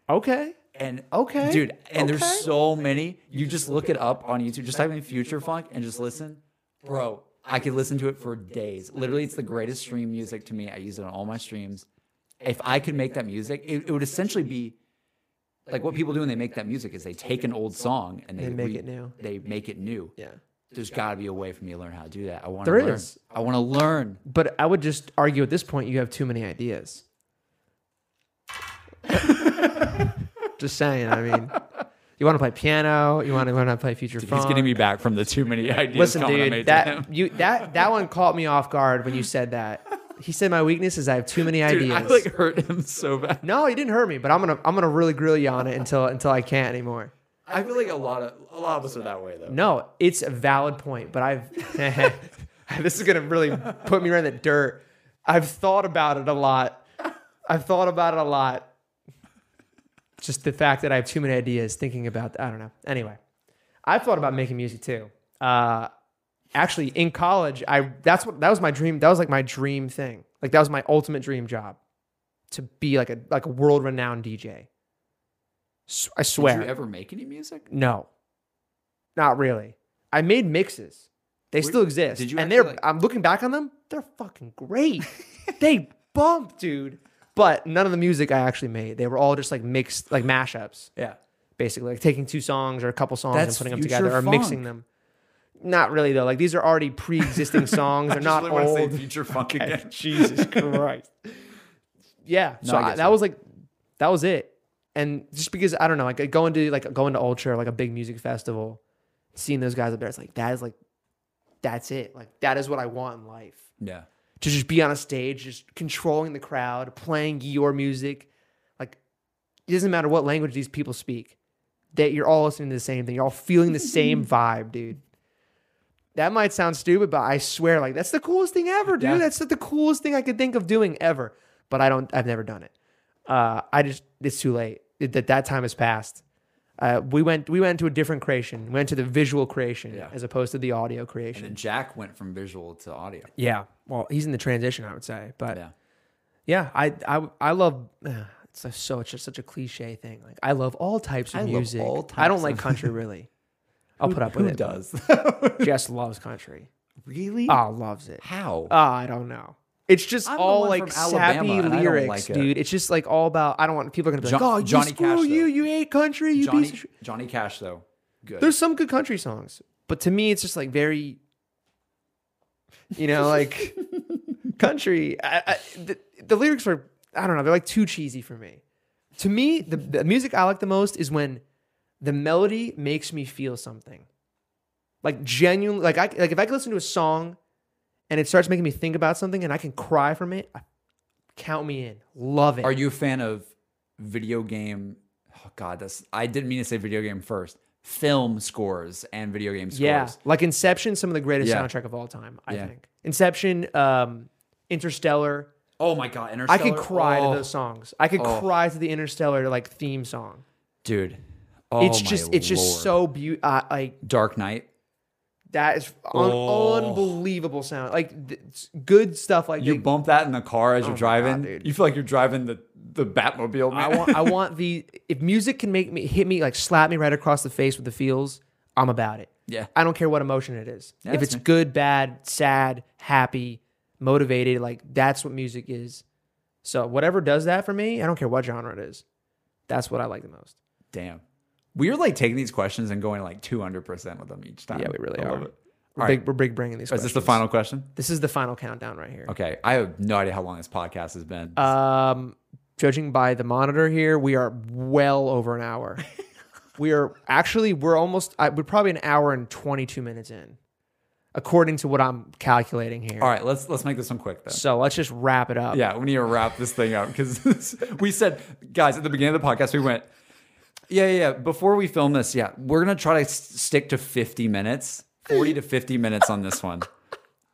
Speaker 1: Okay.
Speaker 2: And
Speaker 1: Okay.
Speaker 2: dude, and
Speaker 1: Okay.
Speaker 2: there's so many. You just look it up on YouTube. Just type in future funk and just listen, bro. I could listen to it for days. Literally, it's the greatest stream music to me. I use it on all my streams. If I could make that music, it, it would essentially be like what people do when they make that music is they take an old song and they,
Speaker 1: They make it new.
Speaker 2: They make it new.
Speaker 1: Yeah.
Speaker 2: There's got to be a way for me to learn how to do that. I want to
Speaker 1: There
Speaker 2: learn.
Speaker 1: is.
Speaker 2: I want to learn.
Speaker 1: But I would just argue at this point you have too many ideas. just saying. I mean, you want to play piano. You want to learn how to play future
Speaker 2: He's
Speaker 1: funk.
Speaker 2: getting me back from the too many ideas.
Speaker 1: Listen,
Speaker 2: comment I
Speaker 1: dude,
Speaker 2: made to him.
Speaker 1: that you that that one caught me off guard when you said that. He said my weakness is I have too many
Speaker 2: dude,
Speaker 1: ideas.
Speaker 2: I like hurt him so bad.
Speaker 1: no, he didn't hurt me, but I'm gonna I'm gonna really grill you on it until until I can't anymore.
Speaker 2: I feel like a lot of a lot of us are that way though.
Speaker 1: No, it's a valid point, but I've this is gonna really put me right in the dirt. I've thought about it a lot. I've thought about it a lot. Just the fact that I have too many ideas thinking about I don't know. Anyway, I've thought about making music too. Uh, actually, in college, I that's what that was my dream. That was like my dream thing. Like that was my ultimate dream job, to be like a like a world renowned DJ. S- I swear.
Speaker 2: Did you ever make any music?
Speaker 1: No, not really. I made mixes. They still exist.
Speaker 2: did you
Speaker 1: and
Speaker 2: actually,
Speaker 1: they're,
Speaker 2: like-
Speaker 1: I'm looking back on them, they're fucking great. they bump, dude. But none of the music I actually made. They were all just like mixed, like mashups,
Speaker 2: Yeah.
Speaker 1: basically, like taking two songs or a couple songs
Speaker 2: That's
Speaker 1: and putting them
Speaker 2: future
Speaker 1: together or mixing
Speaker 2: funk.
Speaker 1: them. Not really, though. Like these are already pre existing songs. They're not old.
Speaker 2: future funk again.
Speaker 1: Jesus Christ. Yeah. so
Speaker 2: I
Speaker 1: I
Speaker 2: get
Speaker 1: that
Speaker 2: you.
Speaker 1: was like, that was it. And just because I don't know, like going to like going to Ultra, like a big music festival, seeing those guys up there, it's like that is like, that's it. Like that is what I want in life
Speaker 2: Yeah.
Speaker 1: to just be on a stage, just controlling the crowd, playing your music. Like it doesn't matter what language these people speak, that you're all listening to the same thing. You're all feeling the same vibe, dude. That might sound stupid, but I swear, like that's the coolest thing ever, dude.
Speaker 2: Yeah.
Speaker 1: That's the coolest thing I could think of doing ever. But I don't. I've never done it. Uh, I just. It's too late. It, that that time has passed. Uh, we went. We went to a different creation. We went to the visual creation
Speaker 2: Yeah.
Speaker 1: as opposed to the audio creation.
Speaker 2: And Jack went from visual to audio.
Speaker 1: yeah. Well, he's in the transition, I would say. But
Speaker 2: Yeah.
Speaker 1: yeah, I I I love. ugh, It's a, so it's just such a cliche thing. Like I love all types of
Speaker 2: I love
Speaker 1: music.
Speaker 2: all
Speaker 1: I don't
Speaker 2: types
Speaker 1: like
Speaker 2: of-
Speaker 1: country really. I'll put up
Speaker 2: Who
Speaker 1: with it.
Speaker 2: does?
Speaker 1: Jess loves country.
Speaker 2: really?
Speaker 1: Ah, loves it.
Speaker 2: Uh, How?
Speaker 1: Ah, I don't know. It's just
Speaker 2: I'm the
Speaker 1: all
Speaker 2: one
Speaker 1: like
Speaker 2: from
Speaker 1: sappy
Speaker 2: Alabama, and I don't
Speaker 1: lyrics,
Speaker 2: like it.
Speaker 1: dude. It's just like all about. I don't want people are gonna be
Speaker 2: Jo-
Speaker 1: like, oh,
Speaker 2: Johnny
Speaker 1: you
Speaker 2: Cash,
Speaker 1: screw you,
Speaker 2: though.
Speaker 1: you hate country, you
Speaker 2: Johnny
Speaker 1: piece of shit.
Speaker 2: Johnny Cash though. Good.
Speaker 1: There's some good country songs, but to me, it's just like very, you know, like country. I, I, the, the lyrics are, I don't know, they're like too cheesy for me. To me, the, the music I like the most is when the melody makes me feel something. Like genuinely, like I like if I can listen to a song, and it starts making me think about something, and I can cry from it. I, count me in, love it.
Speaker 2: Are you a fan of video game? Oh God, that's. I didn't mean to say video game first. Film scores and video game scores.
Speaker 1: Yeah, like Inception, some of the greatest
Speaker 2: Yeah.
Speaker 1: soundtrack of all time. I
Speaker 2: Yeah.
Speaker 1: think Inception, um, Interstellar.
Speaker 2: Oh my God,
Speaker 1: I
Speaker 2: Interstellar.
Speaker 1: could cry
Speaker 2: Oh,
Speaker 1: to those songs. I could cry to the Interstellar like theme song.
Speaker 2: Dude. Oh
Speaker 1: it's just,
Speaker 2: my
Speaker 1: it's just
Speaker 2: Lord.
Speaker 1: so beautiful. Uh, like
Speaker 2: Dark Knight.
Speaker 1: that is un-
Speaker 2: Oh.
Speaker 1: unbelievable sound. Like th- it's good stuff. Like
Speaker 2: You
Speaker 1: the-
Speaker 2: bump that in the car as you're
Speaker 1: Oh God,
Speaker 2: driving.
Speaker 1: dude.
Speaker 2: you feel like you're driving the the Batmobile.
Speaker 1: I
Speaker 2: man.
Speaker 1: want, I want the if music can make me hit me like slap me right across the face with the feels. I'm about it.
Speaker 2: Yeah.
Speaker 1: I don't care what emotion it is. if
Speaker 2: that's
Speaker 1: it's
Speaker 2: me.
Speaker 1: good, bad, sad, happy, motivated, like that's what music is. So whatever does that for me, I don't care what genre it is. That's what I like the most.
Speaker 2: Damn. We are like taking these questions and going like 200% with them each time.
Speaker 1: Yeah, we really
Speaker 2: I love
Speaker 1: are.
Speaker 2: it.
Speaker 1: We're
Speaker 2: All
Speaker 1: big,
Speaker 2: right.
Speaker 1: we're big bringing these.
Speaker 2: Is this the
Speaker 1: questions.
Speaker 2: final question?
Speaker 1: This is the final countdown right here.
Speaker 2: Okay. I have no idea how long this podcast has been.
Speaker 1: Um, judging by the monitor here, we are well over an hour. we are actually we're almost I, we're probably an hour and twenty two minutes in, according to what I'm calculating here.
Speaker 2: All right. Let's let's make this one quick then.
Speaker 1: So let's just wrap it up.
Speaker 2: Yeah, we need to wrap this thing up because we said, guys, at the beginning of the podcast, we went, yeah, yeah, yeah. Before we film this, yeah, we're gonna try to s- stick to fifty minutes, forty to fifty minutes on this one.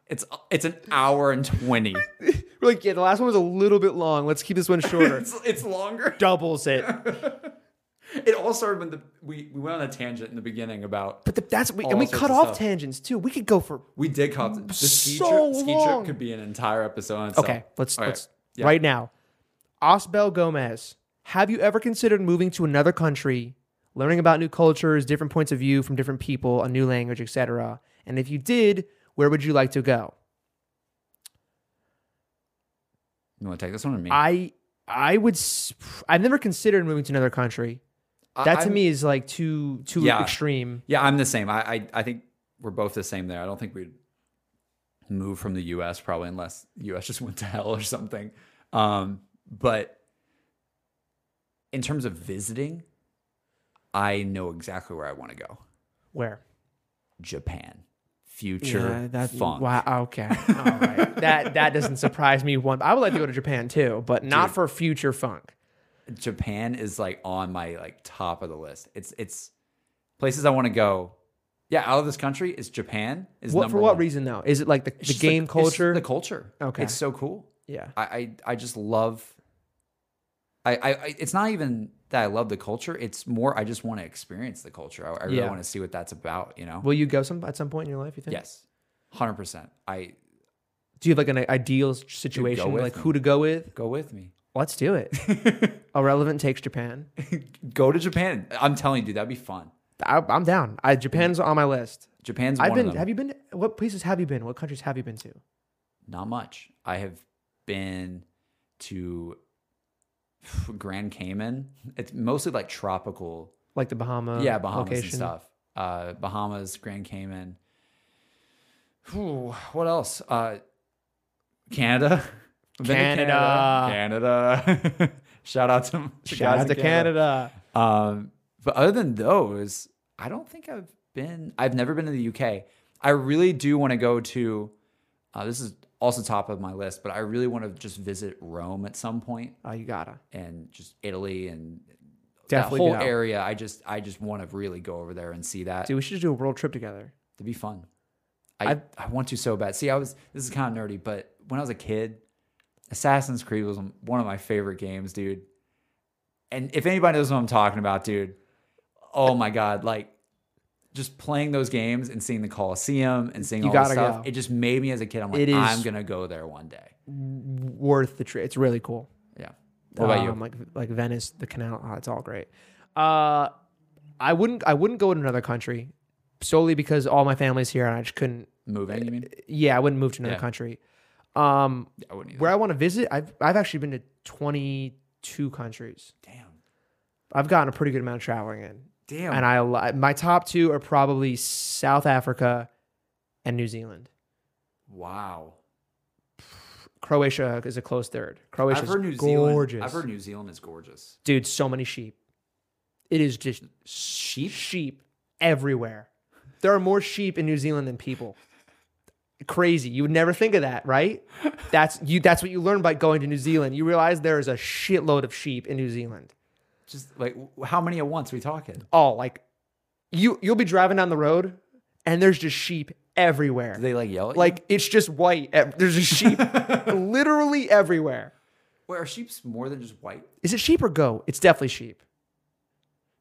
Speaker 2: It's it's an hour and twenty.
Speaker 1: We're We're like, yeah, the last one was a little bit long. Let's keep this one shorter.
Speaker 2: It's, it's longer.
Speaker 1: Doubles it.
Speaker 2: It all started when the we, we went on a tangent in the beginning about
Speaker 1: But the, that's we, and
Speaker 2: All
Speaker 1: we
Speaker 2: sorts
Speaker 1: cut
Speaker 2: of
Speaker 1: off
Speaker 2: stuff.
Speaker 1: tangents too. We could go for
Speaker 2: we did cop the ski
Speaker 1: So
Speaker 2: trip. Ski
Speaker 1: long.
Speaker 2: trip could be an entire episode. on itself.
Speaker 1: okay. Let's
Speaker 2: All right.
Speaker 1: let's
Speaker 2: Yeah.
Speaker 1: right now. Osbel Gomez, have you ever considered moving to another country, learning about new cultures, different points of view from different people, a new language, etc.? And if you did, where would you like to go?
Speaker 2: You want to take this one or me?
Speaker 1: I I would s- I've never considered moving to another country. That to
Speaker 2: I'm-
Speaker 1: me is like too too
Speaker 2: Yeah.
Speaker 1: extreme.
Speaker 2: Yeah, I'm the same. I, I I think we're both the same there. I don't think we'd move from the U.S. probably unless the U.S. just went to hell or something. Um, but in terms of visiting, I know exactly where I want to go.
Speaker 1: Where?
Speaker 2: Japan, future funk.
Speaker 1: Wow. Okay. All right. that that doesn't surprise me one. I would like to go to Japan too, but not for future funk.
Speaker 2: Japan is like on my like top of the list. It's it's places I want to go. Yeah, out of this country is Japan. Is
Speaker 1: What
Speaker 2: number
Speaker 1: for what
Speaker 2: one.
Speaker 1: reason though? Is it like the, the
Speaker 2: Just, like,
Speaker 1: game
Speaker 2: it's
Speaker 1: culture?
Speaker 2: The culture.
Speaker 1: Okay.
Speaker 2: it's so cool.
Speaker 1: yeah.
Speaker 2: I, I I just love. I, I I- it's not even that I love the culture. It's more I just want to experience the culture. I, I really
Speaker 1: Yeah.
Speaker 2: want to see what that's about. You know.
Speaker 1: Will you go some at some point in your life? You think?
Speaker 2: yes, hundred percent. I
Speaker 1: Do you have like an ideal s- situation,
Speaker 2: with
Speaker 1: like
Speaker 2: me.
Speaker 1: who to go with?
Speaker 2: go with me.
Speaker 1: Let's do it. Irrelevant takes Japan.
Speaker 2: Go to Japan. I'm telling you, dude, that'd be fun.
Speaker 1: I, I'm down. I, Japan's on my list.
Speaker 2: Japan's
Speaker 1: I've
Speaker 2: one
Speaker 1: been.
Speaker 2: of them.
Speaker 1: Have you been? to- What places have you been? What countries have you been to?
Speaker 2: Not much. I have been to Grand Cayman. It's mostly like tropical
Speaker 1: Like the Bahamas.
Speaker 2: yeah, Bahamas
Speaker 1: Um, location.
Speaker 2: and stuff. Uh, Bahamas, Grand Cayman. Whew, what else? Uh, Canada. I've been to Canada. Canada. Shout out to to
Speaker 1: Shout
Speaker 2: guys
Speaker 1: out
Speaker 2: in
Speaker 1: to Canada.
Speaker 2: Um, but other than those, I don't think I've been. I've never been to the UK. I really do want to go to. Uh, this is also top of my list, but I really want to just visit Rome at some point
Speaker 1: Oh, you gotta.
Speaker 2: and just Italy and
Speaker 1: Definitely
Speaker 2: that whole
Speaker 1: go.
Speaker 2: area. I just I just want to really go over there and see that.
Speaker 1: Dude, we should just do a world trip together.
Speaker 2: It'd be fun. I, I want to so bad. See, I was this is kind of nerdy, but when I was a kid, Assassin's Creed was one of my favorite games, dude. And if anybody knows what I'm talking about, dude, oh my god, like just playing those games and seeing the Coliseum and seeing
Speaker 1: You
Speaker 2: all
Speaker 1: gotta
Speaker 2: that stuff,
Speaker 1: go.
Speaker 2: it just made me as a kid. I'm like,
Speaker 1: It is-
Speaker 2: I'm gonna go there one day.
Speaker 1: Worth the trip. It's really cool.
Speaker 2: Yeah. What about
Speaker 1: Um,
Speaker 2: you?
Speaker 1: Like like Venice, the canal. Oh, it's all great. Uh, I wouldn't I wouldn't go to another country solely because all my family's here and I just couldn't.
Speaker 2: Moving? You mean?
Speaker 1: Yeah, I wouldn't move to another
Speaker 2: Yeah.
Speaker 1: country. Um,
Speaker 2: I wouldn't either.
Speaker 1: where I want to visit, I've I've actually been to twenty two countries.
Speaker 2: Damn.
Speaker 1: I've gotten a pretty good amount of traveling in,
Speaker 2: Damn.
Speaker 1: and I li- my top two are probably South Africa and New Zealand.
Speaker 2: wow.
Speaker 1: Croatia is a close third. Croatia
Speaker 2: I've heard New
Speaker 1: gorgeous.
Speaker 2: Zealand. I've heard New Zealand is gorgeous.
Speaker 1: Dude, so many sheep. It is just
Speaker 2: Sheep.
Speaker 1: sheep everywhere. There are more sheep in New Zealand than people. Crazy. You would never think of that, right? That's you that's what you learn by going to New Zealand. You realize there is a shitload of sheep in New Zealand.
Speaker 2: Just like w- how many at once we talking?
Speaker 1: All like you you'll be driving down the road and there's just sheep everywhere.
Speaker 2: Do they like yell at you?
Speaker 1: like it's just white. ev- There's just sheep literally everywhere.
Speaker 2: Wait, are sheep's more than just white?
Speaker 1: Is it sheep or goat? It's definitely sheep.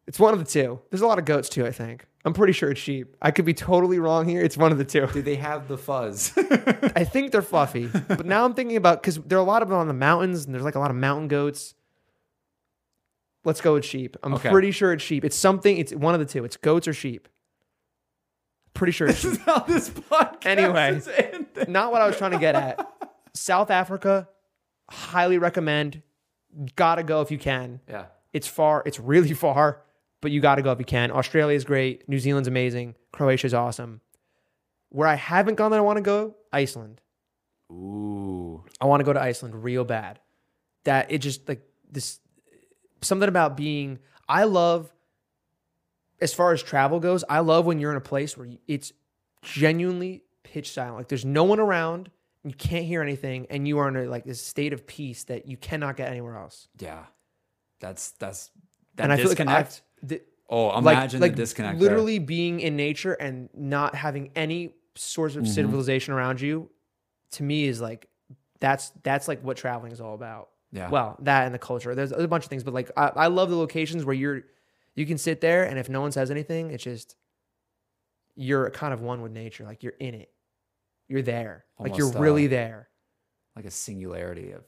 Speaker 1: It's one of the two. There's a lot of goats too, I think. I'm pretty sure it's sheep. I could be totally wrong here. It's one of the two.
Speaker 2: Do they have the fuzz?
Speaker 1: I think they're fluffy, but now I'm thinking about because there are a lot of them on the mountains, and there's like a lot of mountain goats. Let's go with sheep. I'm
Speaker 2: Okay.
Speaker 1: pretty sure it's sheep. It's something. It's one of the two. It's goats or sheep. Pretty sure it's sheep.
Speaker 2: is how this podcast
Speaker 1: Anyway.
Speaker 2: is ending.
Speaker 1: not what I was trying to get at. South Africa, highly recommend. Gotta go if you can.
Speaker 2: Yeah.
Speaker 1: It's far. It's really far, but you got to go if you can. Australia's great. New Zealand's amazing. Croatia's awesome. Where I haven't gone that I want to go, Iceland.
Speaker 2: Ooh.
Speaker 1: I want to go to Iceland real bad. That it just like this something about being I love as far as travel goes, I love when you're in a place where you, it's genuinely pitch silent. Like there's no one around, you can't hear anything and you are in a, like this state of peace that you cannot get anywhere else.
Speaker 2: Yeah. That's that's that
Speaker 1: and I
Speaker 2: disconnect.
Speaker 1: feel like I've, the-
Speaker 2: oh,
Speaker 1: like,
Speaker 2: imagine
Speaker 1: like
Speaker 2: the disconnect. there.
Speaker 1: literally being in nature
Speaker 2: Mm-hmm.
Speaker 1: and not having any source of civilization around you to me is like that's that's like what traveling is all about.
Speaker 2: Yeah.
Speaker 1: Well, that and the culture. There's a bunch of things, but like I, I love the locations where you're you can sit there and if no one says anything, it's just you're kind of one with nature. Like you're in it. You're there. like you're
Speaker 2: Almost, uh,
Speaker 1: really there.
Speaker 2: like a singularity of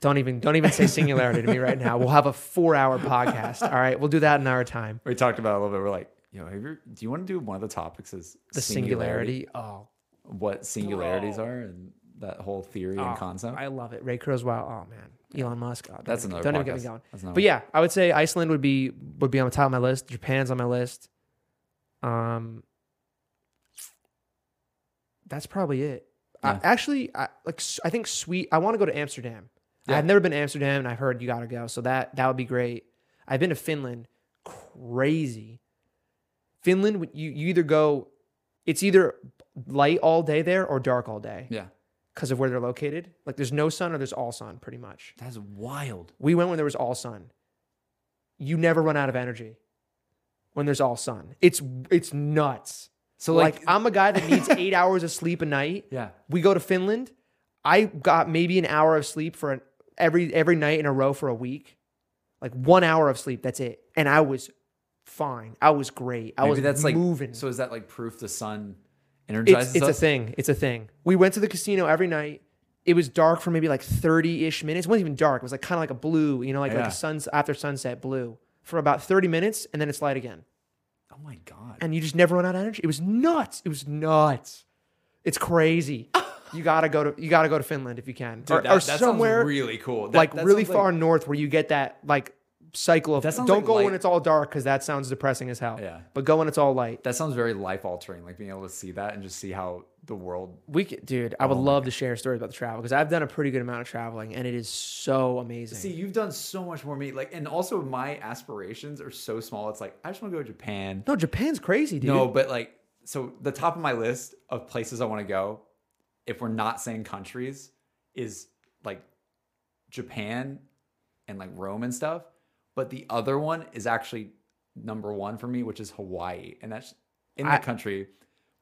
Speaker 1: Don't even don't even say singularity to me right now. We'll have a four hour podcast. All right. We'll do that in our time.
Speaker 2: we talked about it a little bit. We're like, you know, have you, do you want to do one of the topics is
Speaker 1: The singularity. Oh,
Speaker 2: what singularities are, and that whole theory and
Speaker 1: Oh,
Speaker 2: concept.
Speaker 1: I love it. Ray Kurzweil. Oh man, Elon Musk. Oh, don't
Speaker 2: That's
Speaker 1: even-
Speaker 2: another
Speaker 1: Don't even get
Speaker 2: podcast.
Speaker 1: me going.
Speaker 2: That's another
Speaker 1: But yeah, I would say Iceland would be would be on the top of my list. Japan's on my list. Um, that's probably it. I-
Speaker 2: Yeah.
Speaker 1: actually, I, like s- I think sweet. I want to go to Amsterdam.
Speaker 2: Yeah.
Speaker 1: I've never been to Amsterdam, and I've heard you gotta go. So that that would be great. I've been to Finland. Crazy. Finland, you, you either go, it's either light all day there or dark all day
Speaker 2: yeah,
Speaker 1: because of where they're located. Like there's no sun or there's all sun pretty much.
Speaker 2: that's wild.
Speaker 1: We went when there was all sun. You never run out of energy when there's all sun. It's it's nuts.
Speaker 2: So
Speaker 1: like,
Speaker 2: like,
Speaker 1: I'm a guy that needs 8 hours of sleep a night.
Speaker 2: yeah,
Speaker 1: We go to Finland. I got maybe an hour of sleep for an, every every night in a row for a week. Like 1 hour of sleep, that's it. And I was fine. I was great. I
Speaker 2: maybe
Speaker 1: was
Speaker 2: that's like
Speaker 1: moving.
Speaker 2: So is that like proof the sun
Speaker 1: It's,
Speaker 2: energizes
Speaker 1: it's a
Speaker 2: us?
Speaker 1: thing. It's a thing. We went to the casino every night. It was dark for maybe like 30 ish minutes. It wasn't even dark. It was like kind of like a blue, you know, like, like
Speaker 2: Yeah.
Speaker 1: a suns after sunset blue for about 30 minutes and then it's light again.
Speaker 2: oh my god!
Speaker 1: And you just never run out of energy. It was nuts. It was nuts. It's crazy. you gotta go to you gotta go to Finland if you can.
Speaker 2: Dude,
Speaker 1: or,
Speaker 2: that-
Speaker 1: or
Speaker 2: that sounds
Speaker 1: somewhere
Speaker 2: really cool. That-
Speaker 1: like
Speaker 2: that
Speaker 1: really
Speaker 2: sounds
Speaker 1: far north where you get that like cycle of
Speaker 2: That sounds
Speaker 1: don't
Speaker 2: like
Speaker 1: go
Speaker 2: light.
Speaker 1: when it's all dark because that sounds depressing as hell.
Speaker 2: Yeah.
Speaker 1: But go when it's all light.
Speaker 2: That sounds very life altering. Like being able to see that and just see how the world.
Speaker 1: We could, dude, I would love to share stories about the travel because I've done a pretty good amount of traveling and it is so amazing.
Speaker 2: See, you've done so much more meat. Like, and also my aspirations are so small. It's like I just want to go to Japan.
Speaker 1: no, Japan's crazy, dude.
Speaker 2: No, but like, so the top of my list of places I want to go, if we're not saying countries, is like Japan and like Rome and stuff. But the other one is actually number one for me, which is Hawaii. And that's in the
Speaker 1: I-
Speaker 2: country.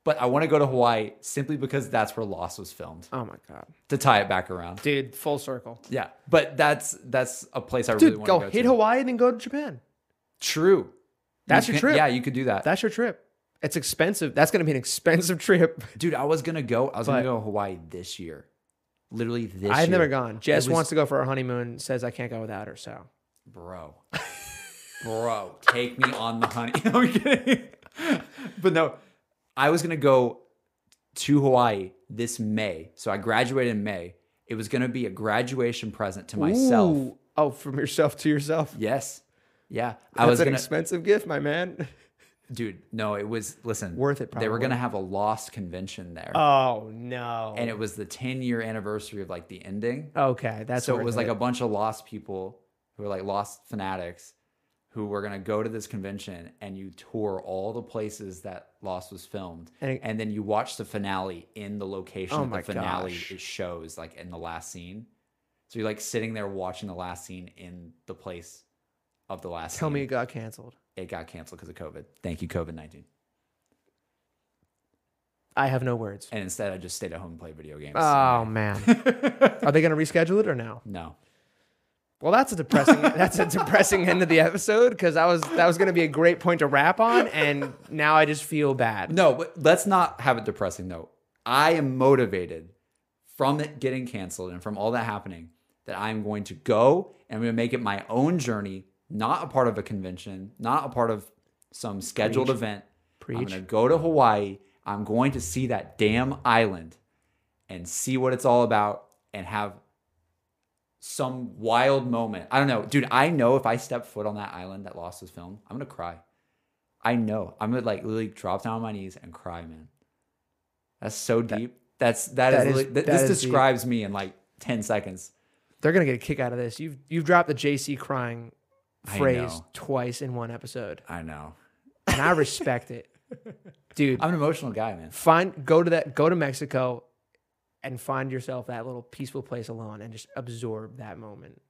Speaker 2: But I want to go to Hawaii simply because that's where Lost was filmed
Speaker 1: Oh my god,
Speaker 2: to tie it back around.
Speaker 1: dude, full circle.
Speaker 2: Yeah. But that's that's a place I
Speaker 1: Dude,
Speaker 2: really want
Speaker 1: go,
Speaker 2: to go
Speaker 1: hit
Speaker 2: to.
Speaker 1: Hawaii and then go to Japan.
Speaker 2: True.
Speaker 1: That's
Speaker 2: You
Speaker 1: your
Speaker 2: can-
Speaker 1: trip.
Speaker 2: Yeah, you could do that.
Speaker 1: That's your trip. It's expensive. That's gonna be an expensive trip.
Speaker 2: Dude, I was gonna go. I was gonna
Speaker 1: But-
Speaker 2: go to Hawaii this year. Literally this year.
Speaker 1: I've never gone. Jess
Speaker 2: was-
Speaker 1: wants to go for our honeymoon. Says I can't go without her. So
Speaker 2: Bro. Bro, take me on the honey. I'm kidding. But no, I was gonna go to Hawaii this May. So I graduated in May. It was gonna be a graduation present to myself.
Speaker 1: Ooh. Oh, from yourself to yourself.
Speaker 2: Yes. Yeah. I
Speaker 1: That's
Speaker 2: was
Speaker 1: an
Speaker 2: gonna
Speaker 1: expensive gift, my man.
Speaker 2: dude, no, it was listen.
Speaker 1: Worth it,
Speaker 2: They were
Speaker 1: probably.
Speaker 2: gonna have a lost convention there.
Speaker 1: Oh no.
Speaker 2: and it was the 10 year anniversary of like the ending.
Speaker 1: okay, that's
Speaker 2: So
Speaker 1: worth
Speaker 2: it was like a bunch of lost people who were like lost fanatics who were going to go to this convention and you tour all the places that Lost was filmed.
Speaker 1: And
Speaker 2: And,
Speaker 1: it-
Speaker 2: then you watch the finale in the location
Speaker 1: Oh
Speaker 2: that
Speaker 1: my
Speaker 2: the finale
Speaker 1: gosh.
Speaker 2: it shows, like in the last scene. So you're like sitting there watching the last scene in the place of the last
Speaker 1: Tell
Speaker 2: scene.
Speaker 1: me it got canceled.
Speaker 2: it got canceled because of COVID. Thank you, COVID 19.
Speaker 1: I have no words.
Speaker 2: And instead, I just stayed at home and played video games.
Speaker 1: Oh man, are they gonna reschedule it or no?
Speaker 2: no.
Speaker 1: Well, that's a depressing. that's a depressing end of the episode because I was that was going to be a great point to wrap on, and now I just feel bad.
Speaker 2: No, but let's not have it depressing though. I am motivated from it getting canceled and from all that happening that I'm going to go and I'm going to make it my own journey, not a part of a convention, not a part of some scheduled event. I'm
Speaker 1: Preach.
Speaker 2: going to go to Hawaii. I'm going to see that damn island and see what it's all about and have some wild moment. I don't know. Dude, I know if I step foot on that island that lost this film, I'm going to cry. I know. I'm gonna like literally drop down on my knees and cry, man. That's so deep. That's
Speaker 1: that
Speaker 2: that is,
Speaker 1: is-
Speaker 2: literally-
Speaker 1: that
Speaker 2: th- this
Speaker 1: is deep.
Speaker 2: describes me in like ten seconds.
Speaker 1: They're going to get a kick out of this. You've you've dropped the JC crying
Speaker 2: I
Speaker 1: phrase
Speaker 2: know.
Speaker 1: twice in one episode,
Speaker 2: I know.
Speaker 1: and I respect it, dude.
Speaker 2: I'm an emotional guy, man.
Speaker 1: Find go to that go to Mexico, and find yourself that little peaceful place alone, and just absorb that moment.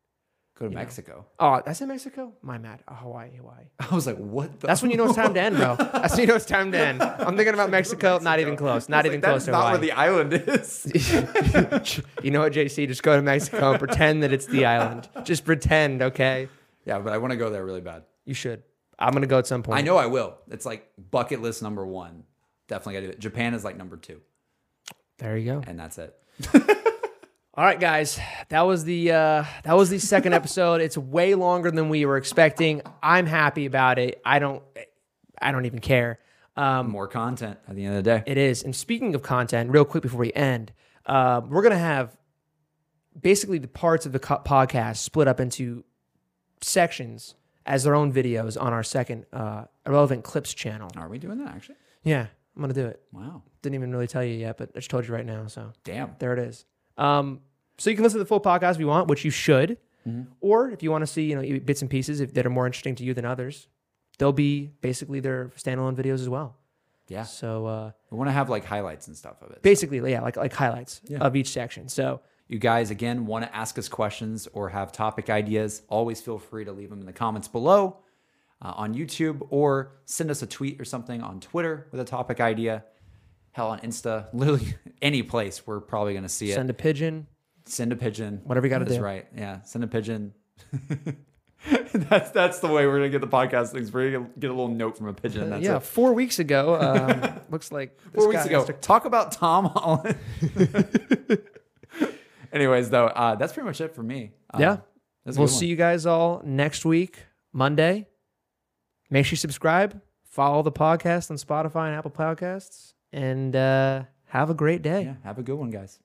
Speaker 2: Go to Mexico.
Speaker 1: Oh, that's in Mexico? My mad. Oh, Hawaii, Hawaii.
Speaker 2: I was like, what the?
Speaker 1: That's when you know it's time to end, bro. That's when you know it's time to end. I'm thinking about Mexico, not even close. Not
Speaker 2: It's like,
Speaker 1: even close
Speaker 2: That's
Speaker 1: to
Speaker 2: not
Speaker 1: Hawaii.
Speaker 2: where the island is.
Speaker 1: you know what, JC? Just go to Mexico and pretend that it's the island. Just pretend, okay?
Speaker 2: yeah, but I want to go there really bad.
Speaker 1: You should. I'm gonna go at some point.
Speaker 2: I know I will. It's like bucket list number one. Definitely got to do it. Japan is like number two,
Speaker 1: There you go.
Speaker 2: and that's it.
Speaker 1: All right, guys, that was the uh, that was the second episode. It's way longer than we were expecting. I'm happy about it. I don't, I don't even care. Um,
Speaker 2: More content at the end of the day.
Speaker 1: It is. And speaking of content, real quick before we end, uh, we're going to have basically the parts of the co- podcast split up into sections as their own videos on our second uh, Irrelevant Clips channel.
Speaker 2: Are we doing that actually?
Speaker 1: Yeah, I'm going to do it.
Speaker 2: Wow.
Speaker 1: Didn't even really tell you yet, but I just told you right now. So
Speaker 2: Damn.
Speaker 1: there it is. Um, so you can listen to the full podcast if you want, which you should. Or if you want to see, you know, e-, bits and pieces if, that are more interesting to you than others, they'll be basically their standalone videos as well.
Speaker 2: Yeah.
Speaker 1: So uh,
Speaker 2: We want to have like highlights and stuff of it.
Speaker 1: basically yeah like like highlights of each section so
Speaker 2: you guys again want to ask us questions or have topic ideas always feel free to leave them in the comments below uh, on youtube or send us a tweet or something on twitter with a topic idea hell on insta literally any place we're probably going to see it send,
Speaker 1: send a pigeon
Speaker 2: a pigeon
Speaker 1: Whatever you gotta
Speaker 2: that's
Speaker 1: do.
Speaker 2: right yeah send a pigeon that's that's the way we're going to get the podcast things we're going to get a little note from a pigeon and that's
Speaker 1: Uh, yeah
Speaker 2: it
Speaker 1: four weeks ago um, looks like this
Speaker 2: four weeks
Speaker 1: guy
Speaker 2: ago.
Speaker 1: has to-
Speaker 2: Talk about Tom Holland. Anyways, though, uh, that's pretty much it for me. Uh,
Speaker 1: Yeah.
Speaker 2: that's a
Speaker 1: we'll
Speaker 2: good one.
Speaker 1: see you guys all next week monday make sure you subscribe follow the podcast on spotify and apple podcasts and uh, have a great day
Speaker 2: Yeah, have a good one, guys.